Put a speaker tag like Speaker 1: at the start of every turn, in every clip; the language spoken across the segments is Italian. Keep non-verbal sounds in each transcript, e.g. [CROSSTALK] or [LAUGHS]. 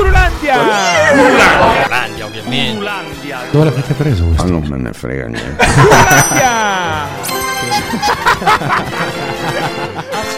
Speaker 1: Gurulandia!
Speaker 2: Gurulandia, ovviamente.
Speaker 1: Gurulandia!
Speaker 3: Dove l'avete preso questo?
Speaker 4: Ma non me ne frega niente.
Speaker 1: Gurulandia!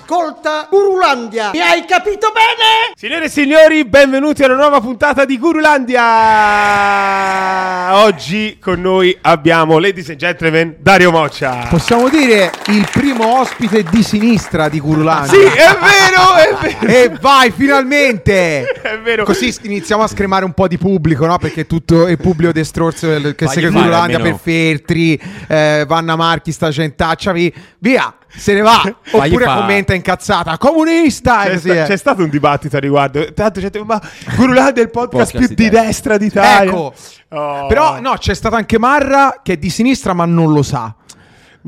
Speaker 5: Ascolta Gurulandia, mi hai capito bene?
Speaker 1: Signore e signori, benvenuti alla nuova puntata di Gurulandia! Oggi con noi abbiamo, ladies and gentlemen, Dario Moccia.
Speaker 6: Possiamo dire il primo ospite di sinistra di Gurulandia.
Speaker 1: Sì, è vero, è vero.
Speaker 6: E vai, finalmente!
Speaker 1: [LAUGHS] È vero.
Speaker 6: Così iniziamo a scremare un po' di pubblico, no? Perché tutto il pubblico destrorso del- che
Speaker 2: Fagli
Speaker 6: segue
Speaker 2: fare
Speaker 6: Gurulandia
Speaker 2: almeno.
Speaker 6: per Feltri, eh, Vanna Marchi, sta gentaccia, vi- via, se
Speaker 1: [LAUGHS]
Speaker 6: ne va.
Speaker 2: Fagli
Speaker 6: Oppure
Speaker 2: fa-
Speaker 6: commenta incazzata, comunista! e
Speaker 1: C'è,
Speaker 6: così,
Speaker 1: sta-
Speaker 6: eh.
Speaker 1: c'è stato un dibattito a riguardo. Tanto gente, ma Gurulandia è il podcast,
Speaker 2: Podcast
Speaker 1: più di
Speaker 2: di
Speaker 1: destra d'Italia.
Speaker 6: Ecco.
Speaker 1: Oh.
Speaker 6: Però no, c'è stato anche Marra che è di sinistra ma non lo sa.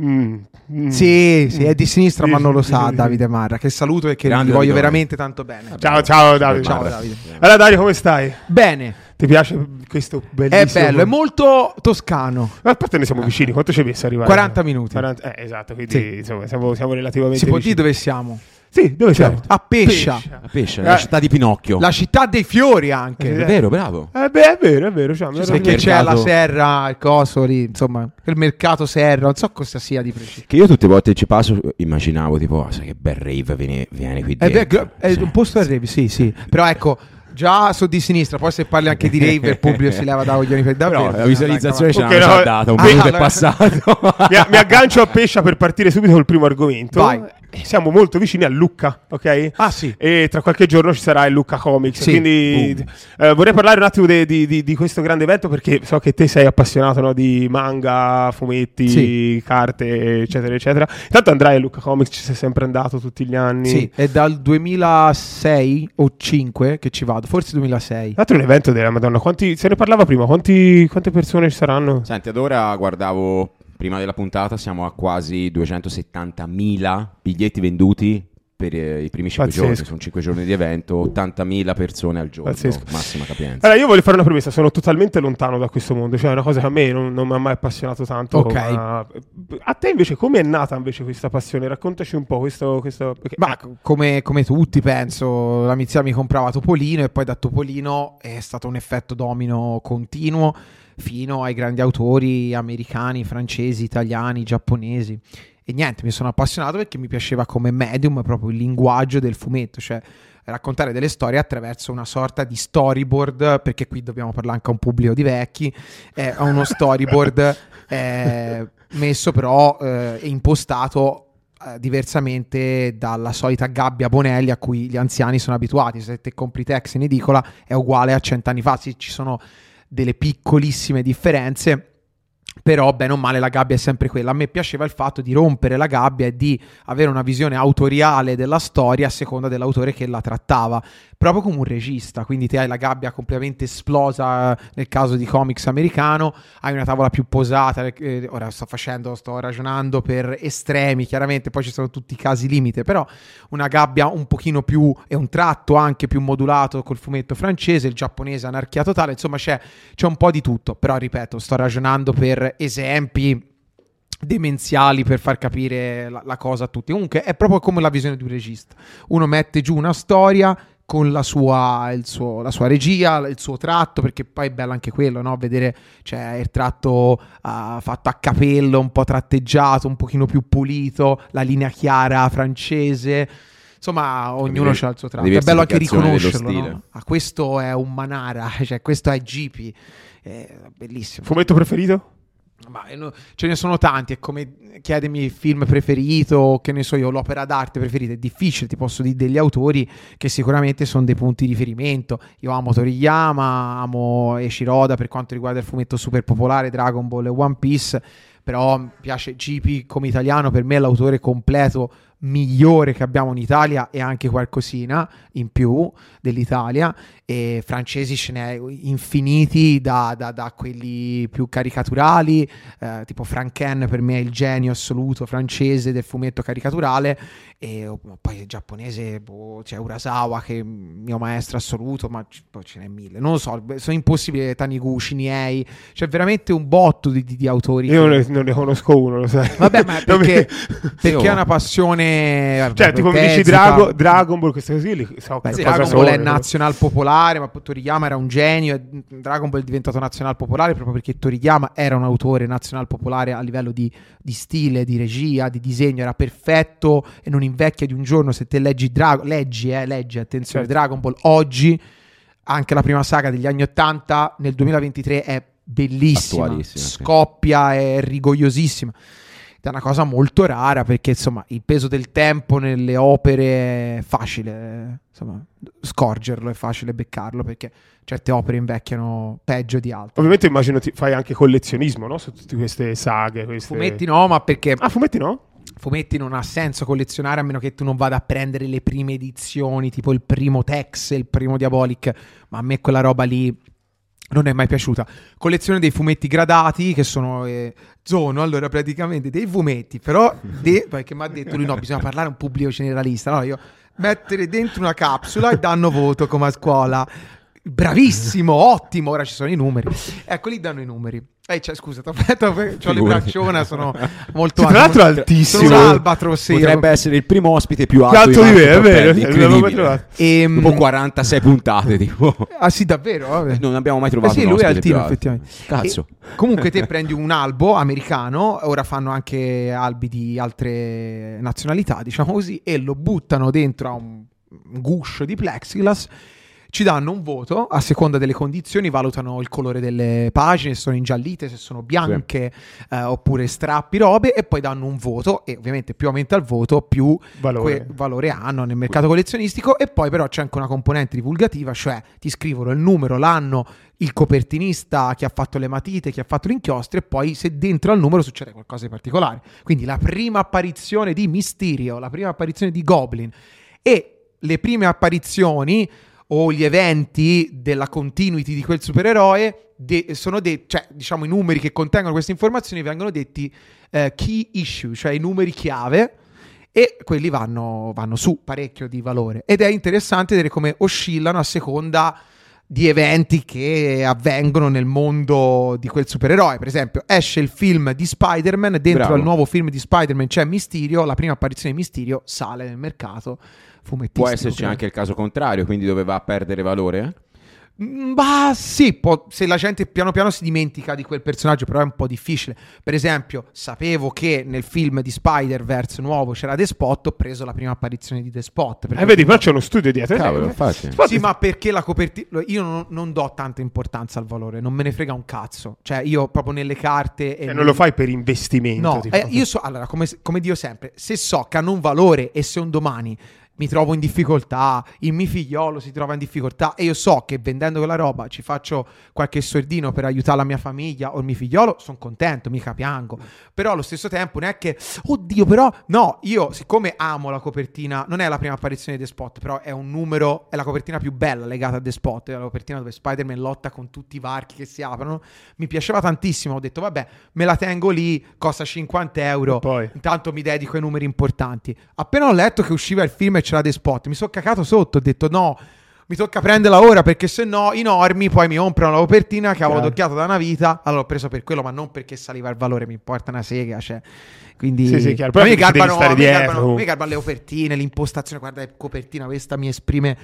Speaker 1: Mm, mm.
Speaker 6: Sì, sì, è di sinistra ma
Speaker 1: Sì,
Speaker 6: non lo
Speaker 1: sì,
Speaker 6: sa
Speaker 1: sì,
Speaker 6: Davide Marra, che saluto e che
Speaker 2: Grande
Speaker 6: vi voglio
Speaker 2: Davidone.
Speaker 6: veramente tanto bene.
Speaker 1: Ciao, ciao Davide.
Speaker 6: Ciao, Davide.
Speaker 1: Allora Dario, come stai?
Speaker 6: Bene.
Speaker 1: Ti piace questo bellissimo?
Speaker 6: È bello, è molto toscano.
Speaker 1: Ma a parte ne siamo vicini, quanto ci hai messo ad arrivare?
Speaker 6: 40 minuti.
Speaker 1: 40 eh, esatto, quindi
Speaker 6: Sì.
Speaker 1: insomma, siamo, siamo relativamente
Speaker 6: Si può
Speaker 1: vicini.
Speaker 6: dire dove siamo?
Speaker 1: Sì, dove siamo?
Speaker 6: A Pescia,
Speaker 2: A Pesce, la
Speaker 1: Eh.
Speaker 2: città di Pinocchio.
Speaker 6: la città dei fiori anche.
Speaker 1: Eh,
Speaker 2: È vero, bravo.
Speaker 1: Eh beh, è vero, è vero. Cioè,
Speaker 2: sono
Speaker 6: Perché
Speaker 2: il
Speaker 6: c'è la
Speaker 2: mercato-
Speaker 6: serra, il coso lì, insomma, il mercato serra, non so cosa sia di preciso.
Speaker 7: Che io tutte le volte ci passo, immaginavo tipo, "Ah, sai che bel rave viene, viene
Speaker 1: Eh,
Speaker 7: qui
Speaker 6: È,
Speaker 7: dentro.
Speaker 6: vero, Eh, è
Speaker 7: Sì.
Speaker 6: un posto a rave, sì, sì. Però ecco, già so di sinistra, poi se parli anche di rave [LAUGHS] il pubblico si leva da coglioni per davvero.
Speaker 7: No, la visualizzazione ce
Speaker 1: Ok,
Speaker 7: l'hanno
Speaker 1: no,
Speaker 7: già data, un
Speaker 6: ah,
Speaker 7: minuto è
Speaker 1: [LAUGHS]
Speaker 6: allora-
Speaker 7: passato. [LAUGHS]
Speaker 1: mi, mi aggancio a Pescia per partire subito col primo argomento.
Speaker 6: Vai.
Speaker 1: Siamo molto vicini a Lucca, ok?
Speaker 6: Ah, sì.
Speaker 1: E tra qualche giorno ci sarà il Lucca Comics.
Speaker 6: Sì,
Speaker 1: Quindi eh, vorrei parlare un attimo de- di, di- di questo grande evento perché so che te sei appassionato no, di manga, fumetti,
Speaker 6: Sì.
Speaker 1: carte, eccetera, eccetera. Tanto andrai al Lucca Comics, ci sei sempre andato tutti gli anni.
Speaker 6: Sì, è dal 2006 o 5 che ci vado, forse 2006.
Speaker 1: Tra l'altro è un evento della Madonna, quanti, se ne parlava prima, quanti- quante persone ci saranno?
Speaker 7: Senti, ad ora guardavo prima della puntata, siamo a quasi 270.000 biglietti venduti per eh, i primi 5
Speaker 1: Pazzesco.
Speaker 7: giorni, sono 5 giorni di evento, 80.000 persone al giorno,
Speaker 1: Pazzesco.
Speaker 7: massima capienza.
Speaker 1: Allora, io voglio fare una premessa, sono totalmente lontano da questo mondo, cioè è una cosa che a me non, non mi ha mai appassionato tanto.
Speaker 6: Ok.
Speaker 1: ma- A te invece come è nata invece questa passione? Raccontaci un po' questo... questo... perché-
Speaker 6: Ma
Speaker 1: ecco,
Speaker 6: come, come tutti penso, la mia zia mi comprava Topolino e poi da Topolino è stato un effetto domino continuo fino ai grandi autori americani, francesi, italiani, giapponesi. E niente, mi sono appassionato perché mi piaceva come medium proprio il linguaggio del fumetto, cioè raccontare delle storie attraverso una sorta di storyboard, perché qui dobbiamo parlare anche a un pubblico di vecchi, eh, a uno storyboard eh, messo però eh, e impostato eh, diversamente dalla solita gabbia Bonelli a cui gli anziani sono abituati. Se te compri Tex in edicola è uguale a cent'anni fa, sì, ci sono delle piccolissime differenze. Però, bene o male, la gabbia è sempre quella. A me piaceva il fatto di rompere la gabbia e di avere una visione autoriale della storia a seconda dell'autore che la trattava, proprio come un regista. Quindi, te hai la gabbia completamente esplosa eh, nel caso di comics americano, hai una tavola più posata. eh, ora sto facendo, sto ragionando per estremi, chiaramente, poi ci sono tutti i casi limite, però una gabbia un pochino più e un tratto anche più modulato col fumetto francese, il giapponese anarchia totale, insomma c'è, c'è un po' di tutto, però ripeto, sto ragionando per esempi demenziali per far capire la, la cosa a tutti. Comunque è proprio come la visione di un regista. Uno mette giù una storia con la sua, il suo- la sua regia, il suo tratto, perché poi è bello anche quello, no? vedere cioè, il tratto ah, fatto a capello, un po' tratteggiato, un pochino più pulito, la linea chiara francese. Insomma, ognuno
Speaker 7: diver-
Speaker 6: ha il suo tratto.
Speaker 7: la
Speaker 6: È bello anche
Speaker 7: diversificazione dello
Speaker 6: riconoscerlo.
Speaker 7: stile.
Speaker 6: no? Ah, questo è un Manara, [LAUGHS] cioè, questo è Gipi. Eh, bellissimo.
Speaker 1: Fumetto preferito?
Speaker 6: Ma eh, no, ce ne sono tanti, è come chiedemi il film preferito, che ne so io, l'opera d'arte preferita, è difficile, ti posso dire degli autori che sicuramente sono dei punti di riferimento. Io amo Toriyama, amo Eshiroda per quanto riguarda il fumetto super popolare Dragon Ball e One Piece, però mi piace GP come italiano, per me è l'autore completo migliore che abbiamo in Italia e anche qualcosina in più dell'Italia e francesi ce n'è infiniti da, da- da quelli più caricaturali eh, tipo Franken per me è il genio assoluto francese del fumetto caricaturale e oh, ma poi il giapponese boh, c'è Urasawa che è mio maestro assoluto ma c- poi ce n'è mille non lo so beh, sono impossibili Taniguchi Niei c'è veramente un botto di, di- di autori
Speaker 1: Io non
Speaker 6: che-
Speaker 1: ne, non ne conosco uno, lo sai. [LAUGHS]
Speaker 6: Vabbè, ma
Speaker 1: Non mi-
Speaker 6: perché, perché
Speaker 7: Io-
Speaker 6: è una passione Giappone. guarda,
Speaker 1: oh. Cioè, tipo mi dici
Speaker 6: Pezzica.
Speaker 1: Drago- Dragon Ball, queste cose lì, so
Speaker 6: Beh,
Speaker 1: che cosa
Speaker 6: Dragon
Speaker 1: sono.
Speaker 6: Ball è nazional popolare, ma Toriyama era un genio. e Dragon Ball è diventato nazional popolare proprio perché Toriyama era un autore nazional popolare a livello di, di stile, di regia, di disegno. Era perfetto e non invecchia di un giorno. Se te leggi Dragon leggi, eh, leggi, attenzione,
Speaker 1: Certo.
Speaker 6: Dragon Ball oggi, anche la prima saga degli anni 80, nel 2023 è bellissima,
Speaker 7: Attualissima, sì.
Speaker 6: scoppia, è rigogliosissima. Ed È una cosa molto rara perché insomma il peso del tempo nelle opere è facile, insomma, scorgerlo è facile beccarlo perché certe opere invecchiano peggio di altre.
Speaker 1: Ovviamente immagino ti fai anche collezionismo, no? Su tutte queste saghe, queste...
Speaker 6: Fumetti no, ma perché
Speaker 1: Ah, fumetti no?
Speaker 6: fumetti non ha senso collezionare a meno che tu non vada a prendere le prime edizioni, tipo il primo Tex, il primo Diabolic, ma a me quella roba lì non è mai piaciuta. Collezione dei fumetti gradati che sono, eh, sono, allora praticamente dei fumetti, però de- perché mi ha detto lui no, bisogna parlare a un pubblico generalista, no, io mettere dentro una capsula e danno voto come a scuola. Bravissimo, ottimo, ora ci sono i numeri. Ecco, lì danno i numeri. Eh, cioè, scusa, [LAUGHS] t'ho fatto- ho le
Speaker 7: Figurati.
Speaker 6: bracciona, sono molto
Speaker 1: Sì, tra l'altro è
Speaker 6: sono
Speaker 1: altissimo.
Speaker 6: un albatros, sì,
Speaker 7: Potrebbe
Speaker 6: ero-
Speaker 7: essere il primo ospite più alto,
Speaker 1: Piatto di
Speaker 7: Marco
Speaker 1: me, è vero,
Speaker 7: Torpendi,
Speaker 1: è vero, l'avevo mai
Speaker 7: incredibile.
Speaker 1: trovato.
Speaker 6: Ehm,
Speaker 7: Dopo 46 puntate, tipo.
Speaker 6: Ah sì, davvero? Vabbè.
Speaker 7: [LAUGHS] Non abbiamo mai trovato
Speaker 6: Eh sì,
Speaker 7: un
Speaker 6: lui è
Speaker 7: ospite più
Speaker 6: altino,
Speaker 7: alto.
Speaker 6: effettivamente.
Speaker 7: Cazzo.
Speaker 6: E comunque te prendi un albo americano, ora fanno anche albi di altre nazionalità, diciamo così, e lo buttano dentro a un un guscio di plexiglass. Ci danno un voto, a seconda delle condizioni valutano il colore delle pagine, se sono ingiallite, se sono bianche eh, oppure strappi robe e poi danno un voto e ovviamente più aumenta il voto più
Speaker 1: Valore.
Speaker 6: que- valore hanno nel mercato collezionistico e poi però c'è anche una componente divulgativa, cioè ti scrivono il numero, l'anno, il copertinista che ha fatto le matite, che ha fatto l'inchiostro e poi se dentro al numero succede qualcosa di particolare. Quindi la prima apparizione di Mysterio, la prima apparizione di Goblin e le prime apparizioni o gli eventi della continuity di quel supereroe de- sono de- cioè diciamo i numeri che contengono queste informazioni vengono detti eh, key issue, cioè i numeri chiave e quelli vanno, vanno su parecchio di valore ed è interessante vedere come oscillano a seconda di eventi che avvengono nel mondo di quel supereroe. Per esempio, esce il film di Spider-Man, dentro
Speaker 7: Bravo.
Speaker 6: al nuovo film di Spider-Man c'è Mysterio, la prima apparizione di Mysterio sale nel mercato fumettistico.
Speaker 7: Può esserci
Speaker 6: credo.
Speaker 7: anche il caso contrario, quindi doveva perdere valore. eh?
Speaker 6: Mm, Ma sì, può- se la gente piano piano si dimentica di quel personaggio, però è un po' difficile. Per esempio, sapevo che nel film di Spider-Verse nuovo c'era The Spot, ho preso la prima apparizione di The Spot. perché-
Speaker 1: Eh, vedi, però c'è uno studio dietro.
Speaker 7: Cavolo,
Speaker 1: Eh,
Speaker 7: infatti.
Speaker 1: infatti-
Speaker 6: Sì, ma perché la copertina? Io non, non do tanta importanza al valore, non me ne frega un cazzo. Cioè, io proprio nelle carte. e
Speaker 1: Cioè, non
Speaker 6: nel-
Speaker 1: lo fai per investimento.
Speaker 6: Eh, No,
Speaker 1: tipo.
Speaker 6: eh, io so, allora, come, come dico sempre, se so che hanno un valore e se un domani mi trovo in difficoltà, il mio figliolo si trova in difficoltà e io so che vendendo quella roba ci faccio qualche soldino per aiutare la mia famiglia o il mio figliolo, sono contento, mica piango. Però allo stesso tempo non è che, oddio, però, no, io siccome amo la copertina, non è la prima apparizione di The Spot, però è un numero, è la copertina più bella legata a The Spot, è la copertina dove Spider-Man lotta con tutti i varchi che si aprono, mi piaceva tantissimo, ho detto, vabbè, me la tengo lì, costa 50 euro.
Speaker 1: Poi.
Speaker 6: Intanto mi dedico ai numeri importanti. Appena ho letto che usciva il film e c'era The Spot, mi sono cacato sotto, ho detto no, mi tocca prenderla ora perché se no i normi poi mi comprano la copertina che avevo
Speaker 1: Chiaro.
Speaker 6: toccato da una vita. Allora l'ho preso per quello, ma non perché saliva il valore, mi importa una sega, cioè. Quindi
Speaker 1: Sì, sì, chiaro.
Speaker 6: Ma
Speaker 1: Però
Speaker 6: mi
Speaker 1: ci devi
Speaker 6: garbano,
Speaker 1: stare
Speaker 6: mi
Speaker 1: dietro,
Speaker 6: garbano-
Speaker 1: comunque.
Speaker 6: mi garbano le copertine, l'impostazione, guarda che copertina questa mi esprime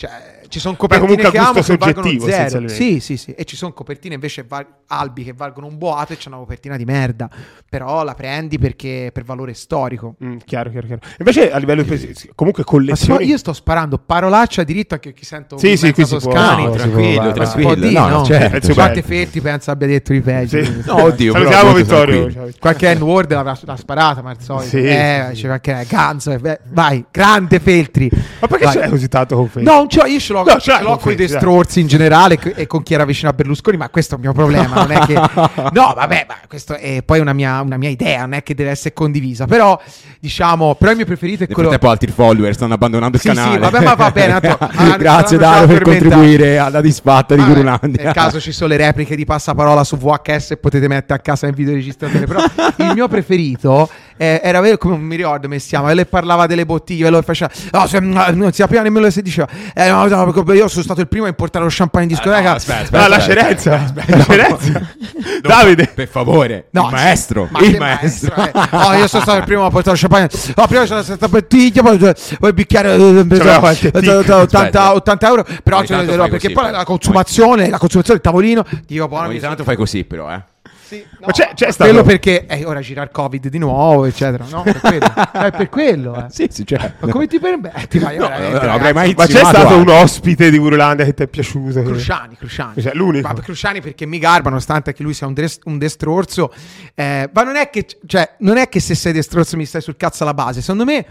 Speaker 6: cioè, ci sono
Speaker 1: Beh,
Speaker 6: copertine
Speaker 1: comunque a
Speaker 6: che amo
Speaker 1: gusto
Speaker 6: che valgono
Speaker 1: soggettivo,
Speaker 6: zero.
Speaker 1: essenzialmente.
Speaker 6: Sì, sì, sì. E ci sono copertine invece val- albi che valgono un boato e c'è una copertina di merda. Però la prendi perché per valore storico.
Speaker 1: Mm, chiaro, chiaro, chiaro. Invece a livello di pres- comunque
Speaker 6: Ma se no,
Speaker 1: collezioni
Speaker 6: io sto sparando parolaccia diritto anche a chi sento
Speaker 1: Sì,
Speaker 6: un
Speaker 1: sì,
Speaker 6: mezzo
Speaker 1: qui si può-
Speaker 6: toscano.
Speaker 1: no,
Speaker 6: Si
Speaker 1: tranquillo,
Speaker 6: può-
Speaker 7: tranquillo.
Speaker 6: si può dire,
Speaker 7: No, no, certo,
Speaker 1: certo.
Speaker 6: Giovanni Ferti penso abbia detto di peggio.
Speaker 1: Sì.
Speaker 7: No, oddio, però
Speaker 1: Salutiamo
Speaker 7: molto
Speaker 1: Vittorio.
Speaker 7: tranquillo.
Speaker 1: Ciao.
Speaker 6: Qualche N-word l'avrà l'ha sparata, ma al solito.
Speaker 1: Sì,
Speaker 6: eh,
Speaker 1: sì, sì.
Speaker 6: c'è anche Ganzo. eh, beh, Vai, grande Feltri.
Speaker 1: Ma perché
Speaker 6: Vai.
Speaker 1: c'è così tanto confetto?
Speaker 6: No, non ce l'ho, io ce l'ho,
Speaker 1: No,
Speaker 7: cioè,
Speaker 6: ce l'ho con i
Speaker 1: confetti, dai.
Speaker 6: destrorzi in generale co- e con chi era vicino a Berlusconi, Eh, ma questo è un mio
Speaker 7: [LAUGHS]
Speaker 6: problema. Non è che... No, vabbè, ma questo è poi una mia, una mia idea, non è che deve essere condivisa. Però, diciamo, però il mio preferito è
Speaker 7: Nel
Speaker 6: quello.
Speaker 7: frattempo altri follower stanno abbandonando il
Speaker 6: Sì, sì,
Speaker 7: canale.
Speaker 6: vabbè, ma va
Speaker 7: [LAUGHS]
Speaker 6: bene, tanto- ah,
Speaker 7: Grazie
Speaker 6: stanno già
Speaker 7: Dario per
Speaker 6: tormentati.
Speaker 7: contribuire alla disfatta di
Speaker 6: Vabbè,
Speaker 7: Gurulandia.
Speaker 6: Ah, Nel caso ci sono le repliche di passaparola su VHS, potete mettere a casa in videoregistratore. Però il mio preferito eh, era vero, come non mi ricordo come si chiama, e lei parlava delle bottiglie, e lui faceva, "No, se- non si apriva nemmeno se diceva, "Eh, no, no, perché io sono stato il primo a importare lo champagne in discoteca.
Speaker 7: Ah, aspetta, aspetta,
Speaker 1: No,
Speaker 6: Ah,
Speaker 1: la
Speaker 7: aspetta,
Speaker 1: cerezza.
Speaker 7: aspetta,
Speaker 1: La
Speaker 7: no.
Speaker 1: cerezza.
Speaker 6: [LAUGHS]
Speaker 7: No,
Speaker 1: Davide.
Speaker 7: Per favore,
Speaker 6: No,
Speaker 7: il maestro.
Speaker 6: ma
Speaker 7: il
Speaker 6: che
Speaker 7: maestro.
Speaker 6: eh. No, io sono stato il primo a portare il champagne. No, prima c'era stata bottiglia, poi eh, poi il bicchiere eh,
Speaker 1: C'aveva qualche tic.
Speaker 6: 80, 80 euro. Però
Speaker 7: Ogni
Speaker 6: c'era-
Speaker 7: tanto
Speaker 6: no,
Speaker 7: fai
Speaker 6: perché
Speaker 7: così,
Speaker 6: poi
Speaker 7: fai-
Speaker 6: la consumazione, la consumazione, il tavolino, dico, buona
Speaker 7: Ogni
Speaker 6: mi-
Speaker 7: tanto fai così, però, eh.
Speaker 1: Ma c'è, c'è stato...
Speaker 6: Quello perché eh, ora gira il Covid di nuovo, eccetera. No,
Speaker 7: [LAUGHS]
Speaker 6: per quello. Eh, per quello, eh.
Speaker 7: Sì, sì, cioè.
Speaker 6: Ma come ti permetti? Ma io veramente,
Speaker 7: no, no,
Speaker 6: ragazzi.
Speaker 7: avrei mai
Speaker 1: Ma c'è
Speaker 7: insinuato
Speaker 1: stato
Speaker 7: altro.
Speaker 1: un ospite di Gurulandia che ti è piaciuto?
Speaker 6: Cruciani, Cruciani.
Speaker 1: Cioè, Eh. l'unico.
Speaker 6: Ma per Cruciani perché mi garba, nonostante che lui sia un, dres- un destrorso. Eh, ma non è, che, cioè, non è che se sei destrorso mi stai sul cazzo alla base. Secondo me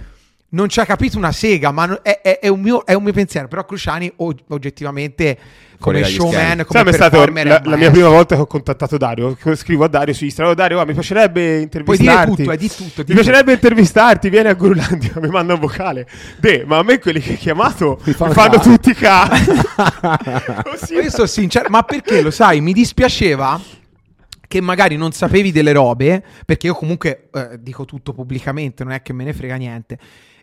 Speaker 6: non ci ha capito una sega, ma no- è, è- è un mio, è un mio pensiero. Però Cruciani o- oggettivamente
Speaker 7: Fuori
Speaker 6: come
Speaker 7: dagli
Speaker 6: showman,
Speaker 1: Sai,
Speaker 7: schemi.
Speaker 6: come
Speaker 1: mi è stato
Speaker 6: performer è
Speaker 1: la, la
Speaker 6: un
Speaker 1: mia
Speaker 6: maestro.
Speaker 1: prima volta che ho contattato Dario. Scrivo a Dario su Instagram. "Oh, Dario, ah, mi piacerebbe intervistarti.
Speaker 6: tutto, eh, di tutto,
Speaker 1: mi
Speaker 6: di
Speaker 1: piacerebbe intervistarti. Vieni a Gurulandia. [LAUGHS] Mi manda un vocale. De, ma a me quelli che hai chiamato mi
Speaker 7: fanno
Speaker 1: fanno,
Speaker 7: cagare.
Speaker 1: tutti
Speaker 6: [LAUGHS]
Speaker 1: cazzo. Così.
Speaker 6: Questo sincero, ma perché lo sai, mi dispiaceva che magari non sapevi delle robe, perché io comunque eh, dico tutto pubblicamente, non è che me ne frega niente.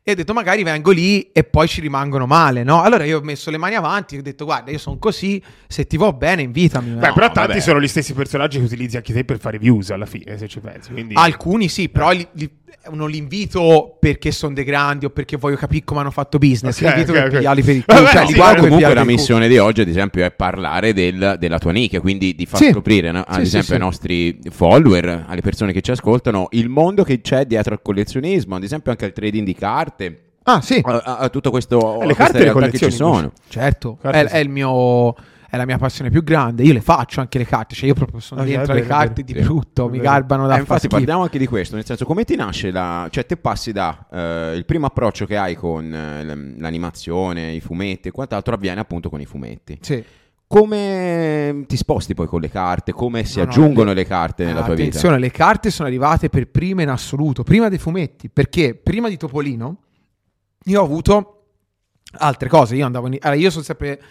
Speaker 6: E ho detto magari vengo lì e poi ci rimangono male, no? Allora io ho messo le mani avanti e ho detto guarda, io sono così, se ti va bene invitami. no?
Speaker 1: Beh, però tanti
Speaker 7: vabbè.
Speaker 1: sono gli stessi personaggi che utilizzi anche te per fare views alla fine, se ci pensi. Quindi...
Speaker 6: Alcuni sì, però li- li- non li invito perché sono dei grandi o perché voglio capire come hanno fatto business,
Speaker 1: Ok,
Speaker 6: li invito
Speaker 1: ok,
Speaker 6: per
Speaker 1: ok.
Speaker 6: pigliarli per il
Speaker 1: Vabbè,
Speaker 6: culo, cioè,
Speaker 1: sì,
Speaker 6: li
Speaker 7: Qua
Speaker 6: guardo per
Speaker 7: comunque la
Speaker 6: pigliarli per il culo.
Speaker 7: missione di oggi, ad esempio, è parlare del- della tua nicchia, quindi di far
Speaker 6: Sì.
Speaker 7: scoprire, no, ad
Speaker 6: Sì, sì,
Speaker 7: esempio,
Speaker 6: sì.
Speaker 7: ai nostri follower, alle persone che ci ascoltano, il mondo che c'è dietro al collezionismo, ad esempio anche al trading di carte,
Speaker 6: Ah sì.
Speaker 7: a, a- a tutto questo...
Speaker 1: Eh,
Speaker 7: a
Speaker 1: le
Speaker 7: queste
Speaker 1: carte e le
Speaker 7: realtà che ci
Speaker 1: collezioni,
Speaker 7: sono.
Speaker 6: Certo, è,
Speaker 1: Carte sì.
Speaker 6: è il mio- è la mia passione più grande. Io le faccio anche le carte, cioè io proprio sono
Speaker 1: Ah, sì,
Speaker 6: dentro
Speaker 1: è
Speaker 6: alle
Speaker 1: vero, è
Speaker 6: carte di
Speaker 1: vero.
Speaker 7: Sì.
Speaker 6: brutto,
Speaker 1: È
Speaker 6: mi
Speaker 1: vero.
Speaker 6: garbano
Speaker 7: Eh,
Speaker 6: da
Speaker 7: infatti
Speaker 6: fare
Speaker 7: parliamo anche di questo, nel senso come ti nasce la... cioè te passi da eh, il primo approccio che hai con eh, l- l'animazione, i fumetti e quant'altro avviene appunto con i fumetti.
Speaker 6: Sì.
Speaker 7: Come ti sposti poi con le carte? Come si
Speaker 6: No, no,
Speaker 7: aggiungono
Speaker 6: le-
Speaker 7: le carte nella
Speaker 6: Ah,
Speaker 7: tua vita?
Speaker 6: Attenzione, le carte sono arrivate per prima in assoluto, prima dei fumetti, perché prima di Topolino io ho avuto altre cose, io andavo in- allora, io sono sempre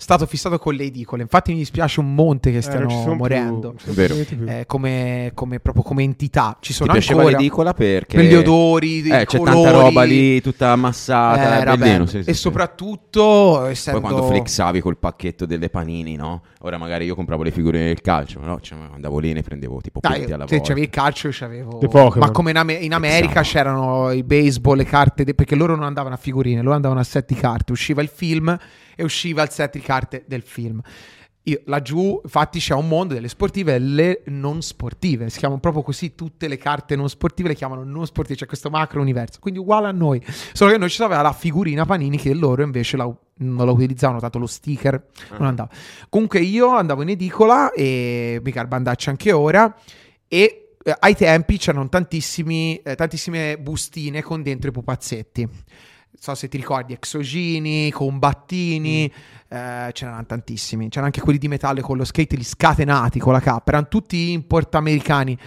Speaker 6: stato fissato con le edicole, infatti mi dispiace un monte che
Speaker 1: Eh, non ci sono
Speaker 6: stanno
Speaker 1: più-
Speaker 6: morendo.
Speaker 1: non ci sono
Speaker 7: Vero.
Speaker 1: niente più.
Speaker 6: eh, come, come- proprio come entità ci
Speaker 7: Ti
Speaker 6: sono
Speaker 7: piaceva
Speaker 6: ancora
Speaker 7: l'edicola perché...
Speaker 6: per gli odori i
Speaker 7: Eh, c'è tanta
Speaker 6: colori.
Speaker 7: roba lì tutta ammassata,
Speaker 6: Eh,
Speaker 7: è
Speaker 6: era
Speaker 7: bellino,
Speaker 6: bello.
Speaker 7: sì, sì,
Speaker 6: e
Speaker 7: sì.
Speaker 6: soprattutto essendo
Speaker 7: Poi quando flexavi col pacchetto delle panini, no? Ora magari io compravo le figurine del calcio, no? Cioè, andavo lì e ne prendevo tipo
Speaker 6: Dai,
Speaker 7: 20 alla
Speaker 6: se
Speaker 7: volta.
Speaker 6: c'avevi il calcio io c'avevo
Speaker 1: Dei Pokémon.
Speaker 6: ma come in, Am- in America
Speaker 7: Esatto.
Speaker 6: c'erano i baseball le carte de- perché loro non andavano a figurine loro andavano a set di carte usciva il film e usciva il set di carte del film Io- laggiù infatti c'è un mondo delle sportive e le non sportive si chiamano proprio così tutte le carte non sportive le chiamano non sportive c'è questo macro universo quindi uguale a noi solo che noi ci aveva la figurina Panini che loro invece la u- non la utilizzavano tanto lo sticker non andava Comunque io andavo in edicola e mi garbandaccio anche ora e eh, ai tempi c'erano tantissimi, eh, tantissime bustine con dentro i pupazzetti. Non so se ti ricordi, Exogini, Combattini, eh, c'erano tantissimi. C'erano anche quelli di metallo con lo skate, gli scatenati con la K. Erano tutti import americani.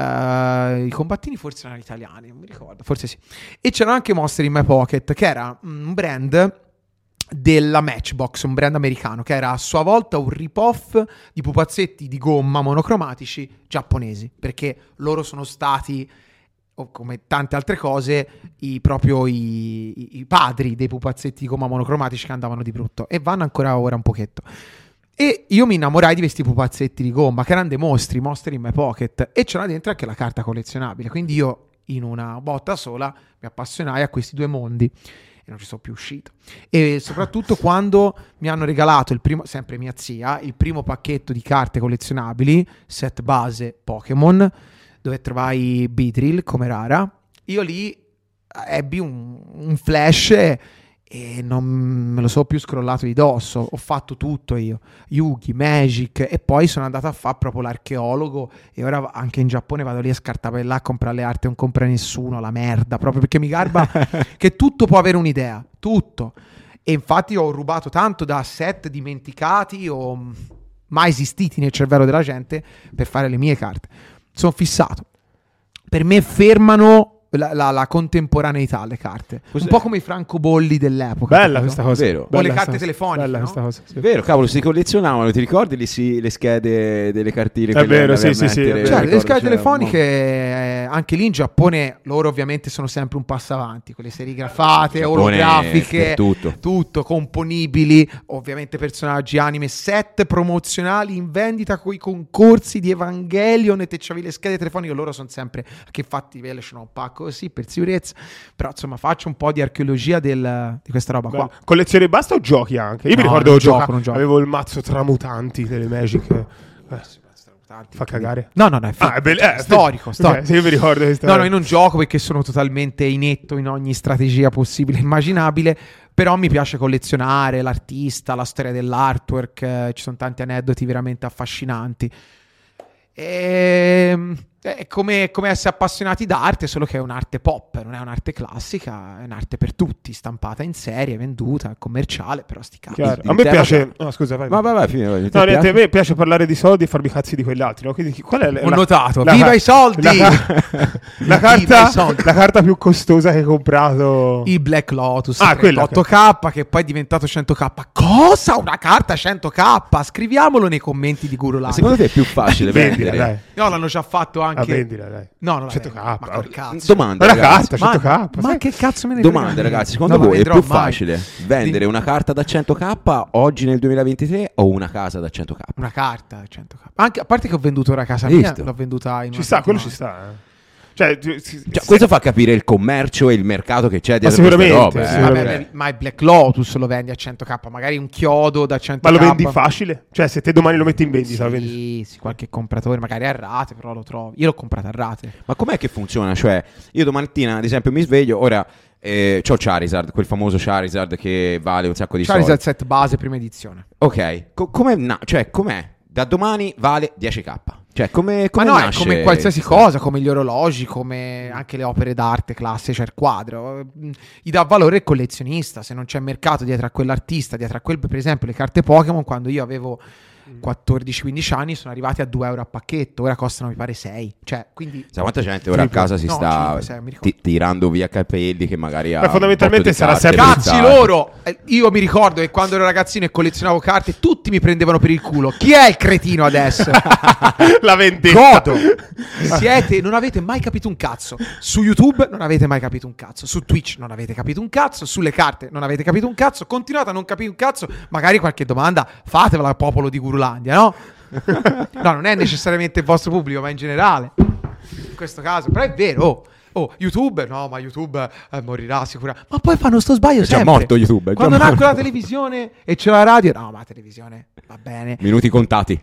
Speaker 6: Eh, I combattini forse erano italiani, non mi ricordo, forse sì. E c'erano anche Monster in My Pocket, che era un brand della Matchbox, un brand americano, che era a sua volta un rip-off di pupazzetti di gomma monocromatici giapponesi, perché loro sono stati, o come tante altre cose, i, proprio i, i- i padri dei pupazzetti di gomma monocromatici che andavano di brutto e vanno ancora ora un pochetto. E io mi innamorai di questi pupazzetti di gomma, che erano dei mostri, mostri in my pocket, e c'era dentro anche la carta collezionabile, quindi io in una botta sola mi appassionai a questi due mondi e non ci sono più uscito. E soprattutto quando mi hanno regalato il primo, sempre mia zia, il primo pacchetto di carte collezionabili, set base Pokémon, dove trovai Beedrill come rara, io lì eh, ebbi un, un flash e non me lo so più scrollato di dosso, ho fatto tutto io, Yugi, Magic e poi sono andato a fare proprio l'archeologo e ora anche in Giappone vado lì a scartapellare a comprare le arti, non compra nessuno, la merda, proprio perché
Speaker 1: [LAUGHS]
Speaker 6: mi garba che tutto può avere un'idea, tutto. E infatti ho rubato tanto da set dimenticati o mh, mai esistiti nel cervello della gente per fare le mie carte. Sono fissato. Per me fermano la, la- la contemporaneità alle carte.
Speaker 7: Cos'è?
Speaker 6: Un po' come i francobolli dell'epoca.
Speaker 1: Bella
Speaker 6: capito?
Speaker 1: questa cosa.
Speaker 7: Vero. O
Speaker 1: Bella
Speaker 6: le
Speaker 1: sta
Speaker 6: carte
Speaker 1: cosa.
Speaker 6: telefoniche,
Speaker 1: Bella
Speaker 6: no?
Speaker 1: questa cosa. sì.
Speaker 7: È vero, cavolo, si collezionavano, ti ricordi le, si- le schede delle cartine?
Speaker 1: È
Speaker 7: quelle
Speaker 1: vero,
Speaker 7: andavi
Speaker 1: sì,
Speaker 7: a
Speaker 1: sì, sì,
Speaker 7: mettere?
Speaker 1: è
Speaker 6: Cioè,
Speaker 1: vero.
Speaker 7: Eh, Ricordo,
Speaker 6: le scale
Speaker 7: c'era
Speaker 6: telefoniche,
Speaker 7: un
Speaker 6: eh, anche lì in Giappone, loro ovviamente sono sempre un passo avanti, quelle serigrafate,
Speaker 7: Giappone
Speaker 6: orografiche,
Speaker 7: per tutto.
Speaker 6: componibili, ovviamente personaggi anime, set promozionali in vendita con i concorsi di Evangelion e te c'avevi le schede telefoniche, loro sono sempre, che fatti ve le sono un pacco così per sicurezza, però insomma faccio un po' di archeologia del- di questa roba
Speaker 1: Bella.
Speaker 6: qua.
Speaker 1: Collezione basta o giochi anche? Io mi
Speaker 6: No,
Speaker 1: ricordo
Speaker 6: non
Speaker 1: gioca-
Speaker 6: gioco, non gioco.
Speaker 1: Avevo il mazzo tramutanti delle Magic. Eh, fa cagare.
Speaker 6: No, no, no, è, fi-
Speaker 1: Ah, è bello,
Speaker 6: cioè,
Speaker 1: eh,
Speaker 6: storico,
Speaker 1: sì.
Speaker 6: storico.
Speaker 1: Ok, [LAUGHS] sì, io mi ricordo questa-
Speaker 6: No, no, io non gioco perché sono totalmente inetto in ogni strategia possibile e immaginabile, però mi piace collezionare l'artista, la storia dell'artwork, eh, ci sono tanti aneddoti veramente affascinanti. Ehm, È come, come essere appassionati d'arte, solo che è un'arte pop, non è un'arte classica, è un'arte per tutti, stampata in serie, venduta, commerciale, però sti cazzi.
Speaker 1: Chiaro.
Speaker 7: Il
Speaker 1: A me
Speaker 7: tema-
Speaker 1: piace. No, scusa, vai.
Speaker 7: Ma vai, vai, fine, vai.
Speaker 1: No, niente, a me piace parlare di soldi e farmi i cazzi di quegli altri. no? Quindi chi- qual è la-
Speaker 6: Ho
Speaker 1: la-
Speaker 6: notato,
Speaker 1: la-
Speaker 6: [LAUGHS] viva i soldi!
Speaker 1: La, ca- la
Speaker 6: Viva i
Speaker 1: carta,
Speaker 6: soldi!
Speaker 1: la carta più costosa che hai comprato.
Speaker 6: Il Black Lotus
Speaker 1: Ah, quella,
Speaker 6: 38k che poi è diventato 100k. Cosa? Una carta 100k? Scriviamolo nei commenti di Guru
Speaker 7: Ma
Speaker 6: Live.
Speaker 7: Secondo te è più facile
Speaker 1: Vendila,
Speaker 7: vendere?
Speaker 1: dai.
Speaker 6: No, l'hanno già fatto
Speaker 1: Ah,
Speaker 6: anche.
Speaker 1: vendila, dai.
Speaker 6: no, no,
Speaker 1: 100K.
Speaker 6: Ma col cazzo.
Speaker 7: Domanda,
Speaker 1: Ma la
Speaker 7: ragazzi.
Speaker 1: carta, 100K.
Speaker 6: ma
Speaker 1: sai?
Speaker 6: che cazzo me ne frega
Speaker 7: Domanda,
Speaker 6: a me?
Speaker 7: ragazzi, secondo
Speaker 6: No, ma
Speaker 7: voi è
Speaker 6: vedrò
Speaker 7: più
Speaker 6: mai.
Speaker 7: facile vendere una carta da 100k oggi nel 2023 o una casa da 100k?
Speaker 6: Una carta 100k. Anche, a parte che ho venduto ora casa
Speaker 7: Hai
Speaker 6: mia,
Speaker 7: visto?
Speaker 6: l'ho venduta in
Speaker 1: Ci
Speaker 6: una
Speaker 1: sta, quello ci
Speaker 6: settimana.
Speaker 1: sta. eh. Cioè, tu- si-
Speaker 7: Cioè,
Speaker 1: se-
Speaker 7: questo fa capire il commercio e il mercato che c'è dietro
Speaker 1: Ma
Speaker 7: queste
Speaker 1: sicuramente,
Speaker 7: robe, eh.
Speaker 1: sicuramente.
Speaker 6: Vabbè,
Speaker 7: Cioè,
Speaker 6: ma il Black Lotus lo vendi a 100k, magari un chiodo da 100k.
Speaker 1: Ma lo vendi facile? Cioè, se te domani lo metti in vendita, lo vendi.
Speaker 6: Sì, sì, qualche compratore, magari a rate, però lo trovi. Io l'ho comprato a rate.
Speaker 7: Ma com'è che funziona? Cioè, io domattina, ad esempio, mi sveglio, ora eh, c'ho Charizard, quel famoso Charizard che vale un sacco di
Speaker 6: Charizard set base, prima edizione.
Speaker 7: soldi. Ok, co- com'è, na- cioè, com'è? Da domani vale 10k. Cioè, come,
Speaker 6: Ma
Speaker 7: come
Speaker 6: no, è
Speaker 7: nasce
Speaker 6: come qualsiasi
Speaker 7: questa-
Speaker 6: cosa, come gli orologi, come anche le opere d'arte classiche, cioè il quadro. Mm, Gli dà valore il collezionista, se non c'è mercato dietro a quell'artista, dietro a quel, per esempio, le carte Pokémon, quando io avevo 14-15 anni sono arrivati a 2 euro a pacchetto, ora costano mi pare 6. Cioè, quindi...
Speaker 7: Sai quanta gente ora a
Speaker 6: Cinque.
Speaker 7: casa si
Speaker 6: No,
Speaker 7: sta
Speaker 6: cinque, sei, mi ricordo.
Speaker 7: ti- tirando via capelli che magari ha
Speaker 1: Ma fondamentalmente
Speaker 7: un botto
Speaker 1: sarà
Speaker 7: di carte
Speaker 1: sempre-
Speaker 6: Cazzi
Speaker 7: pensate.
Speaker 6: loro! Eh, Io mi ricordo che quando ero ragazzino e collezionavo carte, tutti mi prendevano per il culo. Chi è il
Speaker 7: [LAUGHS]
Speaker 6: cretino adesso?
Speaker 1: [LAUGHS] la vendi.
Speaker 6: Godo! Siete, non avete mai capito un cazzo. Su YouTube non avete mai capito un cazzo. Su Twitch non avete capito un cazzo. Sulle carte non avete capito un cazzo. Continuate a non capire un cazzo. Magari qualche domanda fatevela al popolo di Gurulandia, no? No, non è necessariamente il vostro pubblico, ma in generale. In questo caso, però è vero. Oh. oh, YouTube, no, ma YouTube eh, morirà sicuramente. Ma poi fanno sto sbaglio
Speaker 7: È già
Speaker 6: sempre.
Speaker 7: morto YouTube, è già
Speaker 6: Quando nacque
Speaker 7: morto.
Speaker 6: la televisione e c'è la radio, no, ma la televisione va bene.
Speaker 7: Minuti contati.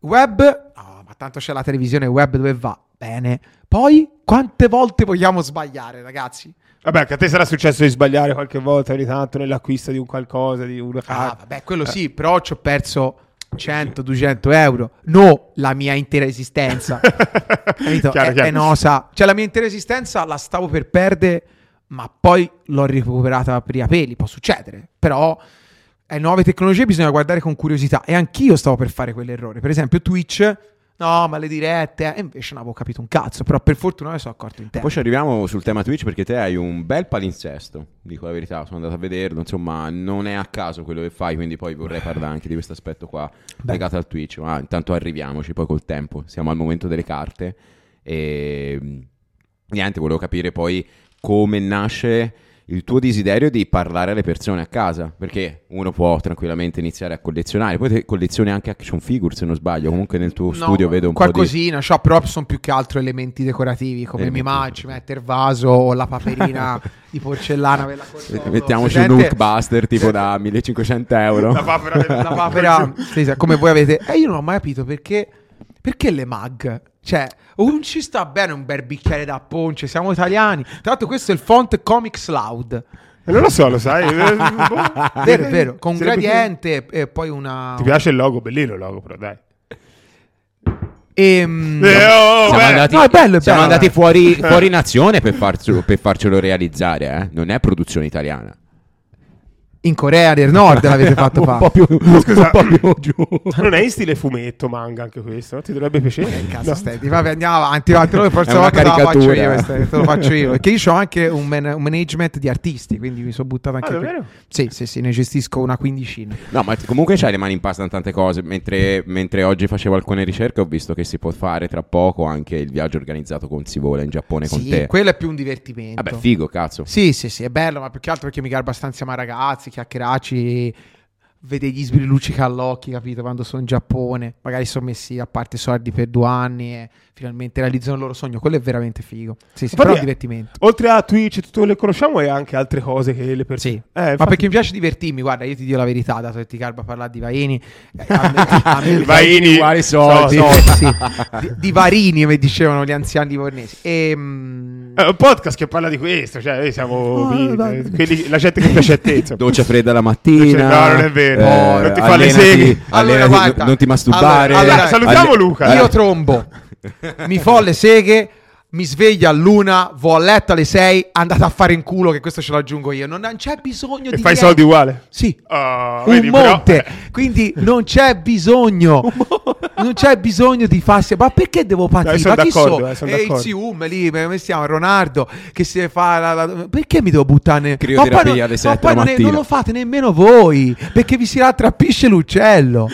Speaker 6: Web, no, Ah, ma tanto c'è la televisione web dove va bene. Poi, quante volte vogliamo sbagliare, ragazzi?
Speaker 1: Vabbè, anche a te sarà successo di sbagliare qualche volta ogni tanto nell'acquisto di un qualcosa, di una
Speaker 6: Ah,
Speaker 1: carta.
Speaker 6: vabbè, quello
Speaker 1: [LAUGHS]
Speaker 6: sì, però ci ho perso 100-200 euro. No, la mia intera [LAUGHS] esistenza. Capito?
Speaker 1: Chiaro,
Speaker 6: è,
Speaker 1: chiaro.
Speaker 6: è nosa. Cioè, la mia intera esistenza la stavo per perdere, ma poi l'ho recuperata per i capelli. Può succedere, però. Alle nuove tecnologie bisogna guardare con curiosità. E anch'io stavo per fare quell'errore. Per esempio, Twitch. No, ma le dirette. E invece non avevo capito un cazzo. Però per fortuna ne sono accorto in tempo.
Speaker 7: Poi ci arriviamo sul tema Twitch perché te hai un bel palinsesto, dico la verità, sono andato a vederlo, insomma non è a caso quello che fai, quindi poi vorrei parlare anche di questo aspetto qua legato al Twitch, ma intanto arriviamoci poi col tempo, siamo al momento delle carte e mh, niente, volevo capire poi come nasce il tuo desiderio di parlare alle persone a casa, perché uno può tranquillamente iniziare a collezionare, poi te collezioni anche action figure se non sbaglio, comunque nel tuo
Speaker 6: No,
Speaker 7: studio vedo un po' di...
Speaker 6: qualcosina, cioè, però sono più che altro elementi decorativi come
Speaker 7: Elementi
Speaker 6: mi mangi,
Speaker 7: decorativi.
Speaker 6: mettere il vaso o
Speaker 7: [LAUGHS]
Speaker 6: la paperina di porcellana per la Corsono.
Speaker 7: Mettiamoci
Speaker 6: Si
Speaker 7: un
Speaker 6: sente
Speaker 7: Hulkbuster tipo da 1500
Speaker 1: La
Speaker 7: euro.
Speaker 1: papera del-
Speaker 6: cioè, [LAUGHS] La papera, sì, sì, come voi avete, e io non ho mai capito perché, perché le mag. Cioè, un ci sta bene un bel bicchiere da ponce, siamo italiani. Tra l'altro questo è il font Comics Loud.
Speaker 1: [LAUGHS] Eh, Non lo so, lo
Speaker 6: [LAUGHS]
Speaker 1: sai. Eh, boh.
Speaker 6: Vero,
Speaker 1: [LAUGHS]
Speaker 6: è vero, con un
Speaker 1: Sarebbe-
Speaker 6: gradiente e poi una...
Speaker 1: Ti piace il logo? Bellino il logo, però dai.
Speaker 6: Ehm,
Speaker 1: Eh, oh,
Speaker 7: Siamo
Speaker 1: beh.
Speaker 7: andati,
Speaker 6: No, è bello, è
Speaker 7: siamo
Speaker 6: bello,
Speaker 7: andati
Speaker 6: eh.
Speaker 7: fuori, fuori nazione per farcelo, per farcelo realizzare, eh. non è produzione italiana.
Speaker 6: In Corea del Nord l'avete fatto
Speaker 7: un
Speaker 6: fare.
Speaker 7: po' più,
Speaker 1: [LAUGHS] Scusa.
Speaker 7: un po' più giù.
Speaker 1: Non è in stile fumetto manga anche questo, no? ti dovrebbe piacere.
Speaker 6: Eh, Cazzo,
Speaker 1: No.
Speaker 6: Stevi, vabbè, andiamo avanti, avanti, no, forse
Speaker 7: È una
Speaker 6: volta te la faccio
Speaker 7: caricatura.
Speaker 6: io questa, te lo faccio io, perché io ho anche un, man- un management di artisti, quindi mi sono buttato anche
Speaker 1: Ah,
Speaker 6: qui.
Speaker 1: davvero?
Speaker 6: Sì, sì, sì, ne gestisco una quindicina.
Speaker 7: No, ma comunque c'hai le mani in pasta in tante cose. Mentre, mentre oggi facevo alcune ricerche, ho visto che si può fare tra poco anche il viaggio organizzato con Sivola in Giappone con
Speaker 6: Sì,
Speaker 7: te.
Speaker 6: quello è più un divertimento.
Speaker 7: Vabbè, figo, cazzo.
Speaker 6: Sì, sì, sì, è bello, ma più che altro perché mi garba abbastanza ma ragazzi, chiacchieracci, vede gli sbrilluccica all'occhi, capito? Quando sono in Giappone, magari sono messi a parte soldi per due anni e finalmente realizzano il loro sogno. Quello è veramente figo. Sì, sì,
Speaker 1: Infatti-
Speaker 6: però è un divertimento.
Speaker 1: Oltre a Twitch e tutto quello che conosciamo e anche altre cose che le persone...
Speaker 6: Sì.
Speaker 1: Eh,
Speaker 6: Ma
Speaker 1: infatti-
Speaker 6: perché mi piace divertirmi, guarda, io ti dico la verità, dato che ti garba parlare di Vaini, eh, a me- a
Speaker 7: [LAUGHS]
Speaker 6: me-
Speaker 1: I Vaini
Speaker 7: uguali soldi.
Speaker 1: So, so.
Speaker 6: sì, di, di Varini, come dicevano gli anziani livornesi. Ehm,
Speaker 1: È un podcast che parla di questo, cioè noi siamo
Speaker 6: Ah,
Speaker 1: vi-
Speaker 6: vabbè.
Speaker 1: quelli- eh, la gente che piace a te. insomma.
Speaker 7: Doccia fredda la mattina. eh,
Speaker 1: No, non è vero. No, non ti fa le
Speaker 7: allenati-
Speaker 1: seghe.
Speaker 7: allenati,
Speaker 6: Allora, guarda.
Speaker 7: non- non ti masturbare.
Speaker 6: Allora, allora,
Speaker 1: salutiamo Luca.
Speaker 6: Io trombo, mi fo le seghe, mi sveglio all'una, vo a letto alle 6, andate a fare in culo che questo ce lo aggiungo io. Non, non c'è bisogno
Speaker 1: E
Speaker 6: di...
Speaker 1: fai i
Speaker 6: niente.
Speaker 1: soldi uguale.
Speaker 6: Sì.
Speaker 1: Ah,
Speaker 6: un
Speaker 1: vedi, però-
Speaker 6: monte. Quindi non c'è
Speaker 1: [LAUGHS]
Speaker 6: bisogno. non c'è bisogno di farsi. Ma perché devo patire?
Speaker 1: Dai, son
Speaker 6: ma chi
Speaker 1: d'accordo,
Speaker 6: so?
Speaker 1: eh, son
Speaker 6: e il
Speaker 1: d'accordo.
Speaker 6: Sium lì, come si chiama? Ronaldo che si fa la, la- perché mi devo buttare? ne- Ma
Speaker 7: Crioterapia
Speaker 6: poi, non,
Speaker 7: alle
Speaker 6: ma
Speaker 7: sette
Speaker 6: poi
Speaker 7: la
Speaker 6: non, è-
Speaker 7: mattina.
Speaker 6: non lo fate nemmeno voi perché vi si rattrappisce l'uccello.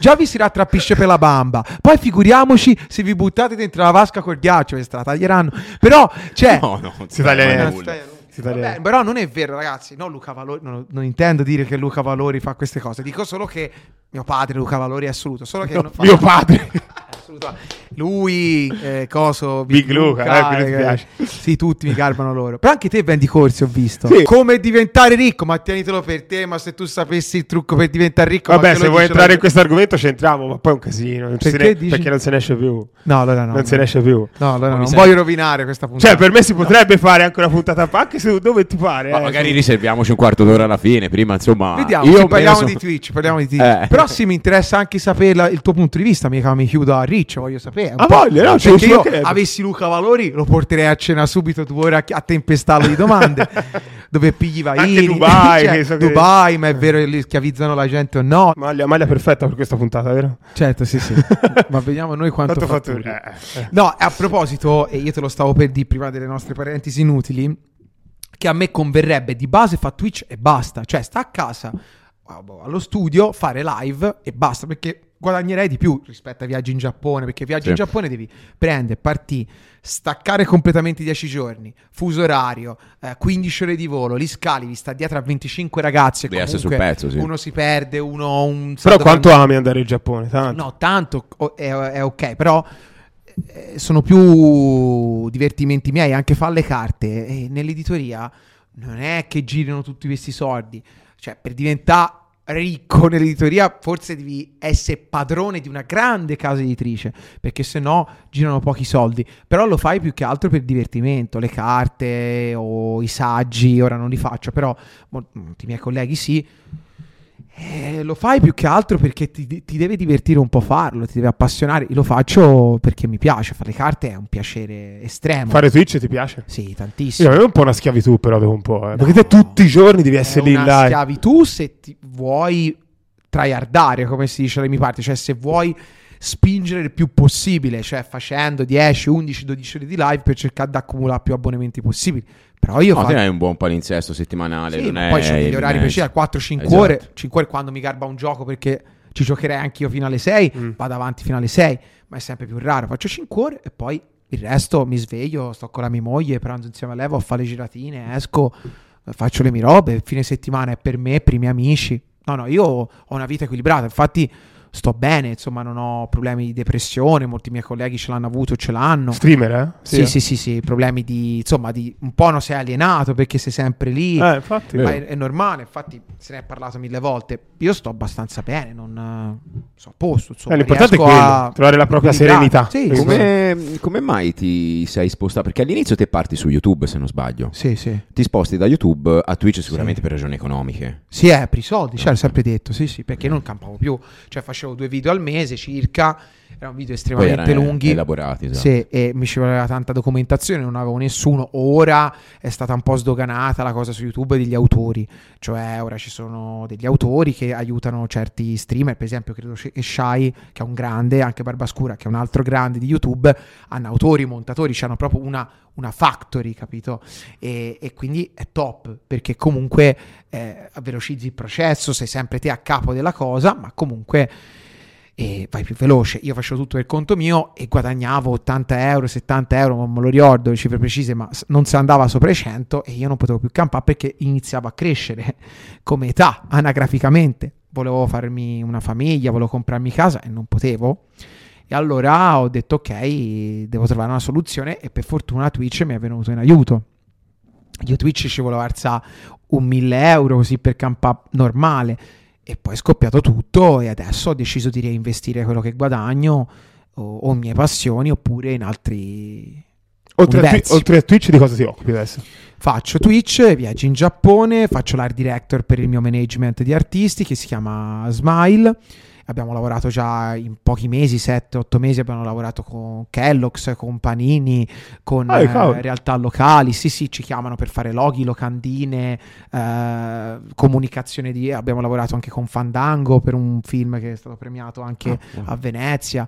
Speaker 6: Già vi si rattrappisce per la bamba. Poi figuriamoci se vi buttate dentro la vasca col ghiaccio, che se la taglieranno. Però, cioè,
Speaker 7: No, no, non
Speaker 1: Si taglia
Speaker 7: fa
Speaker 1: le- Eh,
Speaker 7: mai
Speaker 1: si
Speaker 7: nulla.
Speaker 1: taglia- si taglia-
Speaker 6: Vabbè, però non è vero, ragazzi. No, Luca Valori, non, non intendo dire che Luca Valori fa queste cose. Dico solo che mio padre, Luca Valori, è assoluto. Solo che non fa-
Speaker 1: Mio
Speaker 6: [LAUGHS]
Speaker 1: padre.
Speaker 6: Assoluto. Lui, eh, Coso,
Speaker 1: Big Luca, eh, quello ti piace.
Speaker 6: Sì, tutti mi garbano loro. Però anche te vendi corsi, ho visto.
Speaker 1: Sì.
Speaker 6: Come diventare ricco, ma tienitelo per te. Ma se tu sapessi il trucco per diventare ricco, ma
Speaker 1: Vabbè,
Speaker 6: te lo
Speaker 1: se vuoi
Speaker 6: dice
Speaker 1: entrare
Speaker 6: la-
Speaker 1: in questo argomento c'entriamo, ma poi è un casino. non ci
Speaker 6: Perché
Speaker 1: se ne-
Speaker 6: dici?
Speaker 1: perché non se ne esce più.
Speaker 6: No, allora no.
Speaker 1: non se ne
Speaker 6: no.
Speaker 1: esce più.
Speaker 6: No, allora no,
Speaker 7: mi
Speaker 6: non
Speaker 7: sembra-
Speaker 6: voglio rovinare questa puntata.
Speaker 1: Cioè, per me si potrebbe fare anche una puntata a pacche se dove ti pare.
Speaker 7: Ma
Speaker 1: eh,
Speaker 7: magari
Speaker 1: su-
Speaker 7: riserviamoci un quarto d'ora alla fine. Prima,
Speaker 1: Ah,
Speaker 7: insomma,
Speaker 6: Vediamo,
Speaker 7: io
Speaker 6: ci
Speaker 7: me la
Speaker 6: parliamo
Speaker 7: sono-
Speaker 6: di Twitch, parliamo di Twitch.
Speaker 7: Eh.
Speaker 6: Però sì, mi interessa anche sapere la- il tuo punto di vista, mica mi chiudo a riccio, voglio sapere. un
Speaker 1: Ah,
Speaker 6: po'.
Speaker 1: voglio, no, ci-
Speaker 6: Perché
Speaker 1: ci
Speaker 6: io
Speaker 1: mancherebbe.
Speaker 6: avessi Luca Valori, lo porterei a cena subito due ore a, a tempestarlo
Speaker 1: [LAUGHS]
Speaker 6: di domande. dove pigli vai
Speaker 1: Anche Dubai, che so che-
Speaker 6: Dubai, ma è vero che li schiavizzano la gente o no?
Speaker 1: Maglia, maglia perfetta per questa puntata, vero?
Speaker 6: Certo,
Speaker 1: [LAUGHS]
Speaker 6: sì, [LAUGHS] sì. ma vediamo noi quanto,
Speaker 1: Tanto
Speaker 6: fatturi.
Speaker 1: fattura. Eh, eh.
Speaker 6: No, a proposito, e io te lo stavo per dire prima delle nostre parentesi inutili, che a me converrebbe di base fa Twitch e basta, cioè sta a casa, ah, boh, allo studio, fare live e basta, perché guadagnerei di più rispetto a viaggi in Giappone, perché viaggi
Speaker 7: Sì.
Speaker 6: in Giappone devi prendere, partì, staccare completamente 10 giorni, fuso orario, eh, 15 ore di volo, li scali, vi sta dietro a 25 ragazzi e
Speaker 7: Devi essere
Speaker 6: comunque
Speaker 7: sul pezzo, sì.
Speaker 6: uno si perde, uno un
Speaker 1: Però
Speaker 6: saldo
Speaker 1: quanto ami andare in Giappone? Tanto.
Speaker 6: No, tanto o- è, è ok, però eh, sono più divertimenti miei anche fare le carte. E nell'editoria non è che girino tutti questi soldi. Cioè, per diventare ricco nell'editoria forse devi essere padrone di una grande casa editrice, perché se no girano pochi soldi. Però lo fai più che altro per divertimento, le carte o i saggi, ora non li faccio, però mol- molti miei colleghi sì. Eh, lo fai più che altro perché ti, ti deve divertire un po' farlo, ti deve appassionare. Io lo faccio perché mi piace, fare le carte è un piacere estremo.
Speaker 1: Fare Twitch ti piace?
Speaker 6: Sì,
Speaker 1: Sì,
Speaker 6: tantissimo.
Speaker 1: ma è un po' una schiavitù però dopo un po', eh.
Speaker 6: No.
Speaker 1: Perché te tutti i giorni devi essere
Speaker 6: è
Speaker 1: lì in
Speaker 6: una
Speaker 1: live.
Speaker 6: schiavitù se ti vuoi traiardare, come si dice dalle mie parti, cioè se vuoi spingere il più possibile, cioè facendo 10, 11, 12 ore di live per cercare di accumulare più abbonamenti possibili. Però io
Speaker 7: No,
Speaker 6: faccio...
Speaker 7: te hai un buon palinsesto settimanale.
Speaker 6: Sì,
Speaker 7: non
Speaker 6: ma
Speaker 7: è-
Speaker 6: poi sono degli orari
Speaker 7: non è-
Speaker 6: precisi, a 4-5
Speaker 7: Esatto.
Speaker 6: ore, 5 ore quando mi garba un gioco perché ci giocherei anch'io fino alle 6,
Speaker 1: Mm.
Speaker 6: vado avanti fino alle 6, ma è sempre più raro, faccio 5 ore e poi il resto mi sveglio, sto con la mia moglie, pranzo insieme a lei, vado a fare le giratine, esco, eh, faccio le mie robe, fine settimana è per me, per i miei amici. No, no, io ho una vita equilibrata, infatti sto bene, insomma non ho problemi di depressione, molti miei colleghi ce l'hanno avuto, ce l'hanno.
Speaker 1: Streamer, eh?
Speaker 6: Sì, sì, sì, sì, problemi di, insomma, di un po' non sei alienato perché sei sempre lì.
Speaker 1: Eh, infatti.
Speaker 6: Ma è, è normale, infatti se ne è parlato mille volte. Io sto abbastanza bene, non eh, so a posto. Insomma,
Speaker 1: Eh, l'importante è
Speaker 6: riesco
Speaker 1: quello,
Speaker 6: a-
Speaker 1: trovare la propria
Speaker 6: equilibrare.
Speaker 1: serenità.
Speaker 6: Sì, sì,
Speaker 7: Come, come mai ti sei spostato? Perché all'inizio te parti su YouTube, se non sbaglio.
Speaker 6: sì, sì.
Speaker 7: Ti sposti da YouTube a Twitch sicuramente per ragioni economiche.
Speaker 6: Sì, eh, per i soldi, cioè, l'ho sempre detto, sì, sì, perché non campavo più, cioè facevo faccio due video al mese circa, erano video
Speaker 7: Poi
Speaker 6: estremamente
Speaker 7: erano
Speaker 6: lunghi.
Speaker 7: elaborati, esatto.
Speaker 6: Sì, e mi ci voleva tanta documentazione, non avevo nessuno. Ora è stata un po' sdoganata la cosa su YouTube degli autori, cioè ora ci sono degli autori che aiutano certi streamer, per esempio credo che Shai, che è un grande, anche Barbascura, che è un altro grande di YouTube, hanno autori, montatori, cioè hanno proprio una, una factory, capito? E, e quindi è top, perché comunque eh, velocizzi il processo, sei sempre te a capo della cosa, ma comunque e vai più veloce. Io facevo tutto per conto mio e guadagnavo 80 euro, 70 euro, non me lo ricordo le cifre precise, ma s- non si andava sopra i 100 e io non potevo più campare perché iniziavo a crescere [LAUGHS] come età, anagraficamente. Volevo farmi una famiglia, volevo comprarmi casa e non potevo. E allora ho detto ok, devo trovare una soluzione e per fortuna Twitch mi è venuto in aiuto. Io Twitch ci volevo alzare un 1000 euro così per campare normale e poi è scoppiato tutto e adesso ho deciso di reinvestire quello che guadagno o, o in mie passioni oppure in altri
Speaker 1: Oltre a, Twi-
Speaker 6: Universi.
Speaker 1: oltre a Twitch di cosa ti occupi adesso?
Speaker 6: faccio Twitch, viaggi in Giappone, faccio l'art director per il mio management di artisti che si chiama Smile. Abbiamo lavorato già in pochi mesi, 7-8 mesi, abbiamo lavorato con Kellogg's, con Panini, con
Speaker 1: Ah,
Speaker 6: eh,
Speaker 1: cavolo.
Speaker 6: realtà locali. Sì, sì, ci chiamano per fare loghi, locandine, eh, comunicazione di... Abbiamo lavorato anche con Fandango per un film che è stato premiato anche a Venezia.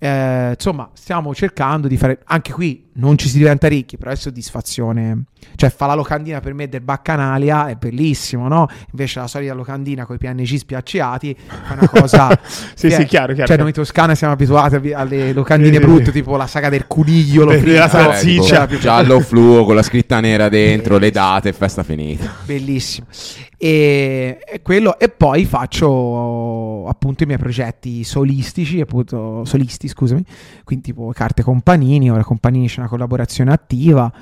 Speaker 6: Eh, insomma, stiamo cercando di fare anche qui. Non ci si diventa ricchi, però è soddisfazione. Cioè, fa la locandina per me del Baccanalia è bellissimo, no? Invece la solita locandina con i PNG spiacciati è una cosa.
Speaker 1: [LAUGHS] sì, sì,
Speaker 6: eh,
Speaker 1: chiaro, chiaro.
Speaker 6: cioè, noi in Toscana siamo abituati a vi- alle
Speaker 1: Sì,
Speaker 6: locandine
Speaker 1: sì,
Speaker 6: brutte,
Speaker 1: sì.
Speaker 6: tipo la saga del coniglio, lo
Speaker 1: Beh,
Speaker 6: fritto,
Speaker 1: la
Speaker 7: Eh,
Speaker 1: salsiccia.
Speaker 7: tipo,
Speaker 1: Cioè,
Speaker 7: [LAUGHS]
Speaker 6: più-
Speaker 7: giallo fluo con la scritta nera dentro, le date, festa finita.
Speaker 6: bellissimo. E, e quello, e poi faccio appunto i miei progetti solistici, appunto solisti, scusami, quindi tipo carte con Panini, ora con Panini c'è una collaborazione attiva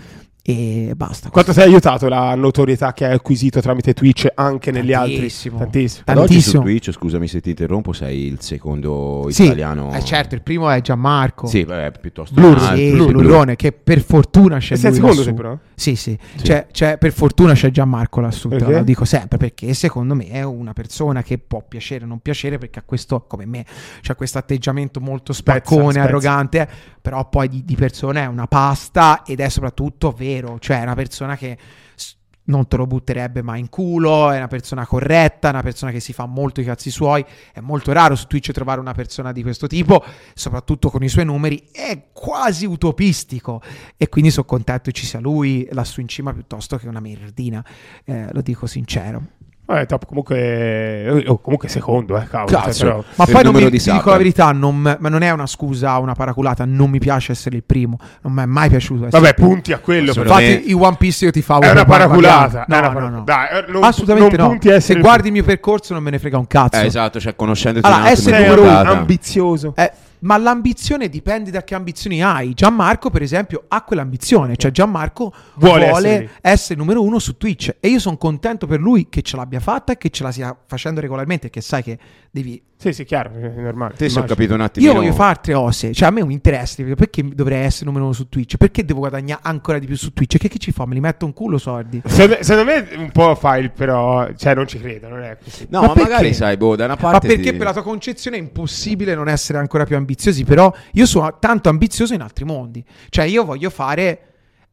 Speaker 6: e basta.
Speaker 1: Quanto ti ha aiutato la notorietà che hai acquisito tramite Twitch anche negli
Speaker 6: Tantissimo. Cioè,
Speaker 1: altri? Tantissimo.
Speaker 7: Ad oggi su
Speaker 6: Tantissimo.
Speaker 7: Twitch, scusami se ti interrompo, sei il secondo
Speaker 6: Sì,
Speaker 7: italiano.
Speaker 6: eh, certo, il primo è Gianmarco.
Speaker 7: Sì, Ah, vabbè, piuttosto
Speaker 1: Blu,
Speaker 7: un altro,
Speaker 6: Sì,
Speaker 7: sì, Blu.
Speaker 6: Lurone, che per fortuna c'è
Speaker 1: E sei il
Speaker 6: lui
Speaker 1: secondo
Speaker 6: lassù.
Speaker 1: sempre, no?
Speaker 6: Sì, sì, C'è, c'è- per fortuna c'è Gianmarco lassù, te
Speaker 1: Ok.
Speaker 6: lo dico sempre, perché secondo me è una persona che può piacere o non piacere, perché ha questo, come me, c'ha questo atteggiamento molto
Speaker 1: Spezza,
Speaker 6: spaccone,
Speaker 1: spezza.
Speaker 6: arrogante, però poi di, di persona è una pasta ed è soprattutto vero, cioè è una persona che s- non te lo butterebbe mai in culo, è una persona corretta, è una persona che si fa molto i cazzi suoi, è molto raro su Twitch trovare una persona di questo tipo, soprattutto con i suoi numeri, è quasi utopistico e quindi sono contento che ci sia lui lassù in cima piuttosto che una merdina, eh, lo dico sincero.
Speaker 1: Vabbè, Eh, top, comunque, oh, comunque secondo, eh, cavolo.
Speaker 7: Cazzo.
Speaker 1: cioè, però-
Speaker 6: Ma
Speaker 7: Per
Speaker 6: poi non
Speaker 7: numero
Speaker 6: mi,
Speaker 7: di
Speaker 6: ti
Speaker 7: sub.
Speaker 6: dico la verità, non, ma non è una scusa, una paraculata, non mi piace essere il primo, non mi è mai piaciuto essere
Speaker 1: Vabbè,
Speaker 6: il primo.
Speaker 1: punti a quello.
Speaker 7: Secondo
Speaker 1: per-
Speaker 7: me-
Speaker 6: Infatti, i One Piece io ti fa
Speaker 1: È una paraculata,
Speaker 6: No,
Speaker 1: è una
Speaker 6: no,
Speaker 1: par-
Speaker 6: no.
Speaker 1: dai, eh, non-
Speaker 6: Assolutamente
Speaker 1: non
Speaker 6: no.
Speaker 1: punti a essere
Speaker 6: Se
Speaker 1: il
Speaker 6: guardi il mio percorso, non me ne frega un cazzo.
Speaker 7: Eh, esatto, cioè conoscendoti
Speaker 6: Allora,
Speaker 7: un attimo
Speaker 6: essere
Speaker 7: di
Speaker 1: numero uno,
Speaker 7: puntata.
Speaker 1: ambizioso.
Speaker 6: Eh, ma l'ambizione dipende da che ambizioni hai. Gianmarco, per esempio, ha quell'ambizione. Cioè, Gianmarco
Speaker 1: Vuole
Speaker 6: vuole,
Speaker 1: essere lì.
Speaker 6: essere, numero uno su Twitch. E io sono contento per lui che ce l'abbia fatta e che ce la stia facendo regolarmente. Che sai che devi.
Speaker 1: Sì, sì, chiaro, è normale.
Speaker 7: Te se ho
Speaker 1: immagino.
Speaker 7: capito un attimo.
Speaker 6: Io voglio fare tre ose. Cioè, a me non interessa. dico, Perché dovrei essere numero uno su Twitch? Perché devo guadagnare ancora di più su Twitch? Che, che ci fa? Me li metto un culo soldi.
Speaker 1: Secondo me- secondo me un po' fa il però, cioè non ci credo, non è così.
Speaker 7: No,
Speaker 6: Ma
Speaker 7: ma,
Speaker 6: perché?
Speaker 7: magari sai, boh, da una parte
Speaker 6: Ma perché
Speaker 7: ti-
Speaker 6: per la tua concezione è impossibile non essere ancora più ambiziosi? Però io sono tanto ambizioso in altri mondi. Cioè, io voglio fare.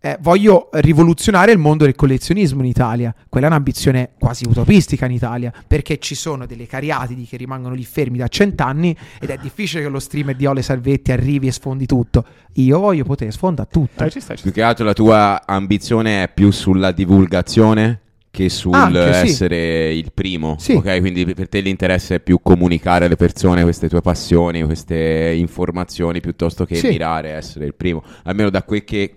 Speaker 6: eh, voglio rivoluzionare il mondo del collezionismo in Italia. Quella è un'ambizione quasi utopistica in Italia. Perché ci sono delle cariatidi che rimangono lì fermi da cent'anni ed è difficile che lo streamer di Ole Salvetti arrivi e sfondi tutto. Io voglio poter sfondare tutto.
Speaker 1: Eh, ci sta, ci
Speaker 7: Più
Speaker 1: sta.
Speaker 7: che altro la tua ambizione è più sulla divulgazione che sul
Speaker 6: Anche, Ah, sì.
Speaker 7: essere il primo.
Speaker 6: Sì.
Speaker 7: Ok, quindi per te l'interesse è più comunicare alle persone queste tue passioni, queste informazioni piuttosto che
Speaker 6: Sì.
Speaker 7: mirare a essere il primo. Almeno da quel che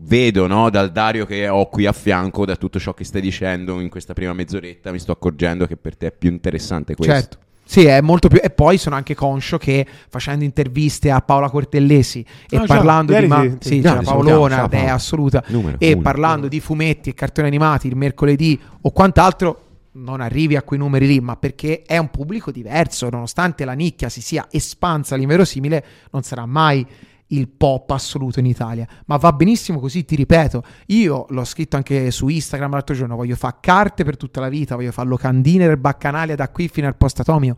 Speaker 7: vedo, no? dal Dario che ho qui a fianco, da tutto ciò che stai dicendo in questa prima mezz'oretta, mi sto accorgendo che per te è più interessante questo.
Speaker 6: Certo. Sì, è molto più. E poi sono anche conscio che facendo interviste a Paola Cortellesi e
Speaker 1: Ah, ciao,
Speaker 6: parlando
Speaker 1: ieri
Speaker 6: di. Ma-
Speaker 1: sì, sì.
Speaker 6: sì,
Speaker 7: Ciao,
Speaker 6: c'era
Speaker 7: ti salutiamo,
Speaker 6: Paolona,
Speaker 7: ciao,
Speaker 6: Dea
Speaker 7: Paola.
Speaker 6: assoluta.
Speaker 7: Numero
Speaker 6: e
Speaker 7: uno.
Speaker 1: eh.
Speaker 6: parlando di fumetti e cartoni animati il mercoledì o quant'altro. Non arrivi a quei numeri lì, ma perché è un pubblico diverso, nonostante la nicchia si sia espansa all'inverosimile, non sarà mai il pop assoluto in Italia. Ma va benissimo così, ti ripeto. Io l'ho scritto anche su Instagram l'altro giorno, voglio fare carte per tutta la vita, voglio fare locandine del baccanalia da qui fino al postatomio.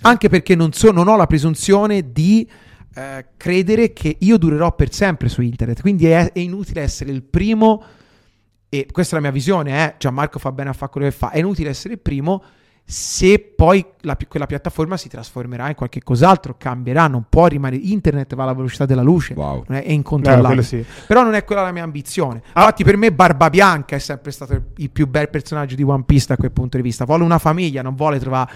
Speaker 6: Anche perché non, so, non ho la presunzione di eh, credere che io durerò per sempre su internet. Quindi è, è inutile essere il primo, e questa è la mia visione, eh, Gianmarco fa bene a fare quello che fa, è inutile essere il primo se poi la pi- quella piattaforma si trasformerà in qualche cos'altro, cambierà, non può rimanere... Internet va alla velocità della luce,
Speaker 7: Wow.
Speaker 6: non è, è
Speaker 1: Eh,
Speaker 6: incontrollabile.
Speaker 1: quello sì.
Speaker 6: Però non è quella la mia ambizione. Infatti, per me, Barba Bianca è sempre stato il- il più bel personaggio di One Piece da quel punto di vista. Vuole una famiglia, non vuole trovare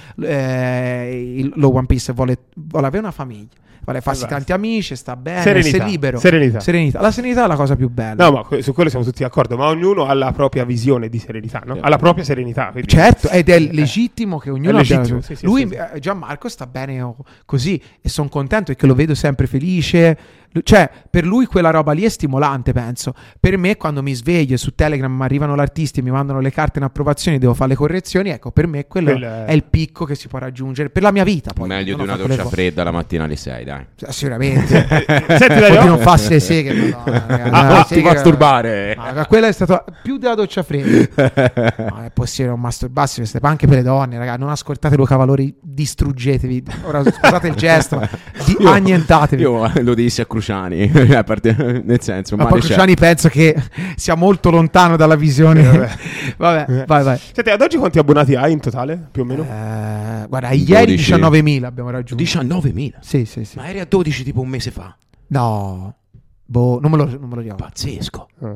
Speaker 6: eh, il- lo One Piece, vuole, vuole avere una famiglia. Vuole farsi
Speaker 1: Esatto.
Speaker 6: tanti amici, sta bene,
Speaker 1: Serenità,
Speaker 6: essere Eh, libero.
Speaker 1: serenità.
Speaker 6: La serenità è la cosa più bella.
Speaker 1: No, ma que- su quello siamo tutti d'accordo, ma ognuno ha la propria visione di serenità, no?
Speaker 7: Certo.
Speaker 1: Ha la propria serenità. quindi-
Speaker 6: Certo, ed è
Speaker 1: Eh.
Speaker 6: legittimo che ognuno
Speaker 1: È
Speaker 6: abbia...
Speaker 1: legittimo, sì, sì,
Speaker 6: Lui,
Speaker 1: sì, sì.
Speaker 6: eh, Gianmarco, sta bene oh, così e sono contento che lo vedo sempre felice. Lu- Cioè, per lui quella roba lì è stimolante, penso. Per me, quando mi sveglio e su Telegram mi arrivano l'artista e mi mandano le carte in approvazione devo fare le correzioni, ecco, per me quello
Speaker 1: Quello è-
Speaker 6: è il picco che si può raggiungere per la mia vita. Poi.
Speaker 7: Meglio di
Speaker 6: Non ho
Speaker 7: una
Speaker 6: fatto le
Speaker 7: doccia
Speaker 6: vo-
Speaker 7: fredda la mattina alle 6, dai.
Speaker 6: Eh,
Speaker 7: [LAUGHS]
Speaker 6: Sicuramente.
Speaker 1: Senti,
Speaker 6: Poi di
Speaker 1: Dario,
Speaker 6: non farsi le seghe, madonna, ragazzi,
Speaker 7: Ah,
Speaker 6: le
Speaker 7: ah, ti
Speaker 6: seghe-
Speaker 7: masturbare.
Speaker 6: Ma quella è stata più della doccia fredda. No, non è possibile non masturbarsi queste ma anche per le donne, raga. Non ascoltate Luca Valori, distruggetevi. Ora scusate il gesto, ma di-
Speaker 7: Io-
Speaker 6: annientatevi.
Speaker 7: Io lo dissi a Cruciani, [LAUGHS] a parte- nel senso,
Speaker 6: ma
Speaker 7: ma
Speaker 6: poi Cruciani penso che sia molto lontano dalla visione.
Speaker 1: vabbè.
Speaker 6: [LAUGHS] Vabbè, vai, vai.
Speaker 1: Senti, ad oggi quanti abbonati hai in totale, più o meno?
Speaker 6: Eh, guarda, ieri
Speaker 7: 12.
Speaker 6: 19.000 abbiamo raggiunto.
Speaker 7: 19.000.
Speaker 6: Sì, sì, sì.
Speaker 7: Ma eri a 12 tipo un mese fa.
Speaker 6: No, boh, non me lo, non me lo ricordo.
Speaker 7: Pazzesco.
Speaker 1: Ah.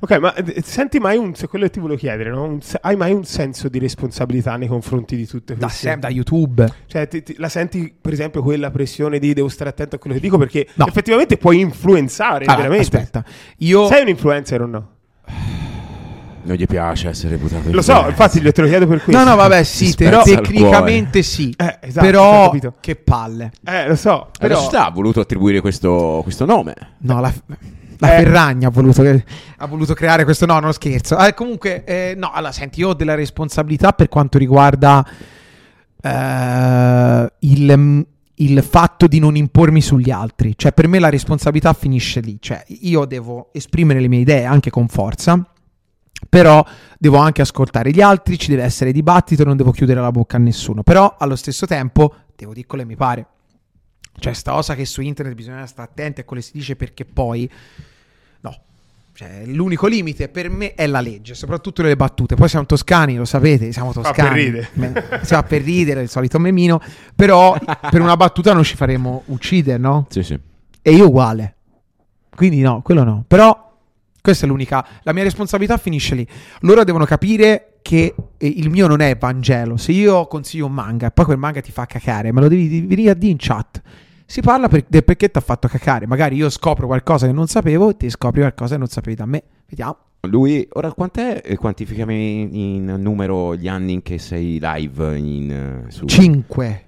Speaker 1: Ok, ma eh, senti mai un... se quello che ti volevo chiedere, no? Un se- hai mai un senso di responsabilità nei confronti di tutte
Speaker 6: Da,
Speaker 1: queste...
Speaker 6: Sam, da YouTube.
Speaker 1: Cioè, ti- ti- la senti, per esempio, quella pressione di devo stare attento a quello che dico perché
Speaker 6: No.
Speaker 1: effettivamente puoi influenzare,
Speaker 6: Allora,
Speaker 1: Eh, veramente.
Speaker 6: Ah, aspetta, io...
Speaker 1: Sei un influencer o no?
Speaker 7: Non gli piace essere reputato
Speaker 1: Lo so, infatti glielo te lo chiedo per questo.
Speaker 6: No, no, vabbè, sì,
Speaker 7: ti
Speaker 6: te-
Speaker 7: spezza il
Speaker 6: tecnicamente sì.
Speaker 1: Eh, esatto, ho
Speaker 6: però
Speaker 1: capito.
Speaker 6: che palle.
Speaker 1: Eh, lo so.
Speaker 7: Però
Speaker 1: Però...
Speaker 7: ci sta, ha voluto attribuire questo, questo nome.
Speaker 6: No, la, la
Speaker 1: Eh.
Speaker 6: Ferragna ha voluto, ha voluto creare questo. No, non scherzo. Eh, comunque, eh, no, allora senti, io ho della responsabilità per quanto riguarda eh, il, il fatto di non impormi sugli altri. Cioè, per me la responsabilità finisce lì. Cioè, io devo esprimere le mie idee anche con forza. Però devo anche ascoltare gli altri, ci deve essere dibattito, non devo chiudere la bocca a nessuno. Però allo stesso tempo devo dire quello che mi pare. Cioè, sta cosa che su internet bisogna stare attenti a quello che si dice perché poi... No. Cioè, l'unico limite per me è la legge, soprattutto nelle battute. Poi siamo toscani, lo sapete, siamo
Speaker 1: per
Speaker 6: toscani.
Speaker 1: ridere.
Speaker 6: Me- si fa per ridere, il solito memino. Però per una battuta non ci faremo uccidere, no?
Speaker 7: Sì, sì.
Speaker 6: E io uguale. Quindi no, quello no. Però questa è l'unica... La mia responsabilità finisce lì. Loro devono capire che eh, il mio non è Vangelo. Se io consiglio un manga e poi quel manga ti fa cacare, me lo devi devi venire a dire in chat. Si parla per- del perché ti ha fatto cacare. Magari io scopro qualcosa che non sapevo e ti scopri qualcosa che non sapevi da me. Vediamo.
Speaker 7: Lui, ora quant'è? eh, Quantificami in numero gli anni in che sei live in, eh, su
Speaker 6: 5.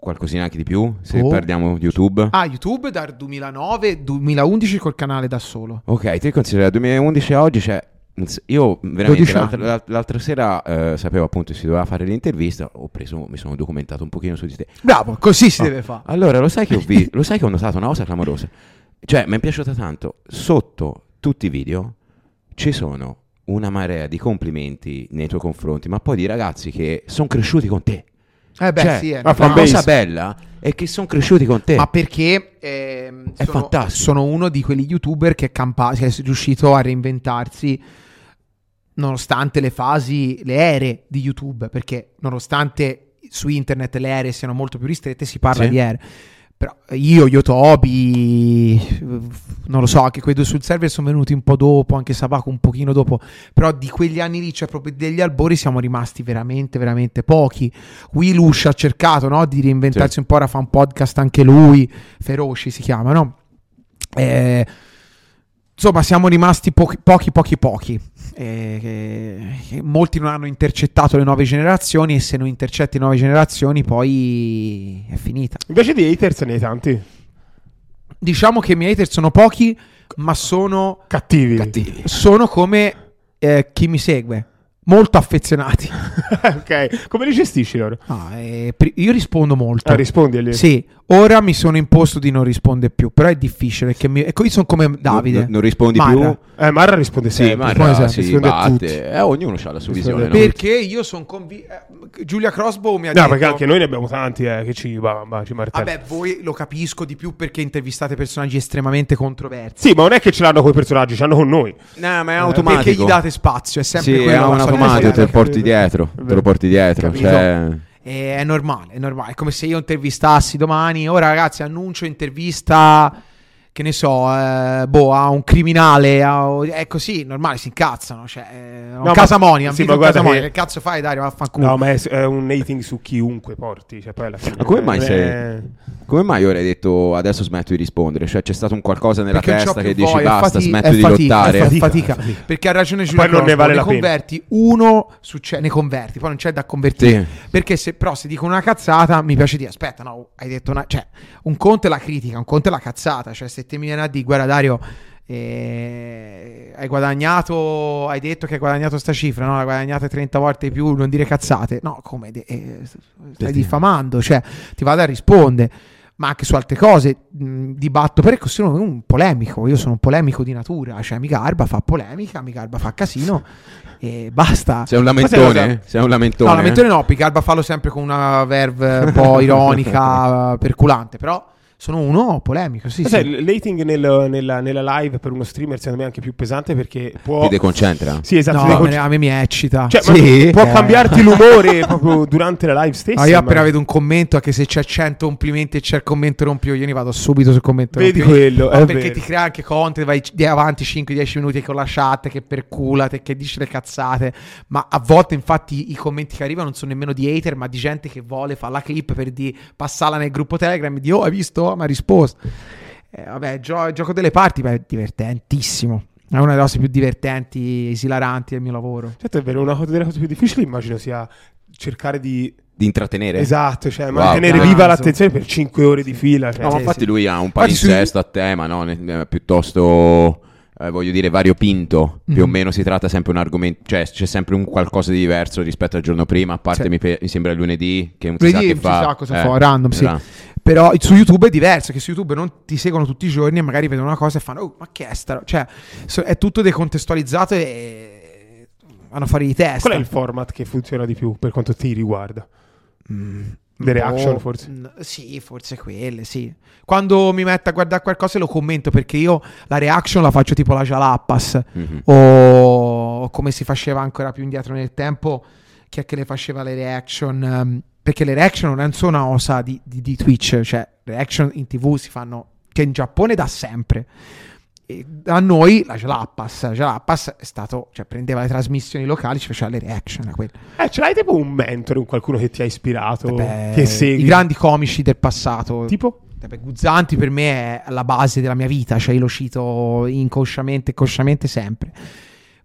Speaker 7: qualcosina anche di più, se
Speaker 6: Oh.
Speaker 7: perdiamo YouTube.
Speaker 6: Ah, YouTube dal 2009-2011 col canale da solo.
Speaker 7: Ok, te consideri dal 2011 a oggi c'è... un s- Io veramente
Speaker 6: 12
Speaker 7: l'altra,
Speaker 6: anni.
Speaker 7: l'al- l'altra sera eh, sapevo appunto che si doveva fare l'intervista, ho preso, mi sono documentato un pochino su di te.
Speaker 6: Bravo, così si deve fare.
Speaker 7: Allora, lo sai che ho, vi-
Speaker 6: [LAUGHS]
Speaker 7: lo sai che ho notato una cosa clamorosa? Cioè, mi è piaciuta tanto. Sotto tutti i video ci sono una marea di complimenti nei tuoi confronti, ma poi di ragazzi che sono cresciuti con te.
Speaker 6: Eh beh,
Speaker 7: Cioè,
Speaker 6: sì,
Speaker 1: la
Speaker 6: è
Speaker 7: La
Speaker 1: Fanbase.
Speaker 7: cosa bella è che sono cresciuti con te.
Speaker 6: Ma perché ehm,
Speaker 7: È
Speaker 6: sono,
Speaker 7: fantastico.
Speaker 6: sono uno di quegli youtuber che è, campa- che è riuscito a reinventarsi nonostante le fasi, le ere di YouTube, perché nonostante su internet le ere siano molto più ristrette, si parla
Speaker 7: Sì.
Speaker 6: di ere. Però io, Yotobi, non lo so, anche quei due sul server sono venuti un po' dopo, anche Sabaco un pochino dopo, però di quegli anni lì, cioè proprio degli albori, siamo rimasti veramente, veramente pochi. Wilush ha cercato no, di reinventarsi un po', ora fa un podcast anche lui, Feroci si chiama, no? Eh, insomma, siamo rimasti pochi, pochi, pochi, pochi. Eh, che- che molti non hanno intercettato le nuove generazioni e se non intercetti le nuove generazioni poi è finita.
Speaker 1: Invece di haters ne hai tanti.
Speaker 6: Diciamo che i miei hater sono pochi, ma sono,
Speaker 1: Cattivi.
Speaker 7: Cattivi.
Speaker 6: sono come eh, chi mi segue. molto
Speaker 1: [LAUGHS]
Speaker 6: affezionati.
Speaker 1: [LAUGHS] ok, come li gestisci loro?
Speaker 6: Ah, eh, pri- io rispondo molto.
Speaker 1: Ah, rispondi agli...
Speaker 6: Eh. Sì, ora mi sono imposto di non rispondere più, però è difficile. Che mi... Ecco, io sono come Davide.
Speaker 7: Non- non rispondi
Speaker 6: Marra.
Speaker 7: più?
Speaker 1: Eh, Marra risponde
Speaker 7: Sì,
Speaker 1: sempre.
Speaker 7: ma
Speaker 1: Poi
Speaker 7: ra-
Speaker 1: sempre,
Speaker 7: sì,
Speaker 1: risponde a tutti.
Speaker 7: batte. Eh, ognuno ha la sua visione.
Speaker 1: Risponde-
Speaker 7: no?
Speaker 6: Perché io sono convinto. Giulia Crossbow mi ha
Speaker 1: No,
Speaker 6: detto.
Speaker 1: perché anche noi ne abbiamo tanti eh, che ci, va, va, ci martellano.
Speaker 6: Vabbè, voi lo capisco di più perché intervistate personaggi estremamente controversi.
Speaker 1: Sì, ma non è che ce l'hanno con i personaggi, ce l'hanno con noi.
Speaker 7: No, ma è
Speaker 6: Eh, Perché gli date spazio, è sempre
Speaker 7: Sì, è
Speaker 6: quello.
Speaker 7: un
Speaker 6: la
Speaker 7: automatico,
Speaker 6: solita-
Speaker 7: te lo porti dietro. Te lo porti dietro.
Speaker 6: Capito?
Speaker 7: Cioè...
Speaker 6: Eh, È normale, è normale. È come se io intervistassi domani. Ora, ragazzi, annuncio intervista. Che ne so, eh, boh, a un criminale. a- È così, normale, si incazzano. Cioè, eh, un
Speaker 1: ma-
Speaker 6: Casamonia,
Speaker 1: sì,
Speaker 6: invito
Speaker 1: ma
Speaker 6: un
Speaker 1: guarda
Speaker 6: Casamonia,
Speaker 1: che-
Speaker 6: Che cazzo fai, Dario? Vaffanculo.
Speaker 1: No, ma è, è un hating su chiunque porti. Cioè, poi alla fine,
Speaker 7: Ma come mai,
Speaker 1: eh,
Speaker 7: sei, come mai ora hai detto adesso smetto di rispondere? Cioè c'è stato un qualcosa nella
Speaker 6: Perché non c'ho
Speaker 7: testa che
Speaker 6: più
Speaker 7: dici
Speaker 6: voglia, è
Speaker 7: basta,
Speaker 6: fati-
Speaker 7: smetto
Speaker 6: è
Speaker 7: di
Speaker 6: fatica,
Speaker 7: lottare.
Speaker 6: È
Speaker 1: Fatica,
Speaker 6: fatica,
Speaker 1: fatica.
Speaker 6: perché ha ragione Giulia
Speaker 1: Poi non ne
Speaker 6: Crosbo,
Speaker 1: vale la pena.
Speaker 6: converti uno su ce- ne converti, poi non c'è da convertire.
Speaker 7: Sì.
Speaker 6: Perché se però se dicono una cazzata, mi piace dire aspetta, no, hai detto una cioè un conto è la critica, un conto è la cazzata, cioè se te mi viene a dire guarda Dario eh, hai guadagnato, hai detto che hai guadagnato sta cifra, no? L'hai guadagnata 30 volte di più, non dire cazzate. No, come de- eh, stai diffamando, cioè ti vado a rispondere ma anche su altre cose mh, dibatto perché sono un polemico io sono un polemico di natura cioè mi garba fa polemica mi garba fa casino e basta
Speaker 7: Sei un
Speaker 1: Ma sai
Speaker 7: lamentone?
Speaker 1: cosa-
Speaker 7: Sei un lamentone?
Speaker 6: no la mentone no Picarba fallo sempre con una verve un po' ironica perculante però sono uno polemico sì,
Speaker 1: Ma
Speaker 6: sì.
Speaker 1: sai, l- l'hating nel- nella, nella live per uno streamer secondo me è anche più pesante perché può...
Speaker 7: Ti deconcentra?
Speaker 1: Sì, esatto.
Speaker 6: No,
Speaker 1: ti
Speaker 6: a
Speaker 1: decon-
Speaker 6: me- a me mi eccita
Speaker 1: Cioè,
Speaker 6: Sì?
Speaker 1: ma può
Speaker 6: Eh.
Speaker 1: cambiarti l'umore
Speaker 6: [LAUGHS]
Speaker 1: proprio durante la live stessa.
Speaker 6: Ah, io
Speaker 1: ma-
Speaker 6: appena vedo un commento, anche se c'è 100 complimenti e c'è il commento rompicoglioni, vado subito sul commento
Speaker 1: Vedi
Speaker 6: rompicoglioni.
Speaker 1: quello,
Speaker 6: Ma
Speaker 1: è
Speaker 6: perché
Speaker 1: vero.
Speaker 6: ti crea anche conte, vai c- di avanti 5-10 minuti con la chat che perculate, che dici le cazzate. Ma a volte, infatti, i commenti che arrivano non sono nemmeno di hater, ma di gente che vuole fare la clip per di passarla nel gruppo Telegram e di oh, hai visto? Oh, mi ha risposto. Eh, vabbè, gio- gioco delle parti, ma è divertentissimo. È una delle cose più divertenti, esilaranti del mio lavoro.
Speaker 1: Certo, è vero, una cosa- delle cose più difficili immagino sia cercare di...
Speaker 7: Di intrattenere?
Speaker 1: Esatto, cioè
Speaker 7: Eh. Wow.
Speaker 1: mantenere
Speaker 6: Danzo.
Speaker 1: viva l'attenzione per 5 ore di fila. Cioè.
Speaker 7: No, ma
Speaker 6: Sì,
Speaker 7: infatti
Speaker 6: sì.
Speaker 7: lui ha un
Speaker 6: Infatti sui-
Speaker 7: palinsesto a tema, no? Ne- eh, piuttosto, eh, voglio dire, variopinto. Più o
Speaker 6: Mhm.
Speaker 7: meno si tratta sempre un argomento, cioè c'è sempre un qualcosa di diverso rispetto al giorno prima, a parte
Speaker 6: Sì.
Speaker 7: mi, pe- mi sembra il lunedì che non si sa che
Speaker 6: Lunedì non
Speaker 7: fa. Eh, esatto.
Speaker 6: si sa cosa fa, random, sì.
Speaker 7: ra-
Speaker 6: Però su YouTube è diverso, che su YouTube non ti seguono tutti i giorni e magari vedono una cosa e fanno, oh, ma che è sta ro-?" Cioè, so- è tutto decontestualizzato e vanno a fare di testa.
Speaker 1: Qual è il format che funziona di più per quanto ti riguarda? The reaction,
Speaker 6: Mm, Boh,
Speaker 1: forse.
Speaker 6: n- sì, forse quelle, sì. Quando mi metto a guardare qualcosa lo commento perché io la reaction la faccio tipo la Jalapas
Speaker 7: Mhm.
Speaker 6: o come si faceva ancora più indietro nel tempo, chi è che le faceva le reaction? ehm, Perché le reaction non sono una osa di, di- di Twitch, cioè le reaction in tv si fanno, che in Giappone da sempre. E da noi la Jalapas, la Jalapas è stato, cioè prendeva le trasmissioni locali, ci faceva le reaction a quelle.
Speaker 1: Eh, ce l'hai tipo un mentore, un qualcuno che ti ha ispirato,
Speaker 6: Beh,
Speaker 1: Oh, che segui.
Speaker 6: I grandi comici del passato.
Speaker 1: Tipo? [LAUGHS]
Speaker 6: Vabbè, Guzzanti per me è la base della mia vita, cioè io lo cito inconsciamente e consciamente sempre.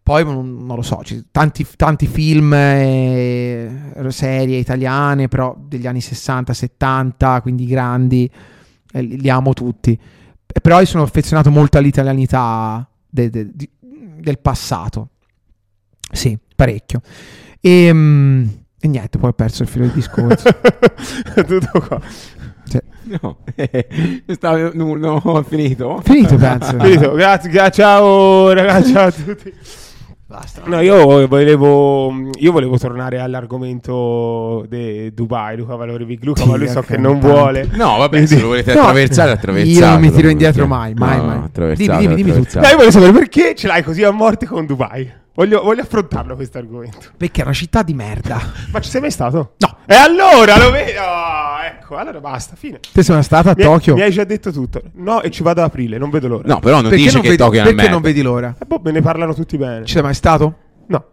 Speaker 6: Poi non, non lo so, ci- tanti, tanti film, e serie italiane, però degli anni 60, 70, quindi grandi, eh, li li amo tutti. Eh, Però io sono affezionato molto all'italianità de- de- di- del passato. Sì, parecchio. E, mm, e niente, poi ho perso il filo del
Speaker 1: [LAUGHS]
Speaker 6: discorso. Cioè,
Speaker 1: Tutto qua.
Speaker 7: No, [LAUGHS] stavo, no, no, ho finito.
Speaker 6: Finito, penso.
Speaker 1: Finito, grazie, gra- ciao
Speaker 6: [LAUGHS]
Speaker 1: ragazzi, ciao a tutti.
Speaker 6: Basta.
Speaker 1: No, io volevo, io volevo tornare all'argomento di Dubai, Luca Valori Luca, ma lui so
Speaker 6: Sì, ok,
Speaker 1: che non
Speaker 6: tanto.
Speaker 1: vuole.
Speaker 7: No, vabbè, se lo volete
Speaker 6: No,
Speaker 7: attraversare, attraversate.
Speaker 6: io non mi tiro indietro mai, mai, mai. Dimmi, dimmi, dimmi tu.
Speaker 1: No, io voglio sapere perché ce l'hai così a morte con Dubai. Voglio, voglio affrontarlo questo argomento.
Speaker 6: Perché è una città di merda.
Speaker 1: Ma ci sei mai stato?
Speaker 6: No.
Speaker 1: E allora lo vedo. Oh, ecco, allora basta, fine.
Speaker 6: [LAUGHS] Te sei stata a
Speaker 1: Mi hai-
Speaker 6: Tokyo.
Speaker 1: Mi hai già detto tutto. No, e ci vado ad aprile, non vedo l'ora.
Speaker 7: No, però non dici che
Speaker 6: vedi,
Speaker 7: Tokyo è una
Speaker 6: perché
Speaker 7: merda.
Speaker 6: non vedi l'ora?
Speaker 1: Eh, boh, me ne parlano tutti bene.
Speaker 6: Ci sei mai stato?
Speaker 1: No.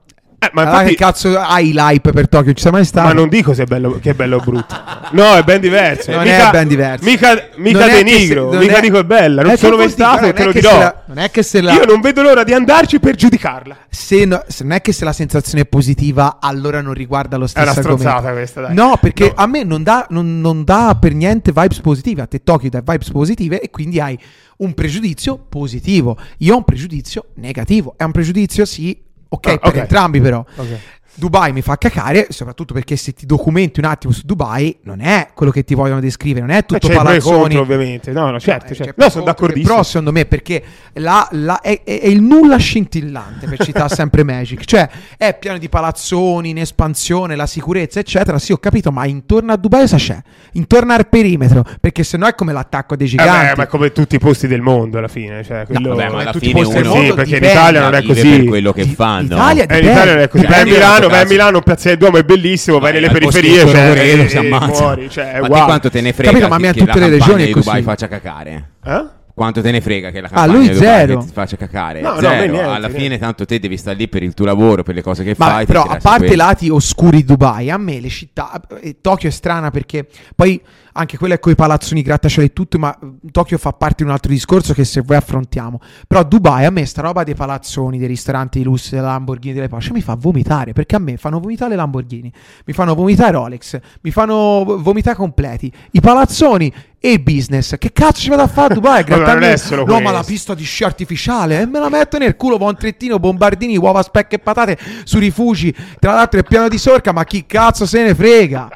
Speaker 1: Eh, ma
Speaker 6: Allora
Speaker 1: infatti,
Speaker 6: che cazzo hai l'hype per Tokyo? Ci sei mai stato?
Speaker 1: ma non dico se è bello, che è bello o brutto. No, è ben diverso.
Speaker 6: Non
Speaker 1: mica,
Speaker 6: è ben diverso.
Speaker 1: Mica, mica
Speaker 6: Non è che
Speaker 1: denigro,
Speaker 6: se- non
Speaker 1: mica
Speaker 6: è-
Speaker 1: dico è bella.
Speaker 6: Eh,
Speaker 1: Non
Speaker 6: che
Speaker 1: sono mai
Speaker 6: vuol dire?
Speaker 1: stato e
Speaker 6: Guarda,
Speaker 1: te
Speaker 6: non
Speaker 1: lo
Speaker 6: è che
Speaker 1: dirò.
Speaker 6: se la- non è che se la-
Speaker 1: Io non vedo l'ora di andarci per giudicarla.
Speaker 6: Se, no- se non è che se la sensazione è positiva, allora non riguarda lo stesso
Speaker 1: una
Speaker 6: argomento.
Speaker 1: stronzata questa, dai.
Speaker 6: No, perché a me non dà, non- non dà per niente vibes positive. A te Tokyo dà vibes positive e quindi hai un pregiudizio positivo. Io ho un pregiudizio negativo. È un pregiudizio, sì, ok,
Speaker 1: Ah,
Speaker 6: per
Speaker 1: ok.
Speaker 6: entrambi però.
Speaker 1: Ok.
Speaker 6: Dubai mi fa cacare, soprattutto perché se ti documenti un attimo su Dubai, non è quello che ti vogliono descrivere, non è tutto
Speaker 1: Eh, c'è il pro e
Speaker 6: palazzoni.
Speaker 1: contro, ovviamente. No, no, certo,
Speaker 6: Eh,
Speaker 1: certo.
Speaker 6: cioè,
Speaker 1: No, sono
Speaker 6: contro che
Speaker 1: d'accordissimo. Eh,
Speaker 6: Però secondo me perché la- la- è, è- è il nulla scintillante per
Speaker 1: [LAUGHS]
Speaker 6: citare sempre Magic, cioè è pieno di palazzoni in espansione, la sicurezza eccetera, sì ho capito, ma intorno a Dubai cosa c'è? Intorno al perimetro, perché sennò è come l'attacco dei
Speaker 1: Eh,
Speaker 6: giganti.
Speaker 1: beh, ma è come tutti i posti del mondo alla fine. Cioè, quello...
Speaker 6: vabbè, ma
Speaker 1: Eh,
Speaker 6: alla
Speaker 1: tutti i
Speaker 6: fine
Speaker 1: posti del
Speaker 6: uno-
Speaker 1: mondo, perché in
Speaker 6: dipende,
Speaker 1: Italia non è
Speaker 3: vive
Speaker 1: così.
Speaker 3: per quello che
Speaker 6: Di-
Speaker 3: fanno.
Speaker 6: l'Italia
Speaker 1: Eh, in Italia non è così.
Speaker 3: Eh,
Speaker 1: Vai a
Speaker 3: in
Speaker 1: Milano,
Speaker 3: questo
Speaker 1: vai a
Speaker 3: caso.
Speaker 1: Milano, un piazzale del Duomo è bellissimo, vai
Speaker 3: Vai
Speaker 1: nelle
Speaker 3: al
Speaker 1: periferie,
Speaker 3: coschetto,
Speaker 1: cioè,
Speaker 3: Correlo,
Speaker 1: e-
Speaker 3: si
Speaker 1: e
Speaker 3: ammazza.
Speaker 1: muori, cioè, è
Speaker 7: Ma te
Speaker 1: uguale.
Speaker 7: quanto te ne frega
Speaker 6: Capito, ma a
Speaker 7: che-
Speaker 6: me in
Speaker 7: che
Speaker 6: tutte
Speaker 7: la
Speaker 6: le regioni
Speaker 7: campagna
Speaker 6: è
Speaker 7: di
Speaker 6: così.
Speaker 7: Dubai faccia cacare?
Speaker 1: Eh?
Speaker 7: Quanto te ne frega che la
Speaker 6: Ah,
Speaker 7: campagna
Speaker 6: lui
Speaker 7: di Dubai
Speaker 6: zero.
Speaker 7: che ti faccia cacare?
Speaker 1: No, no,
Speaker 7: Zero.
Speaker 1: a me niente,
Speaker 7: Alla
Speaker 1: niente.
Speaker 7: fine tanto te devi stare lì per il tuo lavoro, per le cose che
Speaker 6: Ma
Speaker 7: fai. ti
Speaker 6: però a
Speaker 7: interessa
Speaker 6: parte i
Speaker 7: quello.
Speaker 6: lati oscuri di Dubai, a me le città eh, Tokyo è strana perché poi anche quella è coi palazzoni grattacieli e tutto, ma eh, Tokyo fa parte di un altro discorso che se voi affrontiamo. Però Dubai a me sta roba dei palazzoni, dei ristoranti di lusso, delle Lamborghini, delle Porsche mi fa vomitare, perché a me fanno vomitare le Lamborghini, mi fanno vomitare Rolex, mi fanno v- vomitare completi, i palazzoni e il business. Che cazzo ci vado a fare a
Speaker 1: [LAUGHS]
Speaker 6: Dubai?
Speaker 1: Vabbè,
Speaker 6: Grattarmi-
Speaker 1: non è solo
Speaker 6: no, ma la
Speaker 1: questo.
Speaker 6: pista di sci artificiale e me la metto nel culo buon trettino, bombardini, uova, specche e patate su rifugi. Tra l'altro è piano di sorca, ma chi cazzo se
Speaker 1: [LAUGHS]
Speaker 6: ne frega?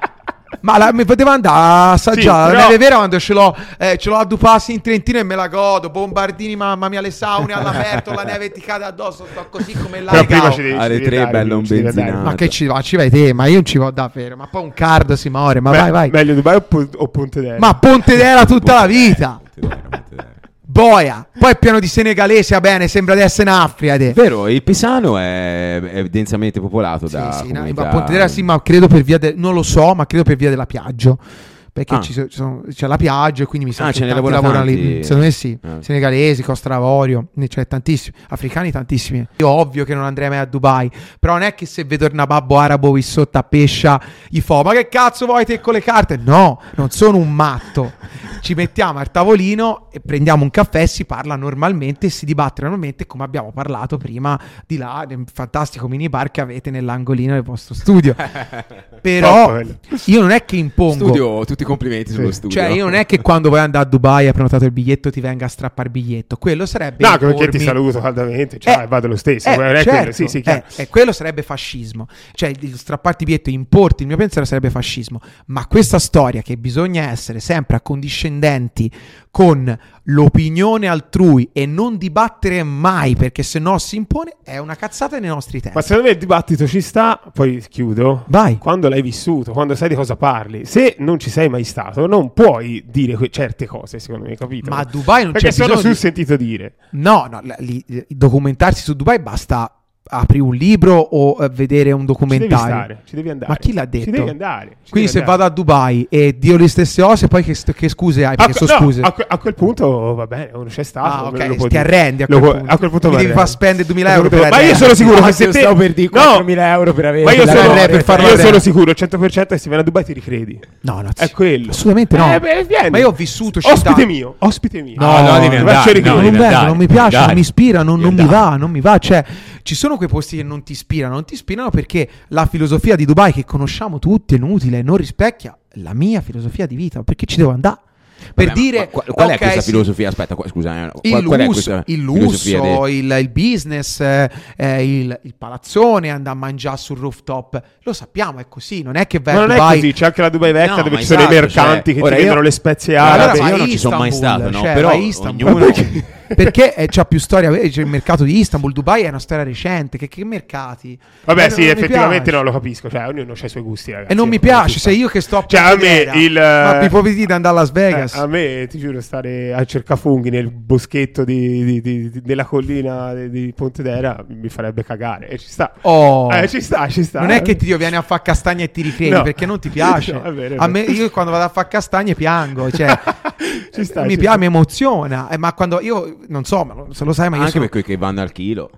Speaker 6: Ma la- mi poteva andare a assaggiare
Speaker 1: Sì,
Speaker 6: la
Speaker 1: però-
Speaker 6: neve vera quando ce l'ho, eh, ce l'ho a Dupassi in Trentino e me la godo. Bombardini, mamma mia, le saune all'aperto, la neve ti cade addosso. Sto così come
Speaker 1: Però prima
Speaker 6: l'alga.
Speaker 1: ci devi
Speaker 7: Alle
Speaker 1: ci devi
Speaker 7: tre
Speaker 1: andare,
Speaker 7: bello un
Speaker 1: ci devi andare.
Speaker 7: benzinato.
Speaker 6: Ma che ci va? Ci vai te, ma io non ci vado davvero. Ma poi un cardo si muore. Ma
Speaker 1: Me-
Speaker 6: vai, vai.
Speaker 1: Meglio Dubai o, Pon- o Pontedera?
Speaker 6: Ma Pontedera tutta la vita.
Speaker 7: Montenegro, Montenegro.
Speaker 6: Boia. Poi il piano di senegalese, va bene, sembra di essere in Africa. Te.
Speaker 7: Vero, il Pisano è, è densamente popolato da
Speaker 6: sì, sì, no,
Speaker 7: comunità.
Speaker 6: ma
Speaker 7: [LAUGHS]
Speaker 6: Pontedera sì, ma credo per via del, non lo so, ma credo per via della Piaggio. Perché
Speaker 7: Ah.
Speaker 6: ci so- ci sono- c'è la Piaggio e quindi mi sa
Speaker 7: Ah,
Speaker 6: che
Speaker 7: ce ne
Speaker 6: tanti
Speaker 7: lavora
Speaker 6: lavorano
Speaker 7: tanti.
Speaker 6: lì. Secondo me Eh sì.
Speaker 7: Ah.
Speaker 6: Senegalesi, Costa d'Avorio, ne- cioè tantissimi. Africani tantissimi. Io ovvio che non andrei mai a Dubai, però non è che se vedo il nababbo arabo qui sotto a pescia gli fa "Ma che cazzo vuoi te con le carte?". No, non sono un matto. Ci mettiamo al tavolino e prendiamo un caffè, si parla normalmente, si dibatte normalmente come abbiamo parlato prima di là nel fantastico minibar che avete nell'angolino del vostro studio.
Speaker 1: Troppo
Speaker 6: Però
Speaker 1: bello.
Speaker 6: io non è che impongo.
Speaker 7: Eh, Studio, tutti i complimenti sullo studio.
Speaker 6: Cioè, io non è che quando vuoi andare a Dubai e hai prenotato il biglietto ti venga a strappare il biglietto. Quello sarebbe.
Speaker 1: No, anche perché ti
Speaker 6: impormi-
Speaker 1: saluto caldamente, ciao,
Speaker 6: Eh,
Speaker 1: e vado lo stesso.
Speaker 6: eh,
Speaker 1: guarda, è
Speaker 6: certo,
Speaker 1: quello, sì, sì, chiaro.
Speaker 6: eh, eh, quello sarebbe fascismo. Cioè, il- il strapparti il biglietto, importi il mio pensiero sarebbe fascismo. Ma questa storia che bisogna essere sempre accondiscendenti con l'opinione altrui e non dibattere mai perché se no si impone è una cazzata nei nostri tempi.
Speaker 1: Ma secondo me il dibattito ci sta, poi chiudo.
Speaker 6: Vai.
Speaker 1: Quando l'hai vissuto, quando sai di cosa parli, se non ci sei mai stato, non puoi dire que- certe cose, secondo me, capito?
Speaker 6: Ma a Dubai non
Speaker 1: Perché
Speaker 6: c'è
Speaker 1: sono
Speaker 6: bisogno
Speaker 1: sul
Speaker 6: di-
Speaker 1: sentito dire.
Speaker 6: No, no, la- lì, eh, documentarsi su Dubai basta aprire un libro o eh, vedere un
Speaker 1: Ci devi
Speaker 6: documentario.
Speaker 1: stare, ci devi andare.
Speaker 6: Ma chi l'ha detto?
Speaker 1: Ci devi andare. ci
Speaker 6: Quindi se
Speaker 1: devi andare.
Speaker 6: vado a Dubai e dio le stesse cose, poi che, st- che scuse hai? Perché
Speaker 1: que-
Speaker 6: sono
Speaker 1: no,
Speaker 6: scuse.
Speaker 1: A, que- a quel punto va bene, non c'è stato.
Speaker 6: Ah,
Speaker 1: quello
Speaker 6: ok,
Speaker 1: lo può
Speaker 6: ti
Speaker 1: dire.
Speaker 6: arrendi a
Speaker 1: Lo
Speaker 6: quel
Speaker 1: può-
Speaker 6: punto.
Speaker 1: a quel punto
Speaker 6: Mi
Speaker 1: va
Speaker 6: devi
Speaker 1: bene.
Speaker 6: far spendere 2000
Speaker 1: A quel
Speaker 6: euro
Speaker 1: punto-
Speaker 6: per
Speaker 1: Ma io
Speaker 6: arrendere.
Speaker 1: sono sicuro che
Speaker 3: Quanto
Speaker 1: se te...
Speaker 3: stavo per dire
Speaker 1: No,
Speaker 3: 4.000 euro per avere
Speaker 1: Ma io
Speaker 3: la
Speaker 1: sono,
Speaker 3: laurea
Speaker 6: per farlo
Speaker 1: io
Speaker 6: arrendere.
Speaker 1: sono sicuro al 100% che se viene a Dubai ti ricredi.
Speaker 6: No, no,
Speaker 1: È quello.
Speaker 6: Assolutamente no.
Speaker 1: Eh, beh, vieni.
Speaker 6: Ma io ho vissuto città.
Speaker 1: Ospite mio, ospite mio.
Speaker 6: No, no, devi
Speaker 1: ti
Speaker 3: andare, no,
Speaker 1: faccio ricredere.
Speaker 3: devi
Speaker 6: non, vengo,
Speaker 3: andare,
Speaker 6: non mi piace,
Speaker 3: andare.
Speaker 6: non mi ispira, non,
Speaker 3: Devi
Speaker 6: non mi
Speaker 3: andare.
Speaker 6: va, non mi va. Cioè, ci sono quei posti che non ti ispirano, non ti ispirano perché la filosofia di Dubai che conosciamo tutti è inutile, non rispecchia la mia filosofia di vita. Perché ci devo andare?
Speaker 7: Vabbè,
Speaker 6: Per
Speaker 7: ma
Speaker 6: dire
Speaker 7: qua- qual è
Speaker 6: ok,
Speaker 7: questa
Speaker 6: sì,
Speaker 7: filosofia? Aspetta, qua- scusa, eh,
Speaker 6: il
Speaker 7: qual, qual è
Speaker 6: lusso,
Speaker 7: questa
Speaker 6: il,
Speaker 7: filosofia
Speaker 6: lusso,
Speaker 7: de-
Speaker 6: il- il business, eh, eh, il, il palazzone, andare a mangiare sul rooftop. Lo sappiamo, è così. Non è che vai
Speaker 1: Ma
Speaker 6: a
Speaker 1: non
Speaker 6: Dubai-
Speaker 1: è così, c'è anche la Dubai vecchia
Speaker 7: No,
Speaker 1: dove
Speaker 7: ma
Speaker 1: ci sono i
Speaker 7: esatto,
Speaker 1: mercanti che
Speaker 7: cioè,
Speaker 1: ti
Speaker 7: ora io-
Speaker 1: vendono le spezie
Speaker 7: Allora,
Speaker 1: arabe.
Speaker 6: vai
Speaker 7: io
Speaker 6: a
Speaker 7: non ci sono mai
Speaker 6: Istanbul,
Speaker 7: stato, no,
Speaker 6: cioè,
Speaker 7: però
Speaker 6: vai a Istanbul.
Speaker 7: ognuno-
Speaker 6: Ma
Speaker 7: [LAUGHS]
Speaker 6: perché- [LAUGHS] perché eh, c'ha più storia, eh, c'è il mercato di Istanbul, Dubai è una storia recente, che, che mercati?
Speaker 1: Vabbè,
Speaker 6: Eh,
Speaker 1: sì,
Speaker 6: non mi
Speaker 1: effettivamente
Speaker 6: piace.
Speaker 1: no, lo capisco. Cioè, ognuno ha i suoi gusti, ragazzi.
Speaker 6: E non mi
Speaker 1: Io-
Speaker 6: piace, sei io che sto a
Speaker 1: Cioè, a me
Speaker 6: Pontedera.
Speaker 1: il.
Speaker 6: Ma mi puoi vedere di andare a Las Vegas?
Speaker 1: Eh, a me, ti giuro, stare a cercafunghi nel boschetto di, di- di- di- della collina di, di Pontedera mi farebbe cagare. E ci sta.
Speaker 6: Oh.
Speaker 1: Eh, ci sta, ci sta.
Speaker 6: Non è che ti dio vieni a fare castagne e ti ricredi
Speaker 1: No.
Speaker 6: perché non ti piace.
Speaker 1: [LAUGHS] No, è vero, è
Speaker 6: A me,
Speaker 1: vero.
Speaker 6: io quando vado a fare castagne piango, cioè,
Speaker 1: [LAUGHS] Ci sta,
Speaker 6: mi
Speaker 1: ci
Speaker 6: piace,
Speaker 1: sta.
Speaker 6: mi emoziona. Eh, ma quando io non so, ma se lo sai, ma io
Speaker 7: Anche
Speaker 6: sono- Eh,
Speaker 7: per quelli che vanno al chilo.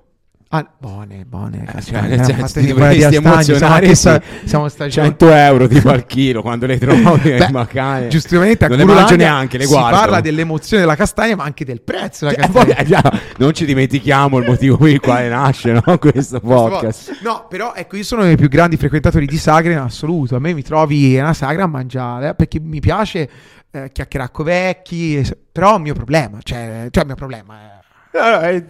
Speaker 6: Ah, buone, buone.
Speaker 7: cioè,
Speaker 6: castagne,
Speaker 7: nel
Speaker 6: erano
Speaker 7: senso,
Speaker 6: fatte
Speaker 7: ti
Speaker 6: di guardia
Speaker 7: dovresti
Speaker 6: stagni, siamo
Speaker 7: emozionare
Speaker 6: anche
Speaker 7: se
Speaker 6: sta- Siamo stagioni.
Speaker 7: 100 euro tipo al chilo quando le [LAUGHS] trovi
Speaker 6: [LAUGHS] Beh,
Speaker 7: in macane.
Speaker 6: giustamente a
Speaker 7: non le mangio
Speaker 6: Gurulandia
Speaker 7: neanche, le
Speaker 6: si
Speaker 7: guardo.
Speaker 6: parla dell'emozione della castagna ma anche del prezzo della
Speaker 7: Cioè, eh, [LAUGHS]
Speaker 6: castagna.
Speaker 7: poi, eh, già, non ci dimentichiamo il motivo per il quale nasce no, questo podcast.
Speaker 6: No, però ecco, io sono uno dei più grandi frequentatori di sagre in assoluto. A me mi trovi in una sagra a mangiare eh, perché mi piace eh, chiacchierare con vecchi, eh, però è un mio problema, cioè, cioè il mio problema è...
Speaker 1: No, no, è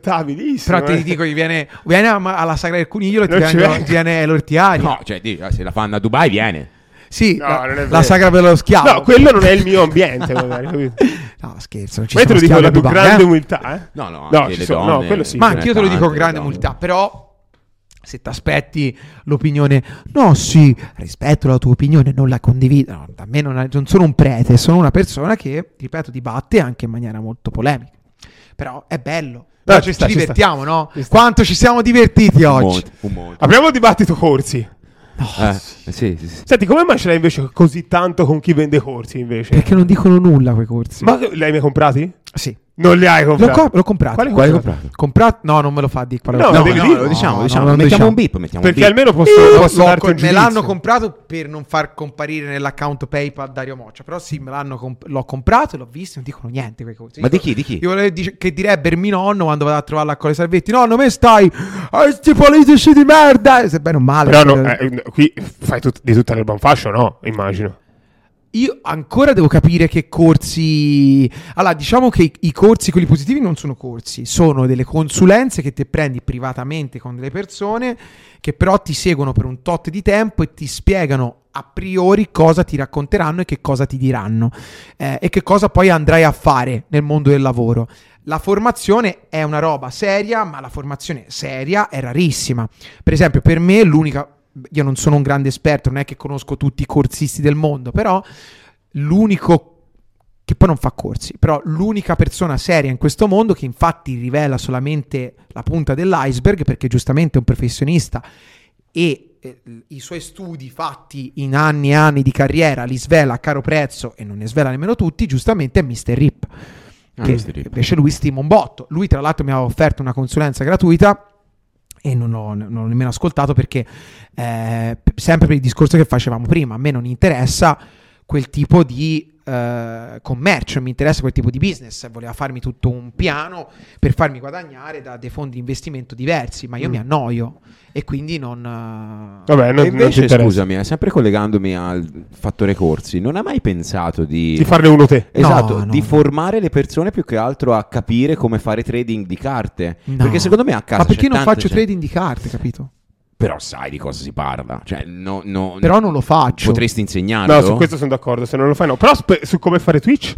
Speaker 1: rispettabilissimo.
Speaker 6: Però ti
Speaker 1: eh.
Speaker 6: dico, gli viene, viene a- alla sagra del coniglio e ti
Speaker 1: Non ci
Speaker 6: vengono-
Speaker 1: vengo.
Speaker 6: ti viene l'ortiaria.
Speaker 7: No, cioè, dico, se la fanno a Dubai viene.
Speaker 6: Sì,
Speaker 1: No,
Speaker 6: la,
Speaker 1: non è
Speaker 6: la
Speaker 1: vero.
Speaker 6: sagra per lo schiavo.
Speaker 1: No, quello non è il mio ambiente, magari. capito?
Speaker 6: No, scherzo, non ci
Speaker 1: Ma io te
Speaker 6: sono
Speaker 1: lo dico
Speaker 6: schiavi
Speaker 1: con la
Speaker 6: a
Speaker 1: più
Speaker 6: Dubai,
Speaker 1: grande
Speaker 6: eh.
Speaker 1: umiltà, eh.
Speaker 7: No, no,
Speaker 1: No,
Speaker 7: anche
Speaker 1: ci
Speaker 7: le
Speaker 1: sono- no,
Speaker 7: donne-
Speaker 1: quello sì.
Speaker 6: Ma anch'io te lo dico con
Speaker 7: tante,
Speaker 6: grande
Speaker 7: le donne.
Speaker 6: umiltà, però se ti aspetti l'opinione, no, sì, rispetto la tua opinione, non la condivido. No, da me non, non sono un prete, sono una persona che, ripeto, dibatte anche in maniera molto polemica. Però è bello. Però
Speaker 1: ci
Speaker 6: ci,
Speaker 1: sta, ci sta.
Speaker 6: divertiamo, no?
Speaker 1: Ci sta.
Speaker 6: Quanto ci siamo divertiti
Speaker 7: Un
Speaker 6: oggi.
Speaker 7: monte, un monte.
Speaker 1: Apriamo il dibattito corsi. Ah,
Speaker 7: Eh, sì, sì, sì.
Speaker 1: Senti, come mai ce l'hai invece così tanto con chi vende corsi invece?
Speaker 6: Perché non dicono nulla quei corsi.
Speaker 1: Ma che- li hai mai comprati?
Speaker 6: sì.
Speaker 1: Non li hai
Speaker 6: L'ho,
Speaker 1: comprati?
Speaker 6: co- l'ho comprato.
Speaker 1: Quale
Speaker 7: Quale
Speaker 1: comprato?
Speaker 7: comprato?
Speaker 6: Comprato? No, non me lo fa di quale
Speaker 1: No,
Speaker 6: ho
Speaker 1: lo
Speaker 6: comprato.
Speaker 1: devi
Speaker 6: no,
Speaker 1: dire.
Speaker 7: lo diciamo,
Speaker 6: no,
Speaker 7: lo diciamo,
Speaker 6: non lo
Speaker 7: mettiamo
Speaker 6: diciamo.
Speaker 7: un beep, mettiamo
Speaker 1: Perché
Speaker 7: un beep.
Speaker 1: almeno posso,
Speaker 6: Lo
Speaker 1: posso
Speaker 6: so,
Speaker 1: darti
Speaker 6: co-
Speaker 1: un
Speaker 6: me
Speaker 1: giudizio.
Speaker 6: l'hanno comprato per non far comparire nell'account PayPal Dario Moccia. Però sì, me l'hanno comp- l'ho comprato e l'ho visto e non dicono niente. quei cosi.
Speaker 7: Ma di
Speaker 6: Io-
Speaker 7: chi, di chi?
Speaker 6: Io volevo dice- che direbbe mio nonno quando vado a trovarla con le salvetti. Nonno, me stai? Ah, sti politici di merda! Sebbene o male.
Speaker 1: Però no, eh, qui fai tut- di tutta l'erba un fascio, no? Immagino.
Speaker 6: Io ancora devo capire che corsi. Allora, diciamo che i, i corsi, quelli positivi, non sono corsi, sono delle consulenze che te prendi privatamente con delle persone che però ti seguono per un tot di tempo e ti spiegano a priori cosa ti racconteranno e che cosa ti diranno eh, e che cosa poi andrai a fare nel mondo del lavoro. La formazione è una roba seria, ma la formazione seria è rarissima. Per esempio, per me l'unica. Io non sono un grande esperto, non è che conosco tutti i corsisti del mondo, però l'unico che poi non fa corsi, però l'unica persona seria in questo mondo che infatti rivela solamente la punta dell'iceberg perché giustamente è un professionista e eh, i suoi studi fatti in anni e anni di carriera li svela a caro prezzo e non ne svela nemmeno tutti, giustamente è Mr. Rip.
Speaker 7: Ah,
Speaker 6: che
Speaker 7: Mr. Rip.
Speaker 6: Invece lui stima un botto. Lui tra l'altro mi ha offerto una consulenza gratuita e non ho, non ho nemmeno ascoltato perché eh, p- sempre per il discorso che facevamo prima, a me non interessa quel tipo di eh, commercio, non mi interessa quel tipo di business, voleva farmi tutto un piano per farmi guadagnare da dei fondi di investimento diversi, ma io
Speaker 7: Mm.
Speaker 6: mi annoio e quindi non... eh,
Speaker 1: Vabbè, non,
Speaker 7: E
Speaker 1: non ci
Speaker 7: invece,
Speaker 1: interessa.
Speaker 7: scusami, eh, sempre collegandomi al fattore corsi, non hai mai pensato di...
Speaker 1: Di farne uno te.
Speaker 7: Esatto,
Speaker 6: No, no.
Speaker 7: di formare le persone più che altro a capire come fare trading di carte.
Speaker 6: no.
Speaker 7: Perché secondo me a casa
Speaker 6: Ma perché
Speaker 7: c'è
Speaker 6: non
Speaker 7: tanta
Speaker 6: faccio
Speaker 7: gente-
Speaker 6: trading di carte, capito?
Speaker 7: Però sai di cosa si parla. Cioè, no, no-
Speaker 6: Però non lo faccio.
Speaker 7: Potresti insegnarlo?
Speaker 1: No, su questo sono d'accordo, se non lo fai no. Però spe- su come fare Twitch?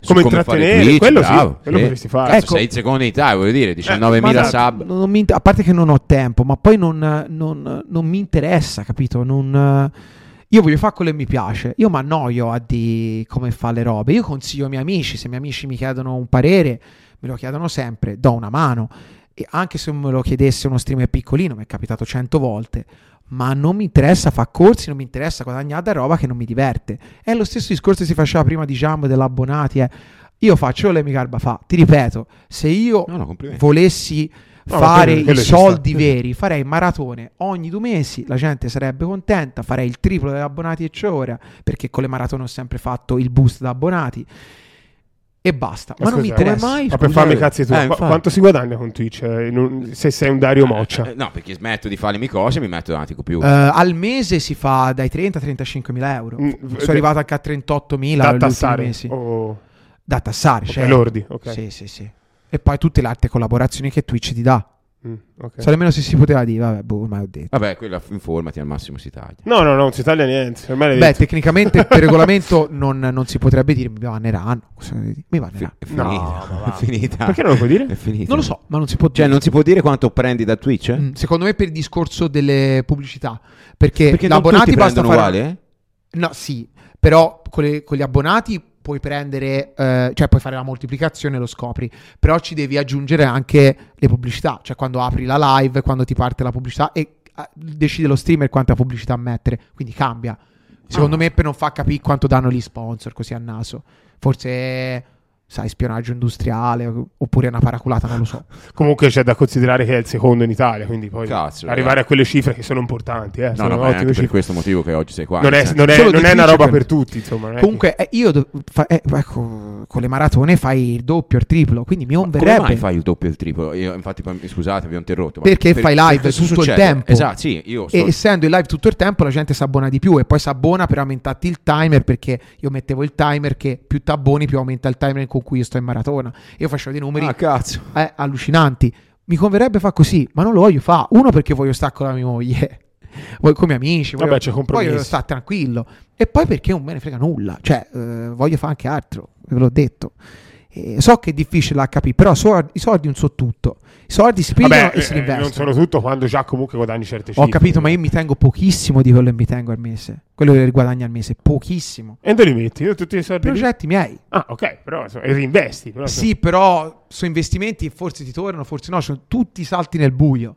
Speaker 7: Su
Speaker 1: Come
Speaker 7: fare
Speaker 1: intrattenere?
Speaker 7: Twitch,
Speaker 1: quello
Speaker 7: bravo,
Speaker 1: sì, quello
Speaker 7: sì.
Speaker 1: potresti fare.
Speaker 7: Cazzo,
Speaker 6: Ecco.
Speaker 7: sei in seconda in Italia, voglio dire, 19.000
Speaker 1: ma da-
Speaker 7: sub.
Speaker 6: Non- non mi inter- a parte che non ho tempo, ma poi non, non- non mi interessa, capito? Non, io voglio fare quello che mi piace. Io mi annoio a di come fa le robe. Io consiglio ai miei amici, se i miei amici mi chiedono un parere, me lo chiedono sempre, do una mano. E anche se me lo chiedesse uno streamer piccolino, mi è capitato cento volte. Ma non mi interessa fare corsi, non mi interessa guadagnare da roba che non mi diverte. È lo stesso discorso che si faceva prima di Jam dell'abbonati. eh. Io faccio le mie garba fa. Ti ripeto, se io
Speaker 7: No, no, complimenti.
Speaker 6: volessi
Speaker 1: No, ma
Speaker 6: fare
Speaker 1: quello-
Speaker 6: i
Speaker 1: quello ci
Speaker 6: soldi
Speaker 1: sta.
Speaker 6: veri, farei maratone ogni due mesi, la gente sarebbe contenta, farei il triplo degli abbonati e c'è ora, perché con le maratone ho sempre fatto il boost da abbonati e basta. Ma, non mi
Speaker 1: scusa,
Speaker 6: interessa.
Speaker 7: come
Speaker 1: Ma
Speaker 7: mai?
Speaker 1: per
Speaker 7: Scusate.
Speaker 1: farmi i cazzi tu,
Speaker 7: Eh, infatti.
Speaker 1: quanto si guadagna con Twitch? eh, in un- se sei un Dario Moccia.
Speaker 7: Eh, No, perché smetto di fare le mie cose e mi metto davanti più.
Speaker 6: Eh, al mese si fa dai 30 a 35 mila euro.
Speaker 1: Mm,
Speaker 6: Sono
Speaker 1: eh,
Speaker 6: arrivato anche a 38 mila
Speaker 1: da
Speaker 6: negli ultimi
Speaker 1: tassare.
Speaker 6: mesi.
Speaker 1: o-
Speaker 6: Da tassare,
Speaker 1: Ok,
Speaker 6: certo.
Speaker 1: lordi, ok.
Speaker 6: Sì, sì, sì. E poi tutte le altre collaborazioni che Twitch ti dà.
Speaker 1: mm, ok.
Speaker 6: So nemmeno se si poteva dire, vabbè, boh, ormai ho detto.
Speaker 7: Vabbè, quella informati al massimo si taglia.
Speaker 1: No, no, no, non si taglia niente. ormai l'hai
Speaker 6: Beh,
Speaker 1: detto.
Speaker 6: tecnicamente
Speaker 7: [LAUGHS]
Speaker 6: per regolamento non, non si potrebbe dire mi banneranno. Cosa devi dire? Mi
Speaker 7: Fi-
Speaker 6: banneranno.
Speaker 7: è finita.
Speaker 1: No, ma va.
Speaker 7: [LAUGHS] è finita.
Speaker 1: [LAUGHS] Perché non lo puoi
Speaker 7: [LAUGHS]
Speaker 1: dire?
Speaker 7: È finita.
Speaker 6: Non lo so, ma non si può
Speaker 7: Cioè,
Speaker 6: dire.
Speaker 7: non si può dire quanto prendi da Twitch? eh?
Speaker 6: Mm, Secondo me per il discorso delle pubblicità. Perché,
Speaker 7: Perché non
Speaker 6: l'abbonati
Speaker 7: tutti
Speaker 6: basta
Speaker 7: prendono
Speaker 6: fare...
Speaker 7: uguale? eh?
Speaker 6: No, sì, però con, le- con gli abbonati puoi prendere, eh, cioè puoi fare la moltiplicazione e lo scopri, però ci devi aggiungere anche le pubblicità, cioè quando apri la live, quando ti parte la pubblicità e eh, decide lo streamer quanta pubblicità mettere, quindi cambia. Secondo
Speaker 7: Ah.
Speaker 6: me per non far capire quanto danno gli sponsor così a naso, forse sai spionaggio industriale oppure una paraculata, non lo so.
Speaker 7: Eh,
Speaker 1: Comunque c'è da considerare che è il secondo in Italia, quindi poi
Speaker 7: Cazzo,
Speaker 1: arrivare
Speaker 7: ragazzi.
Speaker 1: a quelle cifre che sono importanti. Eh,
Speaker 7: Cioè, No,
Speaker 1: sono
Speaker 7: no, ma è
Speaker 1: ottime
Speaker 7: anche per
Speaker 1: cifre.
Speaker 7: questo motivo che oggi sei qua.
Speaker 1: Non
Speaker 7: nel
Speaker 1: è,
Speaker 7: senso-
Speaker 1: non è-
Speaker 6: Solo
Speaker 1: non è una
Speaker 6: difficile
Speaker 1: roba
Speaker 6: per-
Speaker 1: per tutti, insomma. non è
Speaker 6: Comunque eh, io do- fa- eh, ecco, con le maratone fai il doppio, il triplo, quindi mi
Speaker 7: Ma Come mai
Speaker 6: converrebbe.
Speaker 7: fai il doppio e il triplo? Io, infatti, poi- scusate, vi ho interrotto. ma
Speaker 6: Perché fai live
Speaker 7: perché
Speaker 6: tutto il
Speaker 7: succede?
Speaker 6: tempo.
Speaker 7: Esatto, sì, io sto-
Speaker 6: E essendo in live tutto il tempo, la gente si abbona di più e poi si abbona per aumentarti il timer. Perché io mettevo il timer che più ti abboni, più aumenta il timer in con cui io sto in maratona. Io facevo dei numeri
Speaker 7: Ah, cazzo.
Speaker 6: eh, allucinanti. Mi converrebbe fare così, ma non lo voglio fare. Uno perché voglio stare con la mia moglie, [LAUGHS] voglio come amici, voglio,
Speaker 1: Vabbè, c'è
Speaker 6: poi
Speaker 1: compromesso.
Speaker 6: voglio stare tranquillo. E poi perché non me ne frega nulla, cioè eh, voglio fare anche altro, ve l'ho detto. Eh, so che è difficile da capire, però so- i soldi non so tutto. I soldi spingono
Speaker 1: Vabbè,
Speaker 6: e si
Speaker 1: eh, non
Speaker 6: investono.
Speaker 1: sono tutto quando già comunque guadagni certe cifre.
Speaker 6: Ho capito, ma io mi tengo pochissimo di quello che mi tengo al mese, quello che guadagno al mese, pochissimo.
Speaker 1: E dove li metti? Io tutti i soldi... lì?
Speaker 6: Progetti miei.
Speaker 1: Ah, ok, però insomma, e reinvesti. Però, insomma.
Speaker 6: Sì, però sono investimenti che forse ti tornano, forse no, sono tutti salti nel buio.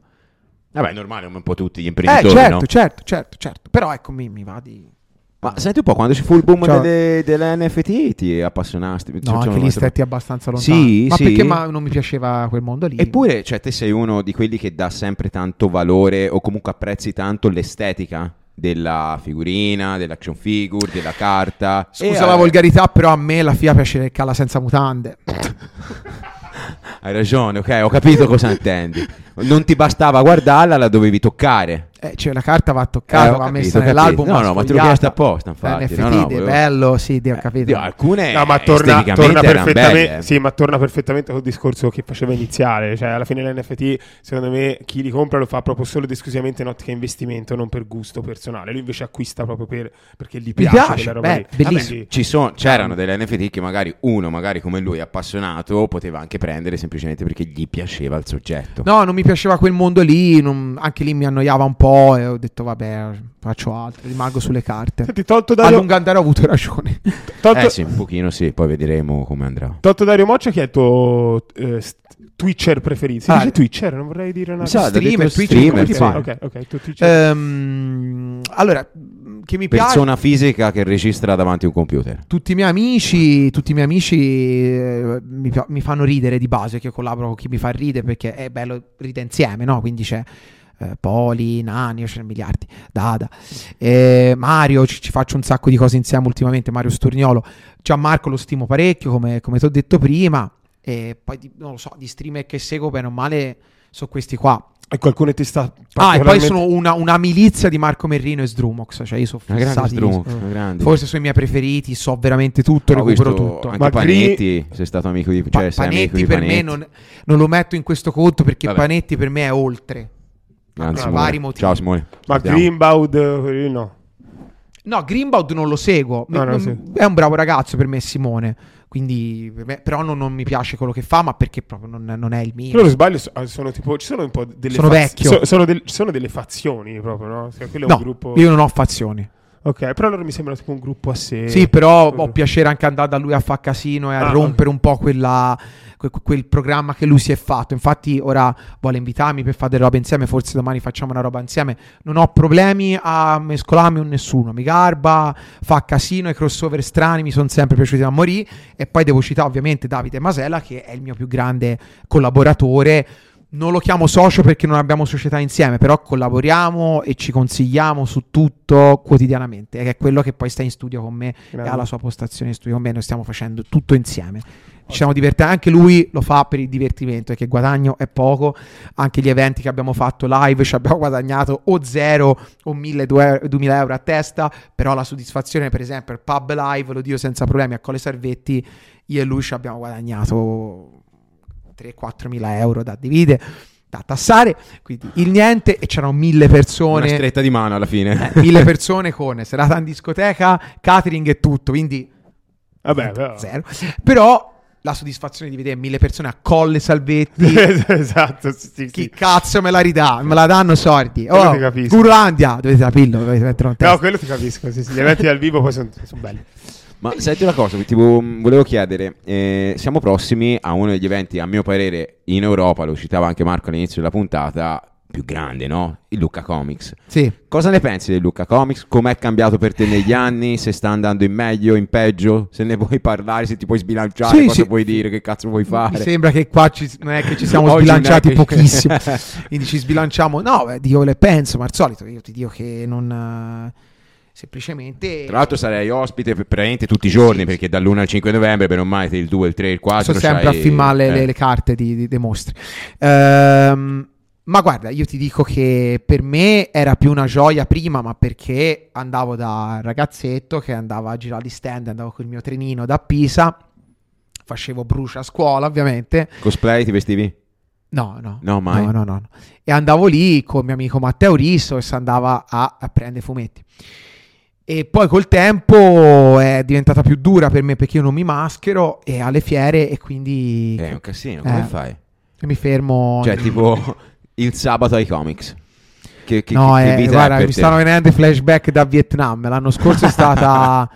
Speaker 7: Vabbè, è normale, come un po' tutti gli
Speaker 6: Eh,
Speaker 7: imprenditori,
Speaker 6: certo,
Speaker 7: no?
Speaker 6: certo, certo, certo. Però ecco, mi, mi va di...
Speaker 7: Ma senti un po', quando ci fu il boom
Speaker 6: Ciao.
Speaker 7: delle, delle NFT ti appassionasti?
Speaker 6: Cioè No,
Speaker 7: Cioè,
Speaker 6: anche
Speaker 7: cioè,
Speaker 6: lì stetti abbastanza lontano.
Speaker 7: Sì,
Speaker 6: ma
Speaker 7: sì.
Speaker 6: perché ma non mi piaceva quel mondo lì?
Speaker 7: Eppure, cioè, te sei uno di quelli che dà sempre tanto valore o comunque apprezzi tanto l'estetica della figurina, dell'action figure, della carta.
Speaker 6: Scusa
Speaker 7: E,
Speaker 6: la
Speaker 7: eh,
Speaker 6: volgarità, però a me la FIA piace il cala senza mutande.
Speaker 7: [LAUGHS] Hai ragione, ok, ho capito cosa intendi. Non ti bastava guardarla, la dovevi toccare.
Speaker 6: Eh, cioè, la carta va
Speaker 7: Eh,
Speaker 6: toccata,
Speaker 7: ho
Speaker 6: va
Speaker 7: capito,
Speaker 6: messa
Speaker 7: ho
Speaker 6: nell'album.
Speaker 7: capito. No,
Speaker 6: va
Speaker 7: no, ma te lo
Speaker 6: sfogliata.
Speaker 7: chiedeste apposta, infatti.
Speaker 6: NFT,
Speaker 7: No, no,
Speaker 6: di-
Speaker 7: volevo-
Speaker 6: bello, sì, di- ho capito.
Speaker 7: Dio, alcune
Speaker 1: No, ma torna,
Speaker 7: eh, esteticamente
Speaker 1: torna
Speaker 7: erano
Speaker 1: perfettamente,
Speaker 7: belle. eh.
Speaker 1: sì, ma torna perfettamente col discorso che faceva iniziale. Cioè, alla fine l'NFT, secondo me, chi li compra lo fa proprio solo ed esclusivamente in ottica investimento, non per gusto personale. Lui invece acquista proprio per, perché gli piace,
Speaker 6: piace,
Speaker 1: quella roba
Speaker 6: beh,
Speaker 1: lì.
Speaker 6: bellissimo.
Speaker 1: Quindi-
Speaker 7: Ci sono- c'erano delle NFT che magari uno, magari come lui, appassionato, poteva anche prendere semplicemente perché gli piaceva il soggetto.
Speaker 6: No, non mi piaceva quel mondo lì, non- anche lì mi annoiava un po' e ho detto vabbè, faccio altro, rimango sulle
Speaker 1: [LAUGHS]
Speaker 6: carte.
Speaker 1: Senti, tolto
Speaker 6: A
Speaker 1: Dario,
Speaker 6: lungo andare ho avuto ragione.
Speaker 1: tolto,
Speaker 7: Eh sì, un pochino sì, poi vedremo come andrà.
Speaker 1: tolto Dario Moccia, chi è il tuo eh, st- Twitcher preferito? Si
Speaker 6: Ah,
Speaker 1: dice Twitcher, non vorrei dire una
Speaker 7: Mi sa-
Speaker 1: cosa.
Speaker 7: detto
Speaker 6: streamer, Eh, Twitch,
Speaker 7: streamer,
Speaker 6: come ti
Speaker 7: sì.
Speaker 6: pare?
Speaker 1: Ok, ok, tu Twitcher.
Speaker 6: Ehm, allora, che mi piace
Speaker 7: Persona fisica che registra davanti a un computer.
Speaker 6: tutti i miei amici, tutti i miei amici eh, mi, fa- mi fanno ridere di base, che io collaboro con chi mi fa ridere perché è bello ridere insieme, no? Quindi c'è eh, Poli, Nani, ce ne miliardi, Dada, eh, Mario, ci, ci faccio un sacco di cose insieme ultimamente, Mario Sturniolo, Gianmarco lo stimo parecchio come, come ti ho detto prima, e poi di- non lo so, di streamer che seguo bene o male sono questi qua.
Speaker 1: e qualcuno ti sta
Speaker 6: Ah, e poi
Speaker 1: particolarmente-
Speaker 6: sono una, una milizia di Marco Merrino e Sdrumox, cioè io sono
Speaker 7: Una grande
Speaker 6: fissati
Speaker 7: Strunk, una grande.
Speaker 6: Forse sono i miei preferiti, so veramente tutto,
Speaker 7: Ho
Speaker 6: recupero
Speaker 7: visto
Speaker 6: tutto.
Speaker 7: Anche
Speaker 1: Ma
Speaker 7: Panetti, sei stato amico di...
Speaker 6: Pa-
Speaker 7: Cioè, sei amico
Speaker 6: Panetti
Speaker 7: di
Speaker 6: per me
Speaker 7: Panetti.
Speaker 6: non, non lo metto in questo conto perché
Speaker 7: Vabbè.
Speaker 6: Panetti per me è oltre.
Speaker 7: Grande
Speaker 1: Ah,
Speaker 7: Simone.
Speaker 6: vari motivi.
Speaker 7: Ciao Simone.
Speaker 1: Ma
Speaker 7: Salutiamo.
Speaker 1: Greenbaud, eh, no.
Speaker 6: No, Greenbaud non lo seguo.
Speaker 1: No, no,
Speaker 6: Non-
Speaker 1: sì.
Speaker 6: È un bravo ragazzo per me, Simone. Quindi, per me- però non, non mi piace quello che fa, ma perché proprio non, non è il mio.
Speaker 1: Io non sbaglio, so- ah, sono tipo. Ci sono un po' delle.
Speaker 6: Sono vecchio.
Speaker 1: so- sono del- ci sono delle fazioni proprio, no? Cioè, quello è un
Speaker 6: No,
Speaker 1: gruppo.
Speaker 6: io non ho fazioni.
Speaker 1: Ok, però allora mi sembra tipo un gruppo a sé.
Speaker 6: Sì, però
Speaker 1: proprio.
Speaker 6: ho piacere anche andare da lui a fare casino e a
Speaker 1: Ah,
Speaker 6: rompere un po' quella- que- quel programma che lui si è fatto. Infatti, ora vuole invitarmi per fare delle robe insieme. Forse domani facciamo una roba insieme. Non ho problemi a mescolarmi con nessuno. Mi garba, fa casino. I crossover strani mi sono sempre piaciuti da morì. E poi devo citare, ovviamente, Davide Masella, che è il mio più grande collaboratore. Non lo chiamo socio perché non abbiamo società insieme, però collaboriamo e ci consigliamo su tutto quotidianamente, che è quello che poi sta in studio con me e
Speaker 1: Grande.
Speaker 6: ha Ah, la sua postazione in studio con me, noi stiamo facendo tutto insieme. Ci siamo divertiti, anche lui lo fa per il divertimento, che guadagno è poco, anche gli eventi che abbiamo fatto live ci abbiamo guadagnato o zero o 1000, due- 2000 euro a testa, però la soddisfazione per esempio il pub live, lo dico senza problemi, a Colle Salvetti, io e lui ci abbiamo guadagnato 3-4 mila euro da dividere, da tassare, quindi il niente e c'erano mille
Speaker 7: Una
Speaker 6: persone
Speaker 7: stretta di mano alla fine.
Speaker 6: mille persone con serata in discoteca, catering e tutto, quindi
Speaker 1: Vabbè, però.
Speaker 6: zero. Però la soddisfazione di vedere mille persone a colle salvetti.
Speaker 1: [LAUGHS] esatto, sì, sì,
Speaker 6: Chi
Speaker 1: sì.
Speaker 6: cazzo me la ridà? Me la danno sordi.
Speaker 1: Quello
Speaker 6: Oh,
Speaker 1: ti capisco.
Speaker 6: Gurulandia, dovete capirlo, dovete metterlo in testa.
Speaker 1: No, quello ti capisco. Sì, sì, gli eventi dal vivo poi sono belli.
Speaker 7: Ma senti una cosa, ti vo- volevo chiedere, eh, siamo prossimi a uno degli eventi, a mio parere, in Europa, lo citava anche Marco all'inizio della puntata, più grande, no? Il Lucca Comics.
Speaker 6: Sì.
Speaker 7: Cosa ne pensi del Lucca Comics? Com'è cambiato per te negli anni? Se sta andando in meglio, in peggio? Se ne vuoi parlare, se ti puoi sbilanciare,
Speaker 6: Sì,
Speaker 7: cosa
Speaker 6: sì.
Speaker 7: vuoi dire, che cazzo vuoi fare?
Speaker 6: Mi sembra che qua ci- non è che ci siamo
Speaker 7: Oggi
Speaker 6: sbilanciati
Speaker 7: non è che- [LAUGHS]
Speaker 6: pochissimo. Quindi ci sbilanciamo. No, beh, io le penso, ma al solito io ti dico che non. eh, semplicemente.
Speaker 7: Tra l'altro sarei ospite per- praticamente tutti i giorni,
Speaker 6: Sì.
Speaker 7: perché dall'1 al 5 novembre, per ormai il 2, il 3, il 4...
Speaker 6: Sto sempre
Speaker 7: c'hai-
Speaker 6: a filmare le,
Speaker 7: eh.
Speaker 6: le carte di- di- dei mostri. Ehm, ma guarda, io ti dico che per me era più una gioia prima, ma perché andavo da ragazzetto che andava a girare gli stand, andavo col mio trenino da Pisa, facevo brucia a scuola, ovviamente.
Speaker 7: eh, Cosplay ti vestivi?
Speaker 6: No, no.
Speaker 7: No, mai.
Speaker 6: No, no, no, no. E andavo lì con mio amico Matteo Risso e si andava a, a prendere fumetti. E poi col tempo è diventata più dura per me perché io non mi maschero e alle fiere e quindi
Speaker 7: È un casino, come
Speaker 6: Eh.
Speaker 7: fai?
Speaker 6: mi fermo.
Speaker 7: Cioè, tipo [LAUGHS] il sabato ai comics. Che, che,
Speaker 6: no,
Speaker 7: che- che
Speaker 6: eh,
Speaker 7: vita
Speaker 6: guarda,
Speaker 7: è per
Speaker 6: mi
Speaker 7: te?
Speaker 6: stanno venendo i flashback da Vietnam. L'anno scorso
Speaker 7: [LAUGHS]
Speaker 6: è stata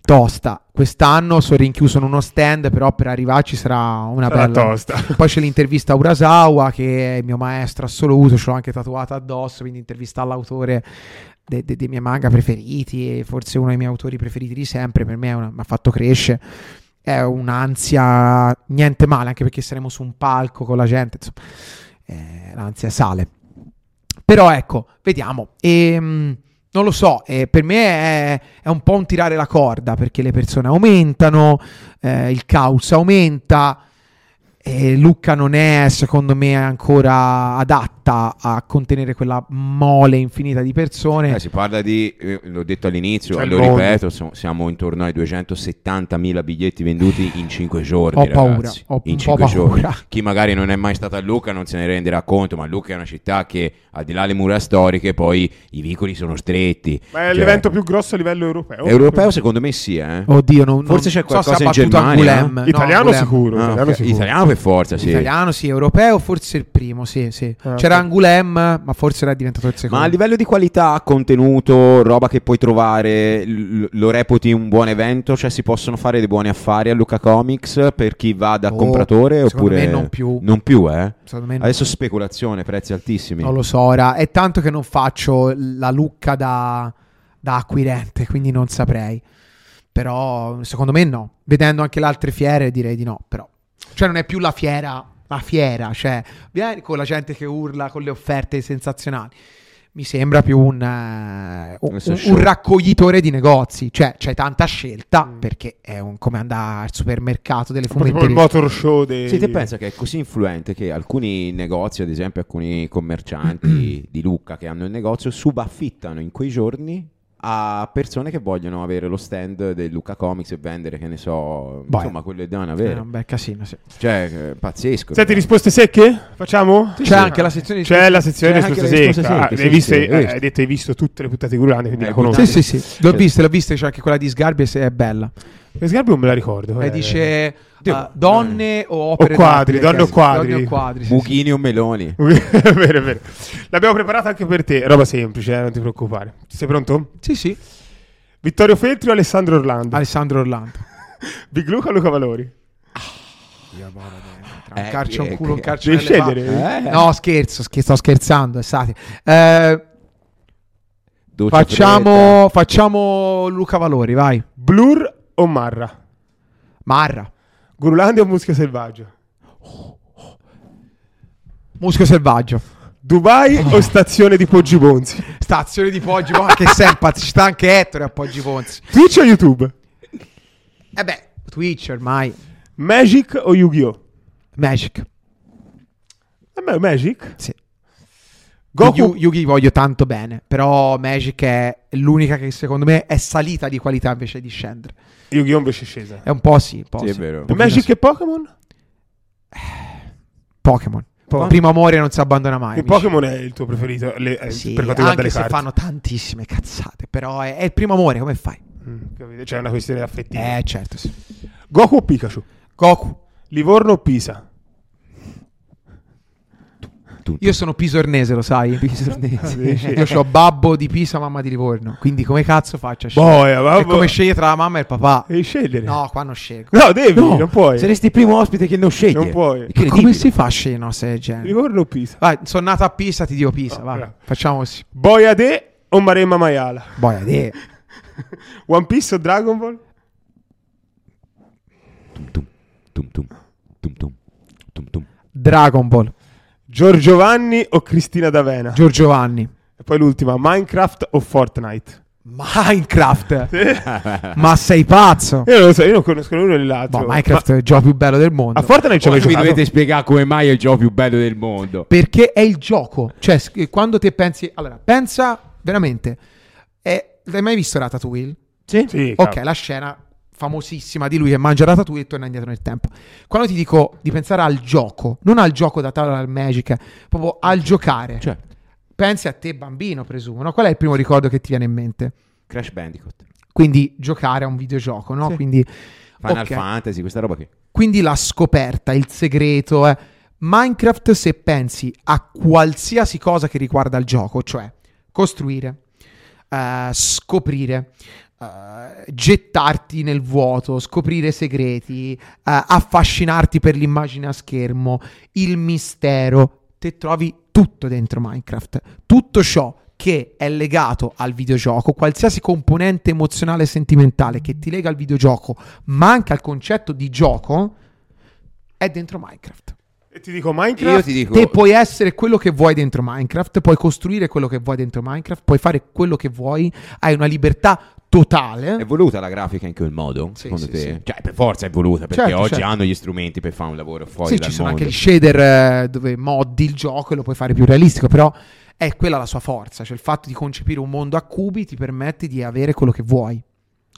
Speaker 6: tosta. Quest'anno sono rinchiuso in uno stand, però per arrivarci sarà una
Speaker 1: Sarà
Speaker 6: bella
Speaker 1: tosta.
Speaker 6: [LAUGHS] Poi c'è l'intervista a Urasawa, che è il mio maestro assoluto, ce l'ho anche tatuata addosso, quindi intervista all'autore de- de- dei miei manga preferiti e forse uno dei miei autori preferiti di sempre, per me è una- mi ha fatto crescere. È un'ansia niente male, anche perché saremo su un palco con la gente, insomma, eh, l'ansia sale. Però ecco, vediamo. Ehm, non lo so, eh, per me è, è un po' un tirare la corda perché le persone aumentano, eh, il caos aumenta. E Lucca non è, secondo me, ancora adatta a contenere quella mole infinita di persone.
Speaker 7: Eh, si parla di, eh, l'ho detto all'inizio,
Speaker 1: C'è il
Speaker 7: lo
Speaker 1: mondo.
Speaker 7: ripeto, so- siamo intorno ai 270.000 biglietti venduti in 5 giorni.
Speaker 6: Ho paura,
Speaker 7: ragazzi.
Speaker 6: ho
Speaker 7: in
Speaker 6: un po'
Speaker 7: cinque giorni.
Speaker 6: paura.
Speaker 7: Chi magari non è mai stato a Lucca non se ne renderà conto, ma Lucca è una città che al di là delle mura storiche poi i vicoli sono stretti.
Speaker 1: Ma è
Speaker 7: Cioè,
Speaker 1: l'evento più grosso a livello europeo.
Speaker 7: Europeo secondo me sì, eh.
Speaker 6: Oddio, non,
Speaker 7: Forse c'è
Speaker 6: non so
Speaker 7: qualcosa
Speaker 6: se ha
Speaker 7: in
Speaker 6: battuto
Speaker 7: Germania,
Speaker 6: Angoulême. No,
Speaker 1: Italiano
Speaker 6: Angoulême.
Speaker 1: sicuro.
Speaker 7: Ah,
Speaker 1: italiano
Speaker 7: ok,
Speaker 1: sicuro.
Speaker 7: italiano per forza, sì.
Speaker 6: Italiano sì, europeo forse il primo, sì, sì.
Speaker 1: Ah,
Speaker 6: C'era
Speaker 1: ok.
Speaker 6: Angoulême, ma forse era diventato il secondo.
Speaker 7: Ma a livello di qualità, contenuto, roba che puoi trovare, l- lo reputi un buon evento? Cioè si possono fare dei buoni affari a Luca Comics per chi va da
Speaker 6: Oh,
Speaker 7: compratore
Speaker 6: secondo
Speaker 7: oppure...
Speaker 6: me non più.
Speaker 7: Non più, eh?
Speaker 6: Secondo me no.
Speaker 7: Adesso speculazione, prezzi altissimi.
Speaker 6: non lo so ora. È tanto che non faccio la lucca da, da acquirente, quindi non saprei. Però secondo me no. Vedendo anche le altre fiere direi di no, però. Cioè non è più la fiera, la fiera, cioè vieni con la gente che urla con le offerte sensazionali. Mi sembra più un, eh, un-
Speaker 7: Questo è
Speaker 6: un
Speaker 7: show.
Speaker 6: raccoglitore di negozi, cioè c'è tanta scelta perché è un, come andare al supermercato delle
Speaker 1: Mm. Proprio
Speaker 6: fumetterie.
Speaker 1: il motor show dei...
Speaker 7: Sì, te pensa che è così influente che alcuni negozi, ad esempio alcuni
Speaker 6: [CLEARS THROAT]
Speaker 7: commercianti di Lucca che hanno il negozio, subaffittano in quei giorni a persone che vogliono avere lo stand del Lucca Comics e vendere, che ne so,
Speaker 6: Boh,
Speaker 7: insomma, quello che devono
Speaker 6: È
Speaker 7: avere.
Speaker 6: un bel casino, sì.
Speaker 7: Cioè, eh, pazzesco.
Speaker 1: Senti,
Speaker 7: ragazzi.
Speaker 1: risposte secche? Facciamo?
Speaker 6: C'è anche la sezione di
Speaker 1: C'è la sezione
Speaker 7: C'è anche
Speaker 1: risposte
Speaker 7: la risposta
Speaker 1: secche. Ah,
Speaker 7: secche, sì,
Speaker 1: hai, visto-
Speaker 7: sì, ho
Speaker 1: eh,
Speaker 7: visto.
Speaker 1: hai detto hai visto tutte le puntate grulane, quindi
Speaker 7: Eh,
Speaker 1: la conosco.
Speaker 6: Sì, sì, sì.
Speaker 1: Certo.
Speaker 6: L'ho vista, l'ho vista, c'è anche quella di Sgarbi e se- è bella.
Speaker 1: Le sgarbe non me la ricordo.
Speaker 6: Eh,
Speaker 1: eh. [LAUGHS]
Speaker 6: dice
Speaker 7: Dio,
Speaker 6: ah, donne o opere
Speaker 1: quadri,
Speaker 6: d'arte,
Speaker 1: donne o
Speaker 6: ragazzi.
Speaker 1: quadri.
Speaker 6: Donne o quadri, sì, sì.
Speaker 7: Buchini o meloni?
Speaker 1: è vero, è vero. L'abbiamo preparata anche per te. Roba semplice, eh, non ti preoccupare. Sei pronto?
Speaker 6: Sì, sì.
Speaker 1: Vittorio Feltri o Alessandro Orlando?
Speaker 6: Alessandro Orlando.
Speaker 1: Big Luca o Luca Valori?
Speaker 6: Tra un
Speaker 7: Eh,
Speaker 6: carcio
Speaker 7: chi
Speaker 6: un
Speaker 7: è
Speaker 6: culo,
Speaker 7: che-
Speaker 6: un carcio
Speaker 1: Devi
Speaker 6: nelle
Speaker 1: scegliere.
Speaker 7: eh?
Speaker 6: palle. No, scherzo, scherzo, sto scherzando, è satira. Eh,
Speaker 7: Dolce fredda.
Speaker 6: facciamo, facciamo Luca Valori, vai.
Speaker 1: Blur o Marra?
Speaker 6: Marra.
Speaker 1: Gurulandia o Muschio Selvaggio?
Speaker 6: Muschio selvaggio.
Speaker 1: Dubai
Speaker 7: [LAUGHS]
Speaker 1: o Stazione di Poggi Bonzi?
Speaker 6: Stazione di Poggi, ma che sei impazz- ci sta anche Ettore a Poggi Ponzi.
Speaker 1: Twitch o YouTube?
Speaker 6: E beh, Twitch ormai.
Speaker 1: Magic o Yu-Gi-Oh?
Speaker 6: Magic.
Speaker 1: Eh beh, Magic?
Speaker 6: Sì.
Speaker 1: Goku,
Speaker 6: Yu- Yugi voglio tanto bene, però Magic è l'unica che secondo me è salita di qualità invece di scendere.
Speaker 1: Yu-Gi-Oh invece è scesa.
Speaker 6: È un po' sì, un po'
Speaker 7: Sì, è
Speaker 6: sì.
Speaker 7: vero.
Speaker 6: Un po' Ah,
Speaker 1: Magic
Speaker 6: sì.
Speaker 1: e Pokémon?
Speaker 6: Pokémon.
Speaker 1: Po-
Speaker 6: Il primo amore non si abbandona mai.
Speaker 1: Il
Speaker 6: amici.
Speaker 1: Pokémon è il tuo preferito le- eh,
Speaker 6: Sì,
Speaker 1: per quanto riguarda
Speaker 6: anche
Speaker 1: le
Speaker 6: se
Speaker 1: carte.
Speaker 6: fanno tantissime cazzate, però è, è il primo amore, come fai?
Speaker 1: Mm, capito? C'è una questione affettiva.
Speaker 6: Eh, certo, sì.
Speaker 1: Goku o Pikachu?
Speaker 6: Goku.
Speaker 1: Livorno o Pisa?
Speaker 6: Io sono pisornese, lo sai?
Speaker 1: [LAUGHS]
Speaker 6: [LAUGHS]
Speaker 1: Pisornese.
Speaker 6: Io ho babbo di Pisa, mamma di Livorno. Quindi come cazzo faccio a scegliere?
Speaker 1: Boia,
Speaker 6: è come scegliere tra la mamma e il papà.
Speaker 1: Devi scegliere.
Speaker 6: No, qua non scelgo.
Speaker 1: No, devi,
Speaker 7: No,
Speaker 1: non puoi.
Speaker 7: Saresti il primo ospite che non sceglie.
Speaker 1: Non puoi.
Speaker 7: Incredibile.
Speaker 6: Come si fa a scegliere no, se è genere?
Speaker 1: Livorno o Pisa?
Speaker 6: Vai, sono nato a Pisa, ti dico Pisa,
Speaker 1: No,
Speaker 6: vai.
Speaker 1: bravo.
Speaker 6: Facciamo così.
Speaker 1: Boiade o Maremma Maiala? [LAUGHS]
Speaker 6: Boia, de-
Speaker 1: One Piece o Dragon Ball?
Speaker 7: Tum, tum, tum, tum, tum, tum, tum, tum.
Speaker 6: Dragon Ball,
Speaker 1: Giorgiovanni o Cristina D'Avena?
Speaker 6: Giorgio Vanni,
Speaker 1: e poi l'ultima, Minecraft o
Speaker 6: [LAUGHS]
Speaker 1: Fortnite?
Speaker 6: Minecraft. Ma sei pazzo?
Speaker 1: Io non lo so, io non conosco l'uno e l'altro.
Speaker 6: Boh, Minecraft è il gioco più bello del mondo.
Speaker 1: Ma a Fortnite ci
Speaker 7: Poi
Speaker 1: avevi
Speaker 7: mi
Speaker 1: giocato?
Speaker 7: dovete spiegare come mai è il gioco più bello del mondo.
Speaker 6: Perché è il gioco. Cioè, s- quando te pensi... Allora, pensa veramente... Eh, l'hai mai visto Ratatouille?
Speaker 1: Sì, sì,
Speaker 6: Ok,
Speaker 1: cavolo.
Speaker 6: la scena famosissima di lui che mangia Ratatouille e torna indietro nel tempo. Quando ti dico di pensare al gioco, non al gioco da tavola al Magic, proprio al giocare.
Speaker 7: Cioè,
Speaker 6: Pensi a te bambino, presumo, no? Qual è il primo ricordo che ti viene in mente?
Speaker 7: Crash Bandicoot,
Speaker 6: Quindi giocare a un videogioco, no?
Speaker 7: Sì.
Speaker 6: Quindi,
Speaker 7: Final
Speaker 6: ok.
Speaker 7: Fantasy, questa roba qui.
Speaker 6: Quindi la scoperta, il segreto è Minecraft se pensi a qualsiasi cosa che riguarda il gioco, cioè costruire, eh, scoprire, eh, gettarti nel vuoto, scoprire segreti, eh, affascinarti per l'immagine a schermo, il mistero, te trovi tutto dentro Minecraft, tutto ciò che è legato al videogioco, qualsiasi componente emozionale e sentimentale che ti lega al videogioco, ma anche al concetto di gioco, è dentro Minecraft.
Speaker 1: E ti dico Minecraft.
Speaker 7: Io ti dico,
Speaker 6: Te puoi essere quello che vuoi dentro Minecraft, puoi costruire quello che vuoi dentro Minecraft, puoi fare quello che vuoi, hai una libertà
Speaker 7: è
Speaker 6: totale.
Speaker 7: voluta la grafica in quel modo?
Speaker 6: Sì,
Speaker 7: secondo
Speaker 6: sì,
Speaker 7: te?
Speaker 6: sì.
Speaker 7: Cioè, per forza è voluta, perché
Speaker 6: Certo,
Speaker 7: oggi
Speaker 6: certo.
Speaker 7: hanno gli strumenti per fare un lavoro fuori
Speaker 6: Sì,
Speaker 7: dal
Speaker 6: ci sono
Speaker 7: mondo.
Speaker 6: anche gli shader eh, dove moddi il gioco e lo puoi fare più realistico, però è quella la sua forza, cioè il fatto di concepire un mondo a cubi ti permette di avere quello che vuoi.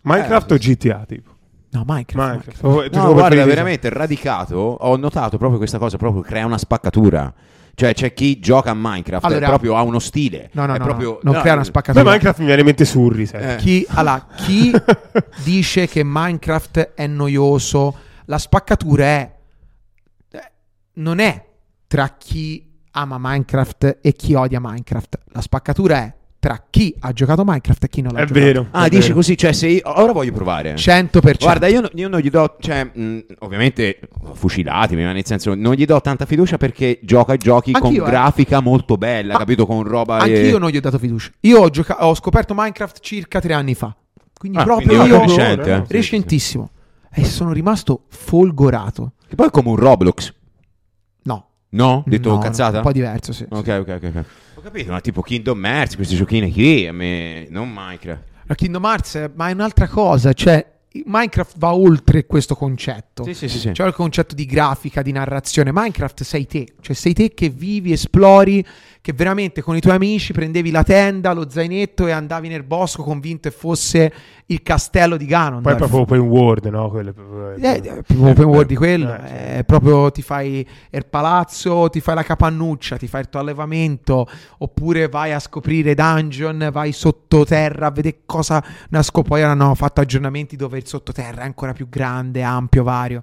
Speaker 1: Minecraft o GTA tipo?
Speaker 6: No, Minecraft.
Speaker 1: Minecraft.
Speaker 6: Eh,
Speaker 1: Oh, tu
Speaker 7: Eh. No,
Speaker 1: gioco
Speaker 7: guarda,
Speaker 1: preferito?
Speaker 7: veramente radicato. Ho notato proprio questa cosa, proprio crea una spaccatura. Cioè, c'è chi gioca a Minecraft,
Speaker 6: Allora-
Speaker 7: è proprio ha uno stile.
Speaker 6: No, no,
Speaker 7: è
Speaker 6: no,
Speaker 7: proprio,
Speaker 6: no, non
Speaker 7: no,
Speaker 6: crea una
Speaker 1: A
Speaker 6: spaccatura.
Speaker 1: me Minecraft mi viene in mente Surri, sai.
Speaker 7: Eh.
Speaker 6: Chi, allora,
Speaker 7: [LAUGHS]
Speaker 6: chi dice che Minecraft è noioso, la spaccatura è eh, non è tra chi ama Minecraft e chi odia Minecraft. La spaccatura è tra chi ha giocato a Minecraft e chi non l'ha
Speaker 1: È
Speaker 6: giocato.
Speaker 1: vero.
Speaker 7: Ah,
Speaker 1: è
Speaker 7: dici
Speaker 1: vero.
Speaker 7: così, cioè, se io- ora voglio provare.
Speaker 6: 100%.
Speaker 7: Guarda, io, no- io non gli do, cioè, mh, ovviamente fucilatemi, ma nel senso, non gli do tanta fiducia perché gioca ai giochi
Speaker 6: Anch'io,
Speaker 7: con
Speaker 6: eh.
Speaker 7: grafica molto bella,
Speaker 6: Ma-
Speaker 7: capito? Con roba.
Speaker 6: anche
Speaker 7: eh,
Speaker 6: io non gli ho dato fiducia. Io ho, gioca- ho scoperto Minecraft circa tre anni fa. Quindi
Speaker 7: Ah,
Speaker 6: proprio
Speaker 7: quindi
Speaker 1: io-
Speaker 7: è recente, eh.
Speaker 1: Sì,
Speaker 6: recentissimo. E sono rimasto folgorato.
Speaker 7: Che poi è come un Roblox,
Speaker 6: No.
Speaker 7: no? Detto
Speaker 6: no, no,
Speaker 7: cazzata?
Speaker 6: Un po' diverso, sì.
Speaker 7: Ok, ok, ok. ok. Ho capito, ma tipo Kingdom Hearts, questi giochini qui, a me, non Minecraft.
Speaker 6: La Kingdom Hearts, eh, ma è un'altra cosa, cioè Minecraft va oltre questo concetto.
Speaker 7: Sì, sì, sì. sì.
Speaker 6: C'è il concetto di grafica, di narrazione. Minecraft sei te, cioè sei te che vivi, esplori, che veramente con i tuoi amici prendevi la tenda, lo zainetto e andavi nel bosco convinto che fosse il castello di Ganon.
Speaker 1: Poi è proprio open world, no? Quello-
Speaker 6: Eh, eh, più open world di quello,
Speaker 1: Eh, sì.
Speaker 6: eh, proprio ti fai il palazzo, ti fai la capannuccia, ti fai il tuo allevamento, oppure vai a scoprire dungeon, vai sottoterra a vedere cosa nasco. Poi hanno fatto aggiornamenti dove il sottoterra è ancora più grande, ampio, vario.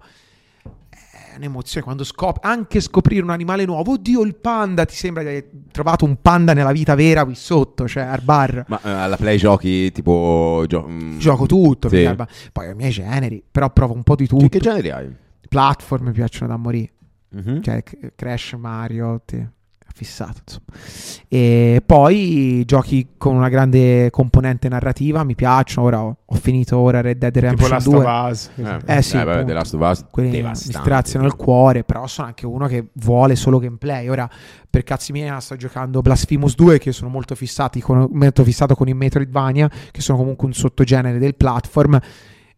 Speaker 6: È un'emozione quando scopri, anche scoprire un animale nuovo, oddio il panda, ti sembra di aver trovato un panda nella vita vera qui sotto, cioè al bar
Speaker 7: Ma eh, alla play giochi tipo. gio- mm,
Speaker 6: gioco tutto,
Speaker 7: sì.
Speaker 6: mi garba. poi ho i miei generi, però provo un po' di tutto.
Speaker 7: Sì, Che generi hai?
Speaker 6: platform mi piacciono da morire.
Speaker 1: Mm-hmm.
Speaker 7: Mhm.
Speaker 6: Cioè, C- Crash, Mario, ti- fissato insomma. E poi giochi con una grande componente narrativa, mi piacciono. Ora ho, ho finito ora Red Dead
Speaker 1: Tipo
Speaker 6: Redemption
Speaker 1: Last
Speaker 6: 2.
Speaker 1: of Us. esatto.
Speaker 6: Eh sì,
Speaker 7: dai, vabbè,
Speaker 6: appunto.
Speaker 7: The Last of Us.
Speaker 6: Quelli mi
Speaker 7: devastante.
Speaker 6: straziano il cuore, però sono anche uno che vuole solo gameplay. Ora, per cazzi miei, sto giocando Blasphemous 2, che sono molto, fissati con, molto fissato con i Metroidvania, che sono comunque un sottogenere del platform.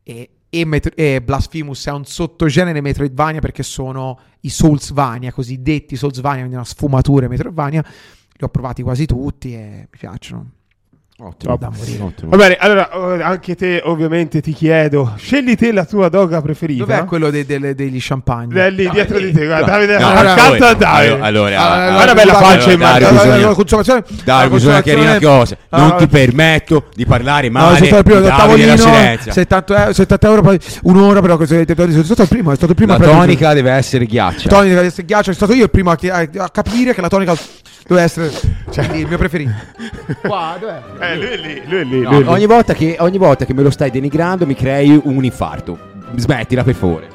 Speaker 6: E, e Metro- e Blasphemous è un sottogenere Metroidvania perché sono i Soulsvania, cosiddetti Soulsvania, quindi una sfumatura Metroidvania. Li ho provati quasi tutti e mi piacciono.
Speaker 7: Ottimo.
Speaker 6: Da morire.
Speaker 7: Ottimo.
Speaker 1: Va bene, allora eh, anche te ovviamente ti chiedo, scegli te la tua doga preferita.
Speaker 6: Dov'è quello dei- delle- degli champagne?
Speaker 1: È lì dietro di te, guarda,
Speaker 7: No,
Speaker 1: Davide, [LAUGHS]
Speaker 7: no,
Speaker 1: accanto
Speaker 7: allora-
Speaker 1: a Davide.
Speaker 7: allora- allora-
Speaker 6: Ah,
Speaker 1: guarda
Speaker 7: allora-
Speaker 1: bella
Speaker 7: allora,
Speaker 1: pancia in
Speaker 7: Dario,
Speaker 1: mano.
Speaker 7: bisogna-
Speaker 6: la consumazione-
Speaker 7: Dai,
Speaker 6: la
Speaker 7: bisogna
Speaker 6: consumazione-
Speaker 7: chiarire una cosa. Non
Speaker 6: Ah,
Speaker 7: ti permetto di parlare
Speaker 6: No, sono
Speaker 7: male
Speaker 6: stato il primo
Speaker 7: di
Speaker 6: del
Speaker 7: Davide
Speaker 6: tavolino,
Speaker 7: La Silenzia.
Speaker 6: 70 euro, 70 eh, euro poi un'ora però così, sono stato il primo, è stato il primo
Speaker 7: La
Speaker 6: a prendere-
Speaker 7: tonica deve essere ghiaccia.
Speaker 6: tonica di ghiaccio, sono stato io il primo a, chi- a- a capire che la tonica doveva essere quindi il mio preferito. Qua,
Speaker 1: [LAUGHS]
Speaker 6: dov'è?
Speaker 1: Eh, lui è lì, lui è lì.
Speaker 7: No,
Speaker 1: lui è lì.
Speaker 7: ogni, volta che, ogni volta che me lo stai denigrando mi crei un infarto. Smettila per favore.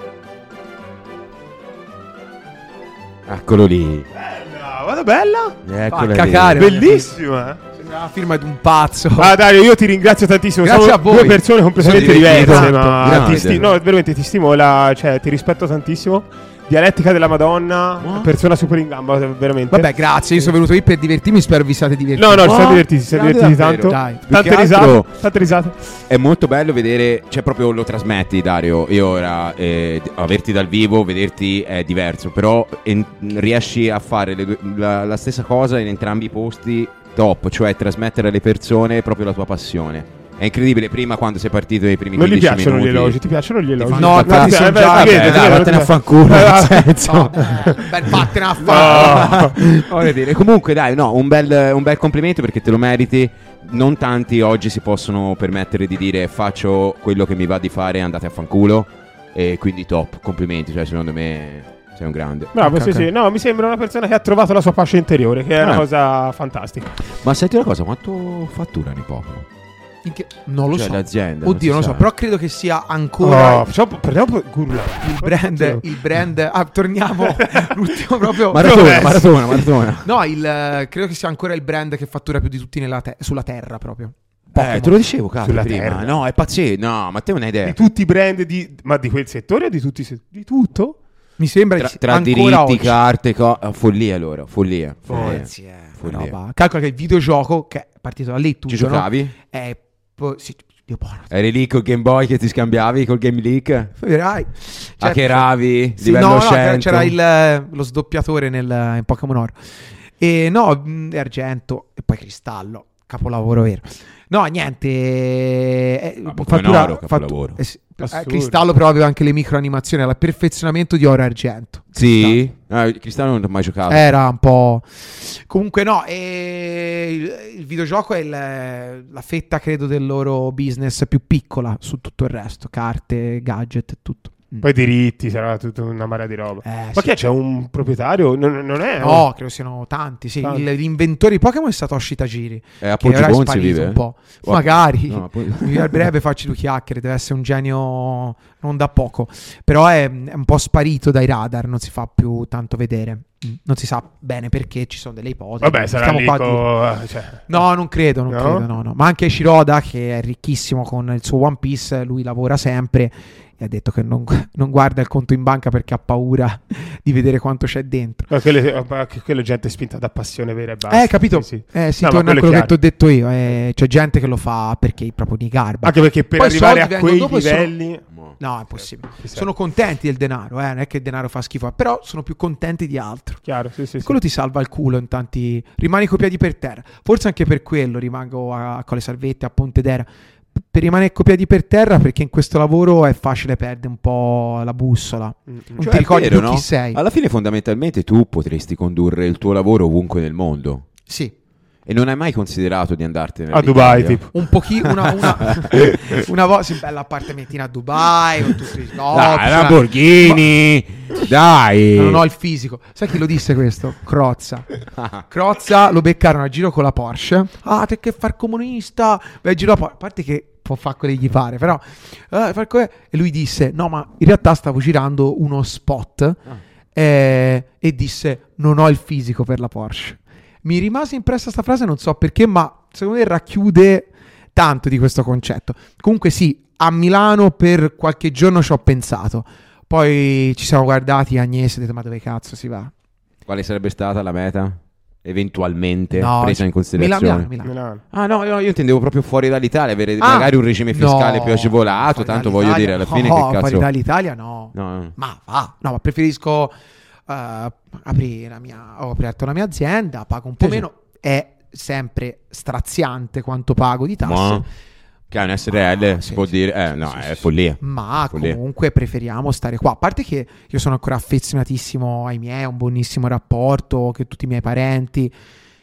Speaker 7: Eccolo lì.
Speaker 1: Bella, guarda bella.
Speaker 7: Eccolo
Speaker 6: a cacare.
Speaker 1: Bellissima.
Speaker 6: Sembra la firma di un pazzo.
Speaker 1: Ah Dario, io ti ringrazio tantissimo.
Speaker 6: Grazie
Speaker 1: Siamo
Speaker 6: a voi. esatto,
Speaker 1: due persone completamente
Speaker 7: Siete divertenti,
Speaker 1: diverse,
Speaker 7: tanto.
Speaker 1: ma
Speaker 7: Grande.
Speaker 1: ti sti- no, veramente ti stimola, cioè ti rispetto tantissimo. Dialettica della Madonna,
Speaker 7: What?
Speaker 1: persona super in gamba, veramente.
Speaker 6: Vabbè, grazie, io sono venuto qui per divertirmi, spero vi siate divertiti. Oh,
Speaker 1: No, no, ci
Speaker 7: What?
Speaker 1: siamo divertiti, ci siamo
Speaker 7: Grande
Speaker 1: divertiti
Speaker 7: davvero.
Speaker 1: tanto.
Speaker 6: Dai.
Speaker 7: Più
Speaker 1: Tante
Speaker 7: che
Speaker 1: risate,
Speaker 7: altro-
Speaker 1: tante risate.
Speaker 7: È molto bello vedere, cioè proprio lo trasmetti Dario, io ora eh, averti dal vivo, vederti è diverso, però en- riesci a fare le due- la, la stessa cosa in entrambi i posti top, cioè trasmettere alle persone proprio la tua passione. È incredibile, prima quando sei partito nei primi
Speaker 1: Non gli
Speaker 7: 15
Speaker 1: piacciono
Speaker 7: minuti.
Speaker 1: gli elogi, ti piacciono gli elogi?
Speaker 6: fanno- no,
Speaker 1: Ma
Speaker 6: ti
Speaker 1: ti-
Speaker 6: sono
Speaker 1: eh, beh,
Speaker 6: già-
Speaker 1: ti vedo,
Speaker 6: eh,
Speaker 1: ti vedo,
Speaker 6: vattene
Speaker 1: ti-
Speaker 6: a fanculo,
Speaker 1: Eh,
Speaker 6: nel senso.
Speaker 1: [LAUGHS] no.
Speaker 6: Bel vattene a
Speaker 1: fa-
Speaker 7: [LAUGHS] Voglio dire, comunque dai, no, un bel, un bel complimento perché te lo meriti. Non tanti oggi si possono permettere di dire faccio quello che mi va di fare, andate a fanculo. E quindi top, complimenti, cioè secondo me sei un grande.
Speaker 1: Bravo,
Speaker 6: Ok,
Speaker 1: sì,
Speaker 6: ok.
Speaker 1: sì. [LAUGHS] No, mi sembra una persona che ha trovato la sua pace interiore, che è
Speaker 6: Eh.
Speaker 1: una
Speaker 7: Ah.
Speaker 1: cosa fantastica.
Speaker 7: Ma senti una cosa, quanto fatturano i popolo?
Speaker 6: In che- Non lo
Speaker 7: Cioè,
Speaker 6: so.
Speaker 7: l'azienda, non si
Speaker 6: Oddio, non lo so,
Speaker 7: sa.
Speaker 6: però credo che sia ancora
Speaker 1: Oh, facciamo, parliamo un po' Gurla.
Speaker 6: il brand. Il brand. Ah,
Speaker 7: [LAUGHS]
Speaker 6: torniamo. L'ultimo proprio.
Speaker 7: Maratona,
Speaker 1: Dov'è?
Speaker 7: maratona,
Speaker 6: [LAUGHS]
Speaker 7: maratona.
Speaker 6: No, il, eh, credo che sia ancora il brand che fattura più di tutti nella te- sulla terra proprio.
Speaker 7: Eh, te lo dicevo, cazzo,
Speaker 1: Sulla
Speaker 7: prima.
Speaker 1: terra.
Speaker 7: No, è pazzesco. No, ma te non hai idea.
Speaker 1: Di
Speaker 6: Certo.
Speaker 1: tutti i brand di... Ma di quel settore o di tutti i se- Di tutto?
Speaker 6: Mi sembra
Speaker 7: Tra,
Speaker 6: che
Speaker 7: tra
Speaker 6: ancora
Speaker 7: diritti,
Speaker 6: oggi.
Speaker 7: carte, co- follia loro, follia. follia.
Speaker 6: Sì, eh,
Speaker 7: Follia.
Speaker 6: una roba. Calcola che il videogioco che è partito da lì tu
Speaker 7: Ci giocavi?
Speaker 6: È po- sì, Dio buono.
Speaker 7: Eri lì col Game Boy che ti scambiavi col Game League?
Speaker 6: Vedrai.
Speaker 7: Ah,
Speaker 6: Cioè,
Speaker 7: Hackeravi?
Speaker 6: sì,
Speaker 7: livello
Speaker 6: no, no,
Speaker 7: 100?
Speaker 6: c'era, c'era il, lo sdoppiatore nel, in Pokémon Oro. E no, mh, è argento e poi cristallo, capolavoro vero. No, niente. eh,
Speaker 7: Ah, Pokémon Oro, capolavoro.
Speaker 6: eh, sì, eh,
Speaker 1: Assurdo.
Speaker 6: cristallo però aveva anche le microanimazioni, alla perfezionamento di oro e argento.
Speaker 7: Sì? Ah, il Cristiano non l'ho mai giocato.
Speaker 6: Era un po'. Comunque, no. eh, il, il videogioco è il- la fetta, credo, del loro business più piccola su tutto il resto: carte, gadget e tutto. Mm.
Speaker 1: Poi diritti, sarà tutta una marea di roba.
Speaker 6: Eh,
Speaker 1: Ma
Speaker 6: sì.
Speaker 1: che c'è un proprietario? Non, non è...
Speaker 6: No, credo siano tanti. Sì.
Speaker 1: Eh, oh. Tanti.
Speaker 6: Il- L'inventore di Pokémon è stato Shitagiri.
Speaker 7: E Eh, a
Speaker 6: Che
Speaker 7: Poggio
Speaker 6: ora è
Speaker 7: Bonzi
Speaker 6: sparito
Speaker 7: vive?
Speaker 6: un po'.
Speaker 7: O a-
Speaker 6: Magari.
Speaker 7: No, a Poggio-
Speaker 6: Mi a breve facci due chiacchiere, deve essere un genio non da poco, però è, è un po' sparito dai radar, non si fa più tanto vedere, Mm, non si sa bene perché ci sono delle ipotesi.
Speaker 1: Vabbè,
Speaker 6: non
Speaker 1: sarà
Speaker 6: stiamo
Speaker 1: lì
Speaker 6: qua a dire-
Speaker 1: co- cioè,
Speaker 6: No, non credo, non
Speaker 1: No?
Speaker 6: credo, no, no. Ma anche Shiroda, che è ricchissimo con il suo One Piece, lui lavora sempre e ha detto che non, non guarda il conto in banca perché ha paura [LAUGHS] di vedere quanto c'è dentro.
Speaker 1: ma quelle, eh, ma che- quella gente è spinta da passione vera e basta.
Speaker 6: eh, capito?
Speaker 1: Sì, sì.
Speaker 6: Eh, si
Speaker 1: No, ma
Speaker 6: torna a
Speaker 1: quello è
Speaker 6: quello che ti
Speaker 1: chiaro.
Speaker 6: ho detto io. eh, c'è gente che lo fa perché proprio di garba.
Speaker 1: Anche perché per
Speaker 6: Poi i
Speaker 1: arrivare
Speaker 6: soldi
Speaker 1: a
Speaker 6: vengono
Speaker 1: quei
Speaker 6: dopo e sono-
Speaker 1: livelli...
Speaker 7: [LAUGHS] Mo.
Speaker 6: No, è possibile.
Speaker 1: Sì, sì.
Speaker 6: Sono contenti del denaro, eh, non è che il denaro fa schifo, però sono più contenti di altro.
Speaker 1: Chiaro, sì, sì, sì.
Speaker 6: Quello ti salva il culo in tanti... Rimani coi piedi per terra. Forse anche per quello rimango a, con le salvette a Pontedera. P- Per rimanere coi piedi per terra perché in questo lavoro è facile perdere un po' la bussola.
Speaker 1: Mm, mm.
Speaker 6: Non
Speaker 7: Cioè,
Speaker 6: ti
Speaker 7: è
Speaker 6: ricordi
Speaker 7: vero,
Speaker 6: più
Speaker 7: no?
Speaker 6: chi sei.
Speaker 7: Alla fine fondamentalmente tu potresti condurre il tuo lavoro ovunque nel mondo.
Speaker 6: Sì,
Speaker 7: E non hai mai considerato di andartene
Speaker 1: A Dubai,
Speaker 7: dall'Italia? [LAUGHS]
Speaker 1: tipo.
Speaker 6: un pochino...
Speaker 1: [LAUGHS]
Speaker 6: Una, una, una volta... Sì, bella appartamentina a Dubai, con tutti i... No,
Speaker 7: Dai, Lamborghini! Dai!
Speaker 6: Non ho il fisico. Sai chi lo disse questo? Crozza. Crozza lo beccarono a giro con la Porsche. Ah, te che far comunista? Vai a giro la Porsche. A parte che può fare quello che gli pare, però. eh, far co- e lui disse: No, ma in realtà stavo girando uno
Speaker 7: Ah.
Speaker 6: spot eh, e disse: Non ho il fisico per la Porsche. Mi rimase impressa sta frase, non so perché, ma secondo me racchiude tanto di questo concetto. Comunque, sì, a Milano per qualche giorno ci ho pensato. Poi ci siamo guardati Agnese e ho detto: Ma dove cazzo si va?
Speaker 7: [LAUGHS] Quale sarebbe stata la meta? Eventualmente
Speaker 6: No,
Speaker 7: presa in
Speaker 6: Milano,
Speaker 7: considerazione?
Speaker 6: Milano, Milano.
Speaker 1: Milano.
Speaker 7: Ah no, no, io intendevo proprio fuori dall'Italia, avere
Speaker 6: Ah,
Speaker 7: magari un regime
Speaker 6: no,
Speaker 7: fiscale più agevolato,
Speaker 6: fuori
Speaker 7: tanto
Speaker 6: dall'Italia,
Speaker 7: voglio dire, alla fine
Speaker 6: no,
Speaker 7: che
Speaker 6: fuori
Speaker 7: cazzo...
Speaker 6: dall'Italia no.
Speaker 7: No, no.
Speaker 6: Ma va, no, ma preferisco eh, aprire la mia ho aperto la mia azienda, pago un po'
Speaker 7: Sì, sì.
Speaker 6: meno, è sempre straziante quanto pago di tasse.
Speaker 7: Ma- Che è un SRL,
Speaker 6: Ma-
Speaker 7: si
Speaker 6: sì,
Speaker 7: può
Speaker 6: sì,
Speaker 7: dire... Eh,
Speaker 6: sì,
Speaker 7: no,
Speaker 6: sì,
Speaker 7: è
Speaker 6: sì.
Speaker 7: follia.
Speaker 6: Ma
Speaker 7: Follia.
Speaker 6: comunque preferiamo stare qua. A parte che io sono ancora affezionatissimo ai miei, ho un buonissimo rapporto con tutti i miei parenti.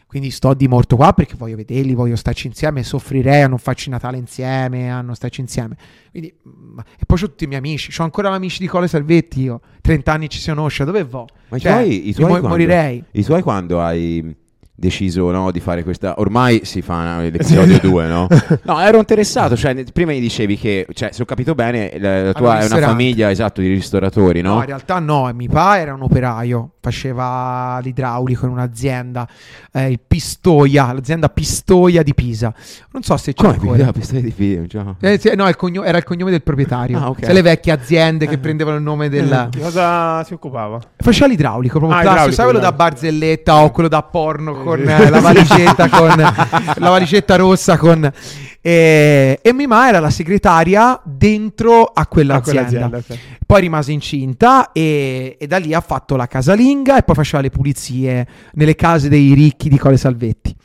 Speaker 6: Quindi sto di morto qua perché voglio vederli, voglio starci insieme, soffrirei a non farci Natale insieme, a non starci insieme. Quindi, mm, e poi ho tutti i miei amici, ho ancora amici di Cole Salvetti io, 30 anni ci si conosce, dove vo?
Speaker 7: Ma i
Speaker 6: Cioè,
Speaker 7: tuoi- i
Speaker 6: io
Speaker 7: tuoi
Speaker 6: mo-
Speaker 7: quando?
Speaker 6: morirei.
Speaker 7: I tuoi quando hai deciso no, di fare questa... Ormai si fa no,
Speaker 1: [LAUGHS]
Speaker 7: l'episodio 2,
Speaker 6: [LAUGHS]
Speaker 7: no? No, ero interessato, cioè ne- prima mi dicevi che, cioè se ho capito bene, la, la tua è una
Speaker 6: ristorante.
Speaker 7: famiglia, esatto, di ristoratori, no?
Speaker 6: No, in realtà no, eh, mio papà era un operaio, faceva l'idraulico in un'azienda, eh, il Pistoia, l'azienda Pistoia di Pisa. Non so se c'è
Speaker 7: Come?
Speaker 6: ancora.
Speaker 7: Quindi la pistola di video, già.
Speaker 6: Eh, sì, no, il cogno- era il cognome del proprietario.
Speaker 7: Ah, ok.
Speaker 6: Sai le vecchie aziende che prendevano il nome del...
Speaker 1: Mm, Di cosa si occupava?
Speaker 6: Faceva l'idraulico, proprio
Speaker 1: Eh. Ah,
Speaker 6: classico.
Speaker 1: idraulico,
Speaker 6: Sai quello da
Speaker 1: idraulico.
Speaker 6: barzelletta o quello da porno
Speaker 1: Eh,
Speaker 6: con
Speaker 1: sì.
Speaker 6: eh, la valigetta, con, la valigetta rossa con... E, e mia mamma era la segretaria dentro a
Speaker 1: Ah,
Speaker 6: quell'azienda.
Speaker 1: quell'azienda, ok.
Speaker 6: Poi rimase incinta e, e da lì ha fatto la casalinga e poi faceva le pulizie nelle case dei ricchi di Cole Salvetti.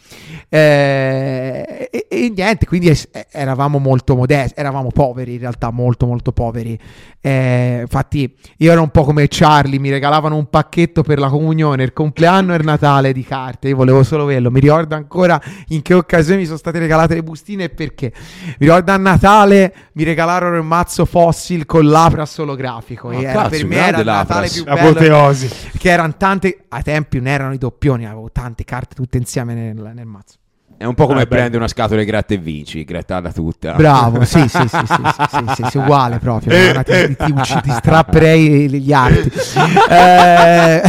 Speaker 6: Eh, e, e niente, quindi es- eravamo molto modesti, eravamo poveri in realtà, molto molto poveri. Eh, infatti io ero un po' come Charlie, mi regalavano un pacchetto per la comunione, il compleanno e il Natale di carte, io volevo solo quello. Mi ricordo ancora in che occasione mi sono state regalate le bustine e perché. Mi ricordo a Natale mi regalarono il mazzo Fossil con l'Apras olografico.
Speaker 7: Ah,
Speaker 6: e era-
Speaker 7: cazzo,
Speaker 6: per me era
Speaker 7: grande
Speaker 6: il Natale
Speaker 7: l'Apras.
Speaker 6: più bello
Speaker 1: Apoteosi.
Speaker 6: che erano tante ai tempi non erano i doppioni avevo tante carte tutte insieme nel, nel mazzo
Speaker 7: È un po' come
Speaker 1: Ah, beh.
Speaker 7: prendere una scatola di gratta e vinci, grattarla tutta.
Speaker 6: bravo sì sì sì sì, sì, sì, sì, sì, uguale proprio
Speaker 1: Ah. Eh,
Speaker 6: guarda, ti,
Speaker 1: eh.
Speaker 6: ti, ucc- ti strapperei
Speaker 1: [LAUGHS]
Speaker 6: gli arti Eh,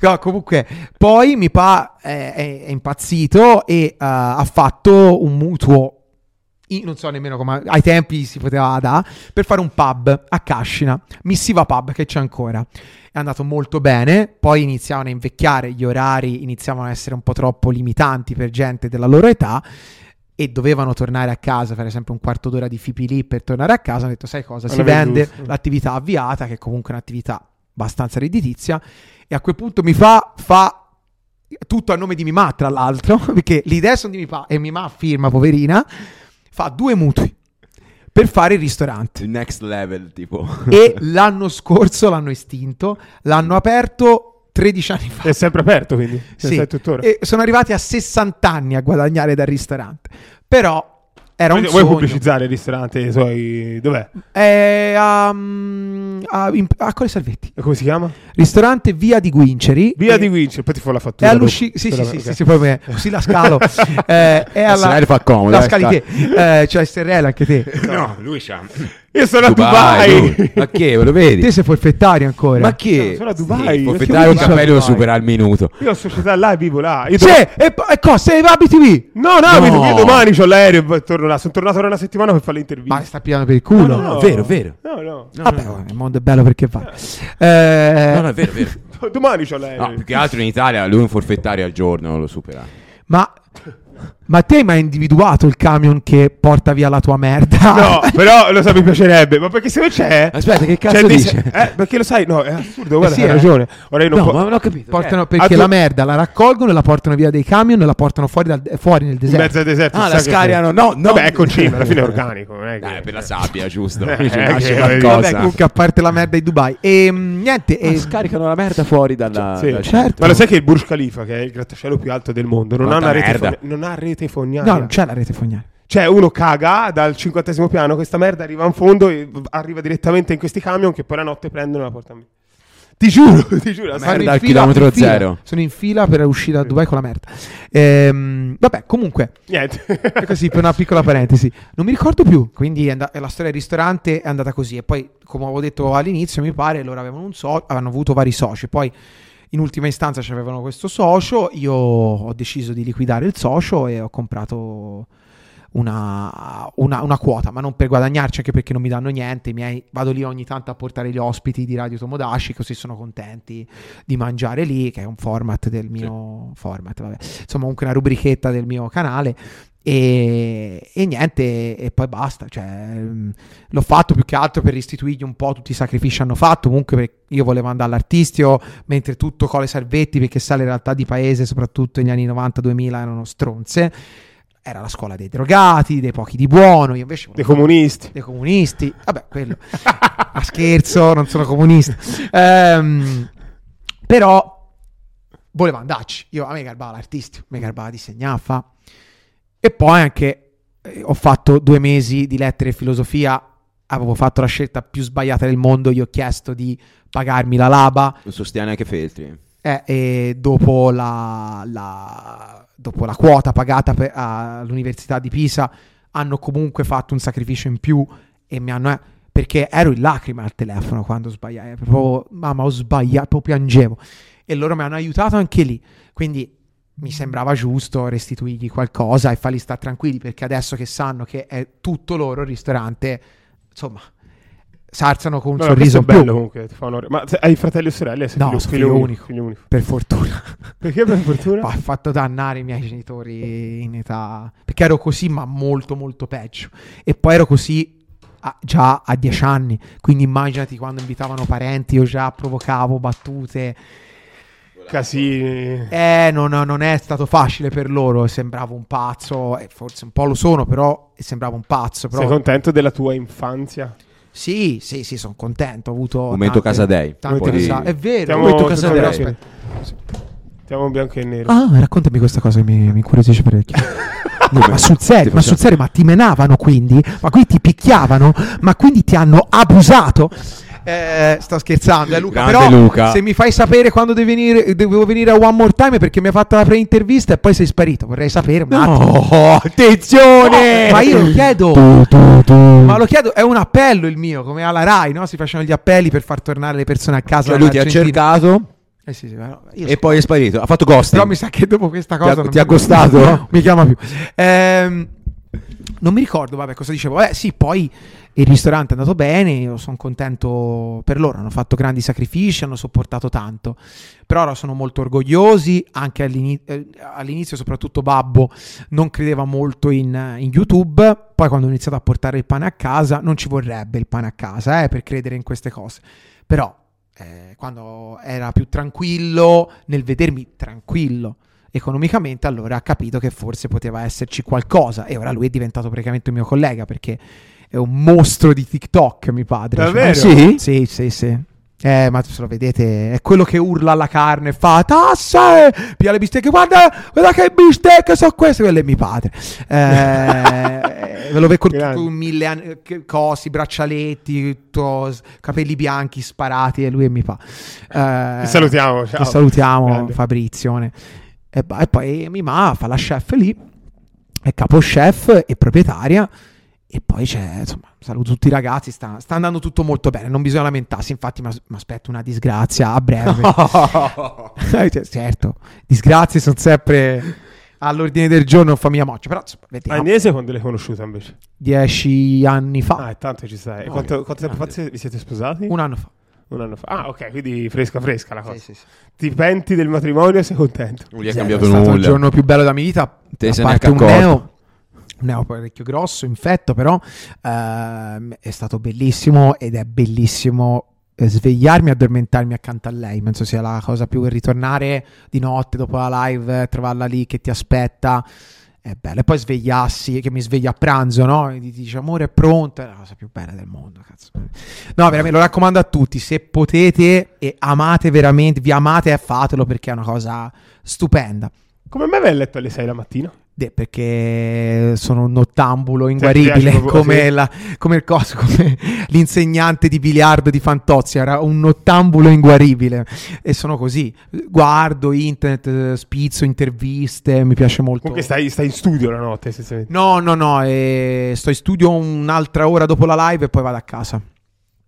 Speaker 6: [LAUGHS] no, comunque poi mi pa eh, è, è impazzito e eh, ha fatto un mutuo i- non so nemmeno come ai tempi si poteva da per fare un pub a Cascina Missiva Pub che c'è ancora è andato molto bene, poi iniziavano a invecchiare, gli orari iniziavano a essere un po' troppo limitanti per gente della loro età e dovevano tornare a casa, fare sempre un quarto d'ora di fipili per tornare a casa, hanno detto sai cosa, si
Speaker 1: Allora è
Speaker 6: vende
Speaker 1: giusto."
Speaker 6: l'attività avviata, che è comunque un'attività abbastanza redditizia, e a quel punto mi fa, fa tutto a nome di Mimà, tra l'altro, [LAUGHS] perché l'idea sono di Mimà e Mimà firma, poverina, fa due mutui per fare il ristorante
Speaker 7: Il next level, tipo.
Speaker 6: e l'anno scorso l'hanno estinto, l'hanno aperto 13 anni fa.
Speaker 1: È sempre aperto, quindi.
Speaker 6: Sì.
Speaker 1: Sì. Eh Tuttora.
Speaker 6: E sono arrivati a 60 anni a guadagnare dal ristorante. Però era un
Speaker 1: Vuoi- Vuoi
Speaker 6: sogno.
Speaker 1: pubblicizzare il ristorante i suoi... Dov'è?
Speaker 6: Eh, a, mm, a, in- a Colle Salvetti.
Speaker 1: Come si chiama?
Speaker 6: Ristorante Via di Guinceri.
Speaker 1: Via
Speaker 6: E-
Speaker 1: di Winch, poi ti fa la
Speaker 6: Eh, È
Speaker 1: fattura. dopo.
Speaker 6: all'uscita, sì, sì,
Speaker 1: Quella-
Speaker 6: sì,
Speaker 1: ok.
Speaker 6: sì, sì, poi
Speaker 1: [LAUGHS]
Speaker 6: me- così la scalo. Eh, è
Speaker 7: Eh, se
Speaker 6: alla,
Speaker 7: no le fa comodo,
Speaker 6: la
Speaker 7: eh,
Speaker 6: scali
Speaker 7: sta-
Speaker 6: te, eh, cioè SRL anche te.
Speaker 7: No, lui c'ha.
Speaker 1: Io sono a
Speaker 7: Dubai.
Speaker 1: Dubai.
Speaker 7: lui. Ma che, ve lo vedi?
Speaker 6: Te sei forfettario ancora.
Speaker 7: Ma che?
Speaker 1: No, sono a Dubai.
Speaker 7: Sì, può
Speaker 1: Perché
Speaker 7: fettare
Speaker 1: lui
Speaker 7: un
Speaker 1: dice-
Speaker 7: cappello
Speaker 6: Dubai.
Speaker 7: supera il minuto.
Speaker 1: [LAUGHS] Io ho società là e vivo là. Io
Speaker 6: Sì, e, po- e cosa? Sei abiti lì?
Speaker 1: No, no,
Speaker 7: No.
Speaker 1: vedo- io domani c'ho l'aereo e v- torno là. Sono tornato ora una settimana per fare l'intervista.
Speaker 6: Ma sta pigliando per il culo.
Speaker 1: No, no.
Speaker 7: vero, vero.
Speaker 1: No, no.
Speaker 7: No,
Speaker 6: Vabbè,
Speaker 7: no, no.
Speaker 6: il mondo è bello perché va.
Speaker 7: No,
Speaker 6: Eh,
Speaker 7: no, è vero, è vero.
Speaker 1: Ah, Domani c'ho l'aereo.
Speaker 7: No, più che altro in Italia lui un forfettario al giorno lo supera.
Speaker 6: ma, ma te hai mai individuato il camion che porta via la tua merda? [LAUGHS]
Speaker 1: No, però lo so, mi piacerebbe. Ma perché se non c'è.
Speaker 7: Aspetta, che
Speaker 1: c'è
Speaker 7: cazzo
Speaker 1: dei-
Speaker 7: dice?
Speaker 1: eh, perché lo sai, no, è assurdo. Guarda,
Speaker 6: sì,
Speaker 1: hai
Speaker 6: eh.
Speaker 1: ragione. Ora io non
Speaker 7: no,
Speaker 1: po-
Speaker 7: ma non ho capito.
Speaker 6: Portano-
Speaker 7: Eh.
Speaker 1: Ah,
Speaker 6: perché
Speaker 1: tu-
Speaker 6: la merda la raccolgono e la portano via dei camion e la portano fuori, dal- fuori nel
Speaker 1: in
Speaker 6: deserto.
Speaker 1: mezzo al deserto.
Speaker 7: Ah,
Speaker 1: sa
Speaker 7: la
Speaker 1: che-
Speaker 7: scariano. No, no.
Speaker 1: Vabbè, è con cima, ecco,
Speaker 6: [LAUGHS]
Speaker 1: alla fine è organico. Non è che...
Speaker 7: Eh, per la sabbia, giusto.
Speaker 1: Eh,
Speaker 7: Ci
Speaker 1: eh,
Speaker 7: nasce
Speaker 1: che-
Speaker 7: qualcosa. Cioè, eh.
Speaker 6: Vabbè, comunque a parte la merda di Dubai. E mm, niente, e-
Speaker 7: scaricano la merda fuori dalla.
Speaker 1: Sì.
Speaker 7: dal
Speaker 6: certo.
Speaker 1: Ma lo sai che il Burj Khalifa, che è il grattacielo più alto del mondo, non, ha
Speaker 7: Quanta
Speaker 1: una rete,
Speaker 7: merda.
Speaker 1: fogna- non ha rete fognana.
Speaker 6: no, non c'è la rete fognale.
Speaker 1: Cioè, uno caga dal cinquantesimo piano, questa merda arriva in fondo e v- arriva direttamente in questi camion che poi la notte prendono e la portano via. Ti giuro, [LAUGHS] ti giuro.
Speaker 7: Merda
Speaker 6: Sono in
Speaker 7: al
Speaker 6: fila-
Speaker 7: chilometro
Speaker 6: in fila.
Speaker 7: zero.
Speaker 6: Sono in fila per uscire da Dubai con la merda. Ehm, vabbè, comunque,
Speaker 1: Niente. [LAUGHS]
Speaker 6: E così per una piccola parentesi non mi ricordo più quindi è and- la storia del ristorante è andata così e poi come avevo detto all'inizio mi pare loro avevano un so- hanno avuto vari soci poi in ultima istanza c'avevano questo socio io ho deciso di liquidare il socio e ho comprato una, una- una quota ma non per guadagnarci anche perché non mi danno niente i miei- vado lì ogni tanto a portare gli ospiti di Radio Tomodashi così sono contenti di mangiare lì che è un format del mio format vabbè. insomma comunque una rubrichetta del mio canale e, e niente, e poi basta. Cioè, mh, l'ho fatto più che altro per restituirgli un po' tutti i sacrifici che hanno fatto. Comunque, per- io volevo andare all'artistio, mentre tutto Cole Salvetti, perché sa, le realtà di paese, soprattutto negli anni 90-2000, erano stronze. Era la scuola dei drogati, dei pochi di buono. Io invece
Speaker 1: Dei
Speaker 6: volevo
Speaker 1: comunisti.
Speaker 6: dei comunisti. Vabbè,
Speaker 1: [LAUGHS]
Speaker 6: quello. [LAUGHS] Ma Ah, scherzo, non sono comunista. Ehm, però volevo andarci. Io a me garbava l'artista, mi garbava disegnare, fa. E poi anche eh, ho fatto due mesi di lettere e filosofia. Avevo fatto la scelta più sbagliata del mondo. Gli ho chiesto di pagarmi la laba.
Speaker 7: Lo sostiene anche Feltri.
Speaker 6: Eh, e dopo la, la- dopo la quota pagata per- all'Università di Pisa hanno comunque fatto un sacrificio in più e mi hanno... eh, perché ero in lacrime al telefono quando sbagliai, proprio, mamma ho sbagliato, proprio piangevo. E loro mi hanno aiutato anche lì. Quindi mi sembrava giusto restituirgli qualcosa e farli stare tranquilli, perché adesso che sanno che è tutto loro il ristorante, insomma, sarzano con un
Speaker 1: No, no, questo
Speaker 6: sorriso
Speaker 1: è
Speaker 6: in più,
Speaker 1: bello comunque, ti fa onore. Ma se- hai fratelli o sorelle? Sei
Speaker 6: No,
Speaker 1: figlio,
Speaker 6: sono figlio unico.
Speaker 1: figlio unico.
Speaker 6: per fortuna.
Speaker 1: Perché per fortuna?
Speaker 6: Ha fatto dannare i miei genitori in età. Perché ero così, ma molto, molto peggio. E poi ero così a- già a dieci anni. Quindi immaginati quando invitavano parenti, io già provocavo battute.
Speaker 1: Casini.
Speaker 6: Eh, non, non è stato facile per loro. Sembrava un pazzo, e forse un po' lo sono, però sembrava un pazzo. Però...
Speaker 1: Sei contento della tua infanzia?
Speaker 6: Sì, sì, sì, sono contento. Ho avuto.
Speaker 7: Momento Casadei.
Speaker 6: tante
Speaker 1: Momento
Speaker 6: cosa-
Speaker 7: Casadei.
Speaker 6: È vero.
Speaker 1: Siamo
Speaker 6: momento
Speaker 1: tutti
Speaker 6: Casadei,
Speaker 1: bianchi.
Speaker 6: aspetta.
Speaker 1: Siamo bianco e nero.
Speaker 6: Ah, raccontami questa cosa che mi, mi incuriosisce parecchio. [LAUGHS] No, ma sul serio, ma sul serio, ma ti menavano quindi? Ma qui ti picchiavano? Ma quindi ti hanno abusato? Eh, sto scherzando, eh, Luca.
Speaker 7: Grande
Speaker 6: Però
Speaker 7: Luca.
Speaker 6: se mi fai sapere quando devi venire, devo venire a One More Time perché mi ha fatto la pre-intervista e poi sei sparito. Vorrei sapere un attimo.
Speaker 7: Oh, attenzione!
Speaker 6: No, ma io lo chiedo.
Speaker 7: Tu, tu, tu.
Speaker 6: Ma lo chiedo, è un appello il mio, come alla Rai, no? Si facevano gli appelli per far tornare le persone a casa.
Speaker 7: Cioè, lui ti ha
Speaker 6: dall'Argentina.
Speaker 7: cercato
Speaker 6: Eh sì, sì, però io
Speaker 7: e poi è sparito. Ha fatto ghosting.
Speaker 6: però mi sa che dopo questa cosa
Speaker 7: Ti ha-
Speaker 6: non
Speaker 7: ti ha
Speaker 6: mi-
Speaker 7: ghostato?
Speaker 6: [LAUGHS] No, mi chiama più. Ehm, non mi ricordo, vabbè, cosa dicevo. Vabbè, sì, poi il ristorante è andato bene, io sono contento per loro, hanno fatto grandi sacrifici, hanno sopportato tanto. Però ora sono molto orgogliosi, anche all'ini- eh, all'inizio soprattutto Babbo non credeva molto in, in YouTube, poi quando ho iniziato a portare il pane a casa, non ci vorrebbe il pane a casa, eh, per credere in queste cose. Però eh, quando era più tranquillo, nel vedermi tranquillo economicamente, allora ha capito che forse poteva esserci qualcosa. E ora lui è diventato praticamente un mio collega perché è un mostro di TikTok, mio padre.
Speaker 1: Davvero?
Speaker 6: Ah, sì? Sì, sì, sì. Eh, ma se lo vedete, è quello che urla alla carne, fa tasse, piglia le bistecche, guarda, guarda che bistecche sono queste, quello è mio padre.
Speaker 1: [LAUGHS]
Speaker 6: Eh, ve lo vedo
Speaker 1: Grande.
Speaker 6: con mille anni, eh, che- cosi, braccialetti, tutto, s- capelli bianchi sparati e lui e mio eh. padre.
Speaker 1: Ti salutiamo, ciao.
Speaker 6: Ti salutiamo
Speaker 1: Grande.
Speaker 6: Fabrizione. E, ba- e poi Mima fa la chef lì, è capo chef e proprietaria. E poi c'è, insomma, saluto tutti i ragazzi, sta, sta andando tutto molto bene, non bisogna lamentarsi, infatti mi aspetto una disgrazia a
Speaker 1: [LAUGHS]
Speaker 6: breve. Eh, cioè, certo, disgrazie sono sempre all'ordine del giorno, fa mia moccia, però insomma, vediamo.
Speaker 1: Agnese quando l'hai conosciuta invece?
Speaker 6: Dieci anni fa,
Speaker 1: Ah, è tanto ci stai. E
Speaker 6: No,
Speaker 1: quanto, quanto tempo fa
Speaker 6: grande.
Speaker 1: si- vi siete sposati?
Speaker 6: un anno fa.
Speaker 1: Un anno fa. Ah, ok, quindi fresca fresca la cosa. Ti penti del matrimonio e sei contento.
Speaker 7: non gli ha
Speaker 6: Sì,
Speaker 7: cambiato
Speaker 6: è stato il
Speaker 7: nulla.
Speaker 6: giorno più bello della mia vita.
Speaker 7: [LAUGHS] Te
Speaker 6: a
Speaker 7: se ne è
Speaker 6: parte un
Speaker 7: accorto.
Speaker 6: neo, un neo parecchio grosso, infetto, però ehm, è stato bellissimo ed è bellissimo eh, svegliarmi e addormentarmi accanto a lei. Penso sia la cosa più ritornare di notte dopo la live, eh, trovarla lì che ti aspetta. È bello. E poi svegliassi, che mi sveglia a pranzo, no? E ti dice amore, è pronto. È la cosa più bella del mondo, cazzo. No, veramente lo raccomando a tutti. Se potete e amate veramente, vi amate, eh, fatelo perché è una cosa stupenda.
Speaker 1: Come mai vai a letto alle 6 la mattina?
Speaker 6: De- perché sono un nottambulo
Speaker 1: piace
Speaker 6: inguaribile
Speaker 1: proprio
Speaker 6: come,
Speaker 1: così?
Speaker 6: la- come il coso, come l'insegnante di biliardo di Fantozzi era un nottambulo inguaribile e sono così guardo internet eh, spizzo interviste mi piace molto
Speaker 1: Comunque stai, stai in studio la notte, essenzialmente.
Speaker 6: no no no eh, sto in studio un'altra ora dopo la live e poi vado a casa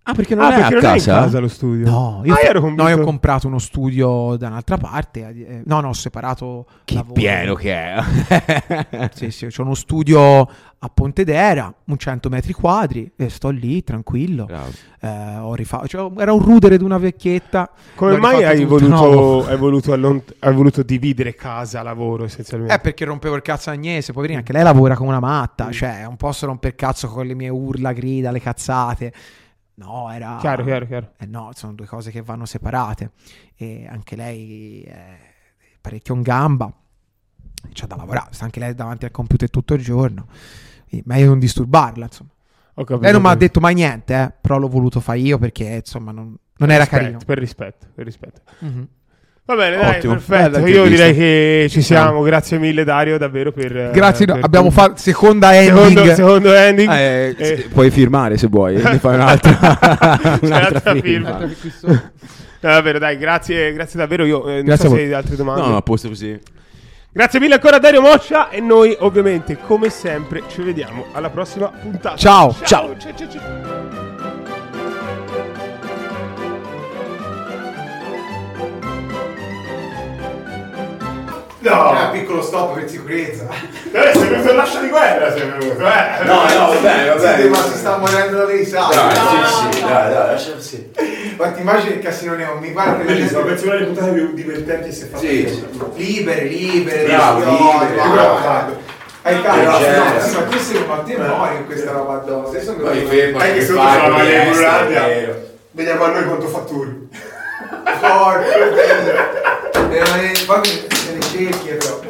Speaker 7: Ah, perché
Speaker 1: ah, perché non è in casa lo studio?
Speaker 6: no
Speaker 1: io,
Speaker 6: io,
Speaker 1: ah, io ero
Speaker 6: no,
Speaker 1: convinto.
Speaker 6: io ho comprato uno studio da un'altra parte eh, no no ho separato
Speaker 7: Che
Speaker 6: lavoro.
Speaker 7: pieno che [LAUGHS] è.
Speaker 6: Sì, sì, c'ho uno studio a Pontedera, un 100 metri quadri, e sto lì tranquillo.
Speaker 7: Bravo.
Speaker 6: Eh, ho rifa- cioè, era un rudere di una vecchietta.
Speaker 1: Come
Speaker 6: l'ho
Speaker 1: mai
Speaker 6: rifatto
Speaker 1: hai
Speaker 6: tutto nuovo.
Speaker 1: voluto, hai, voluto allont- hai voluto dividere casa, lavoro, essenzialmente?
Speaker 6: Eh, perché rompevo il cazzo a Agnese, poverina, anche lei lavora come una matta, cioè non posso romper cazzo con le mie urla, grida, le cazzate. No,
Speaker 7: Ah.
Speaker 6: era...
Speaker 1: Chiaro, chiaro, chiaro.
Speaker 6: Eh no, sono due cose che vanno separate. E anche lei è parecchio in gamba, c'ha da lavorare, sta anche lei davanti al computer tutto il giorno. Quindi meglio non disturbarla, insomma.
Speaker 1: Ho capito.
Speaker 6: Lei non mi Eh, ha detto mai niente, eh, però l'ho voluto fare io perché insomma non, non era
Speaker 1: Rispetto,
Speaker 6: carino.
Speaker 1: Per rispetto, per rispetto.
Speaker 6: Mhm.
Speaker 1: Va bene, dai,
Speaker 7: Ottimo.
Speaker 1: perfetto.
Speaker 7: Bella
Speaker 1: Io
Speaker 7: intervista.
Speaker 1: direi che ci
Speaker 6: Ci siamo.
Speaker 1: siamo. Grazie mille, Dario, davvero per. eh,
Speaker 6: Grazie, no,
Speaker 1: per
Speaker 6: abbiamo
Speaker 1: tutto.
Speaker 6: fatto seconda ending.
Speaker 1: Secondo, secondo ending.
Speaker 7: Eh,
Speaker 1: Eh.
Speaker 7: sì, Puoi firmare se vuoi, ne fai [LAUGHS] un'altra,
Speaker 1: C'è
Speaker 7: un'altra
Speaker 1: l'altra
Speaker 7: firma.
Speaker 1: firma. No, davvero, dai, grazie, grazie davvero. Io eh, non
Speaker 6: Grazie
Speaker 1: so
Speaker 6: a
Speaker 1: se
Speaker 6: voi.
Speaker 1: hai altre domande.
Speaker 7: No, no, a posto così.
Speaker 1: Grazie mille ancora a Dario Moccia e noi ovviamente come sempre ci vediamo alla prossima puntata.
Speaker 6: Ciao,
Speaker 1: ciao, ciao, ciao. ciao. No,
Speaker 6: piccolo stop per sicurezza.
Speaker 1: eh, sei venuto in lascia di guerra, sei venuto, eh.
Speaker 7: bene,
Speaker 6: morendo da risata.
Speaker 7: Dai, sì, sì, dai, dai.
Speaker 6: Ma ti immagini il cassinone mi guarda
Speaker 1: penso una delle puntate più divertenti se fatta.
Speaker 7: Sì, sì.
Speaker 6: liberi, liberi,
Speaker 7: Bravo,
Speaker 6: dai,
Speaker 7: liberi,
Speaker 6: dai,
Speaker 7: bravo.
Speaker 6: dai. Hai cazzo,
Speaker 7: Certo.
Speaker 6: no, sì, ma tu sei un matrimonio in questa roba addosso. Io sono
Speaker 7: Poi
Speaker 6: venuto-
Speaker 7: fermo,
Speaker 1: Anche se
Speaker 7: fai,
Speaker 1: uno fa la
Speaker 7: fai,
Speaker 1: Maria Burlandia.
Speaker 7: è vero.
Speaker 6: Vediamo a noi quanto fatturi. Porco.
Speaker 3: veramente. Poi mi- se ne cerchi però.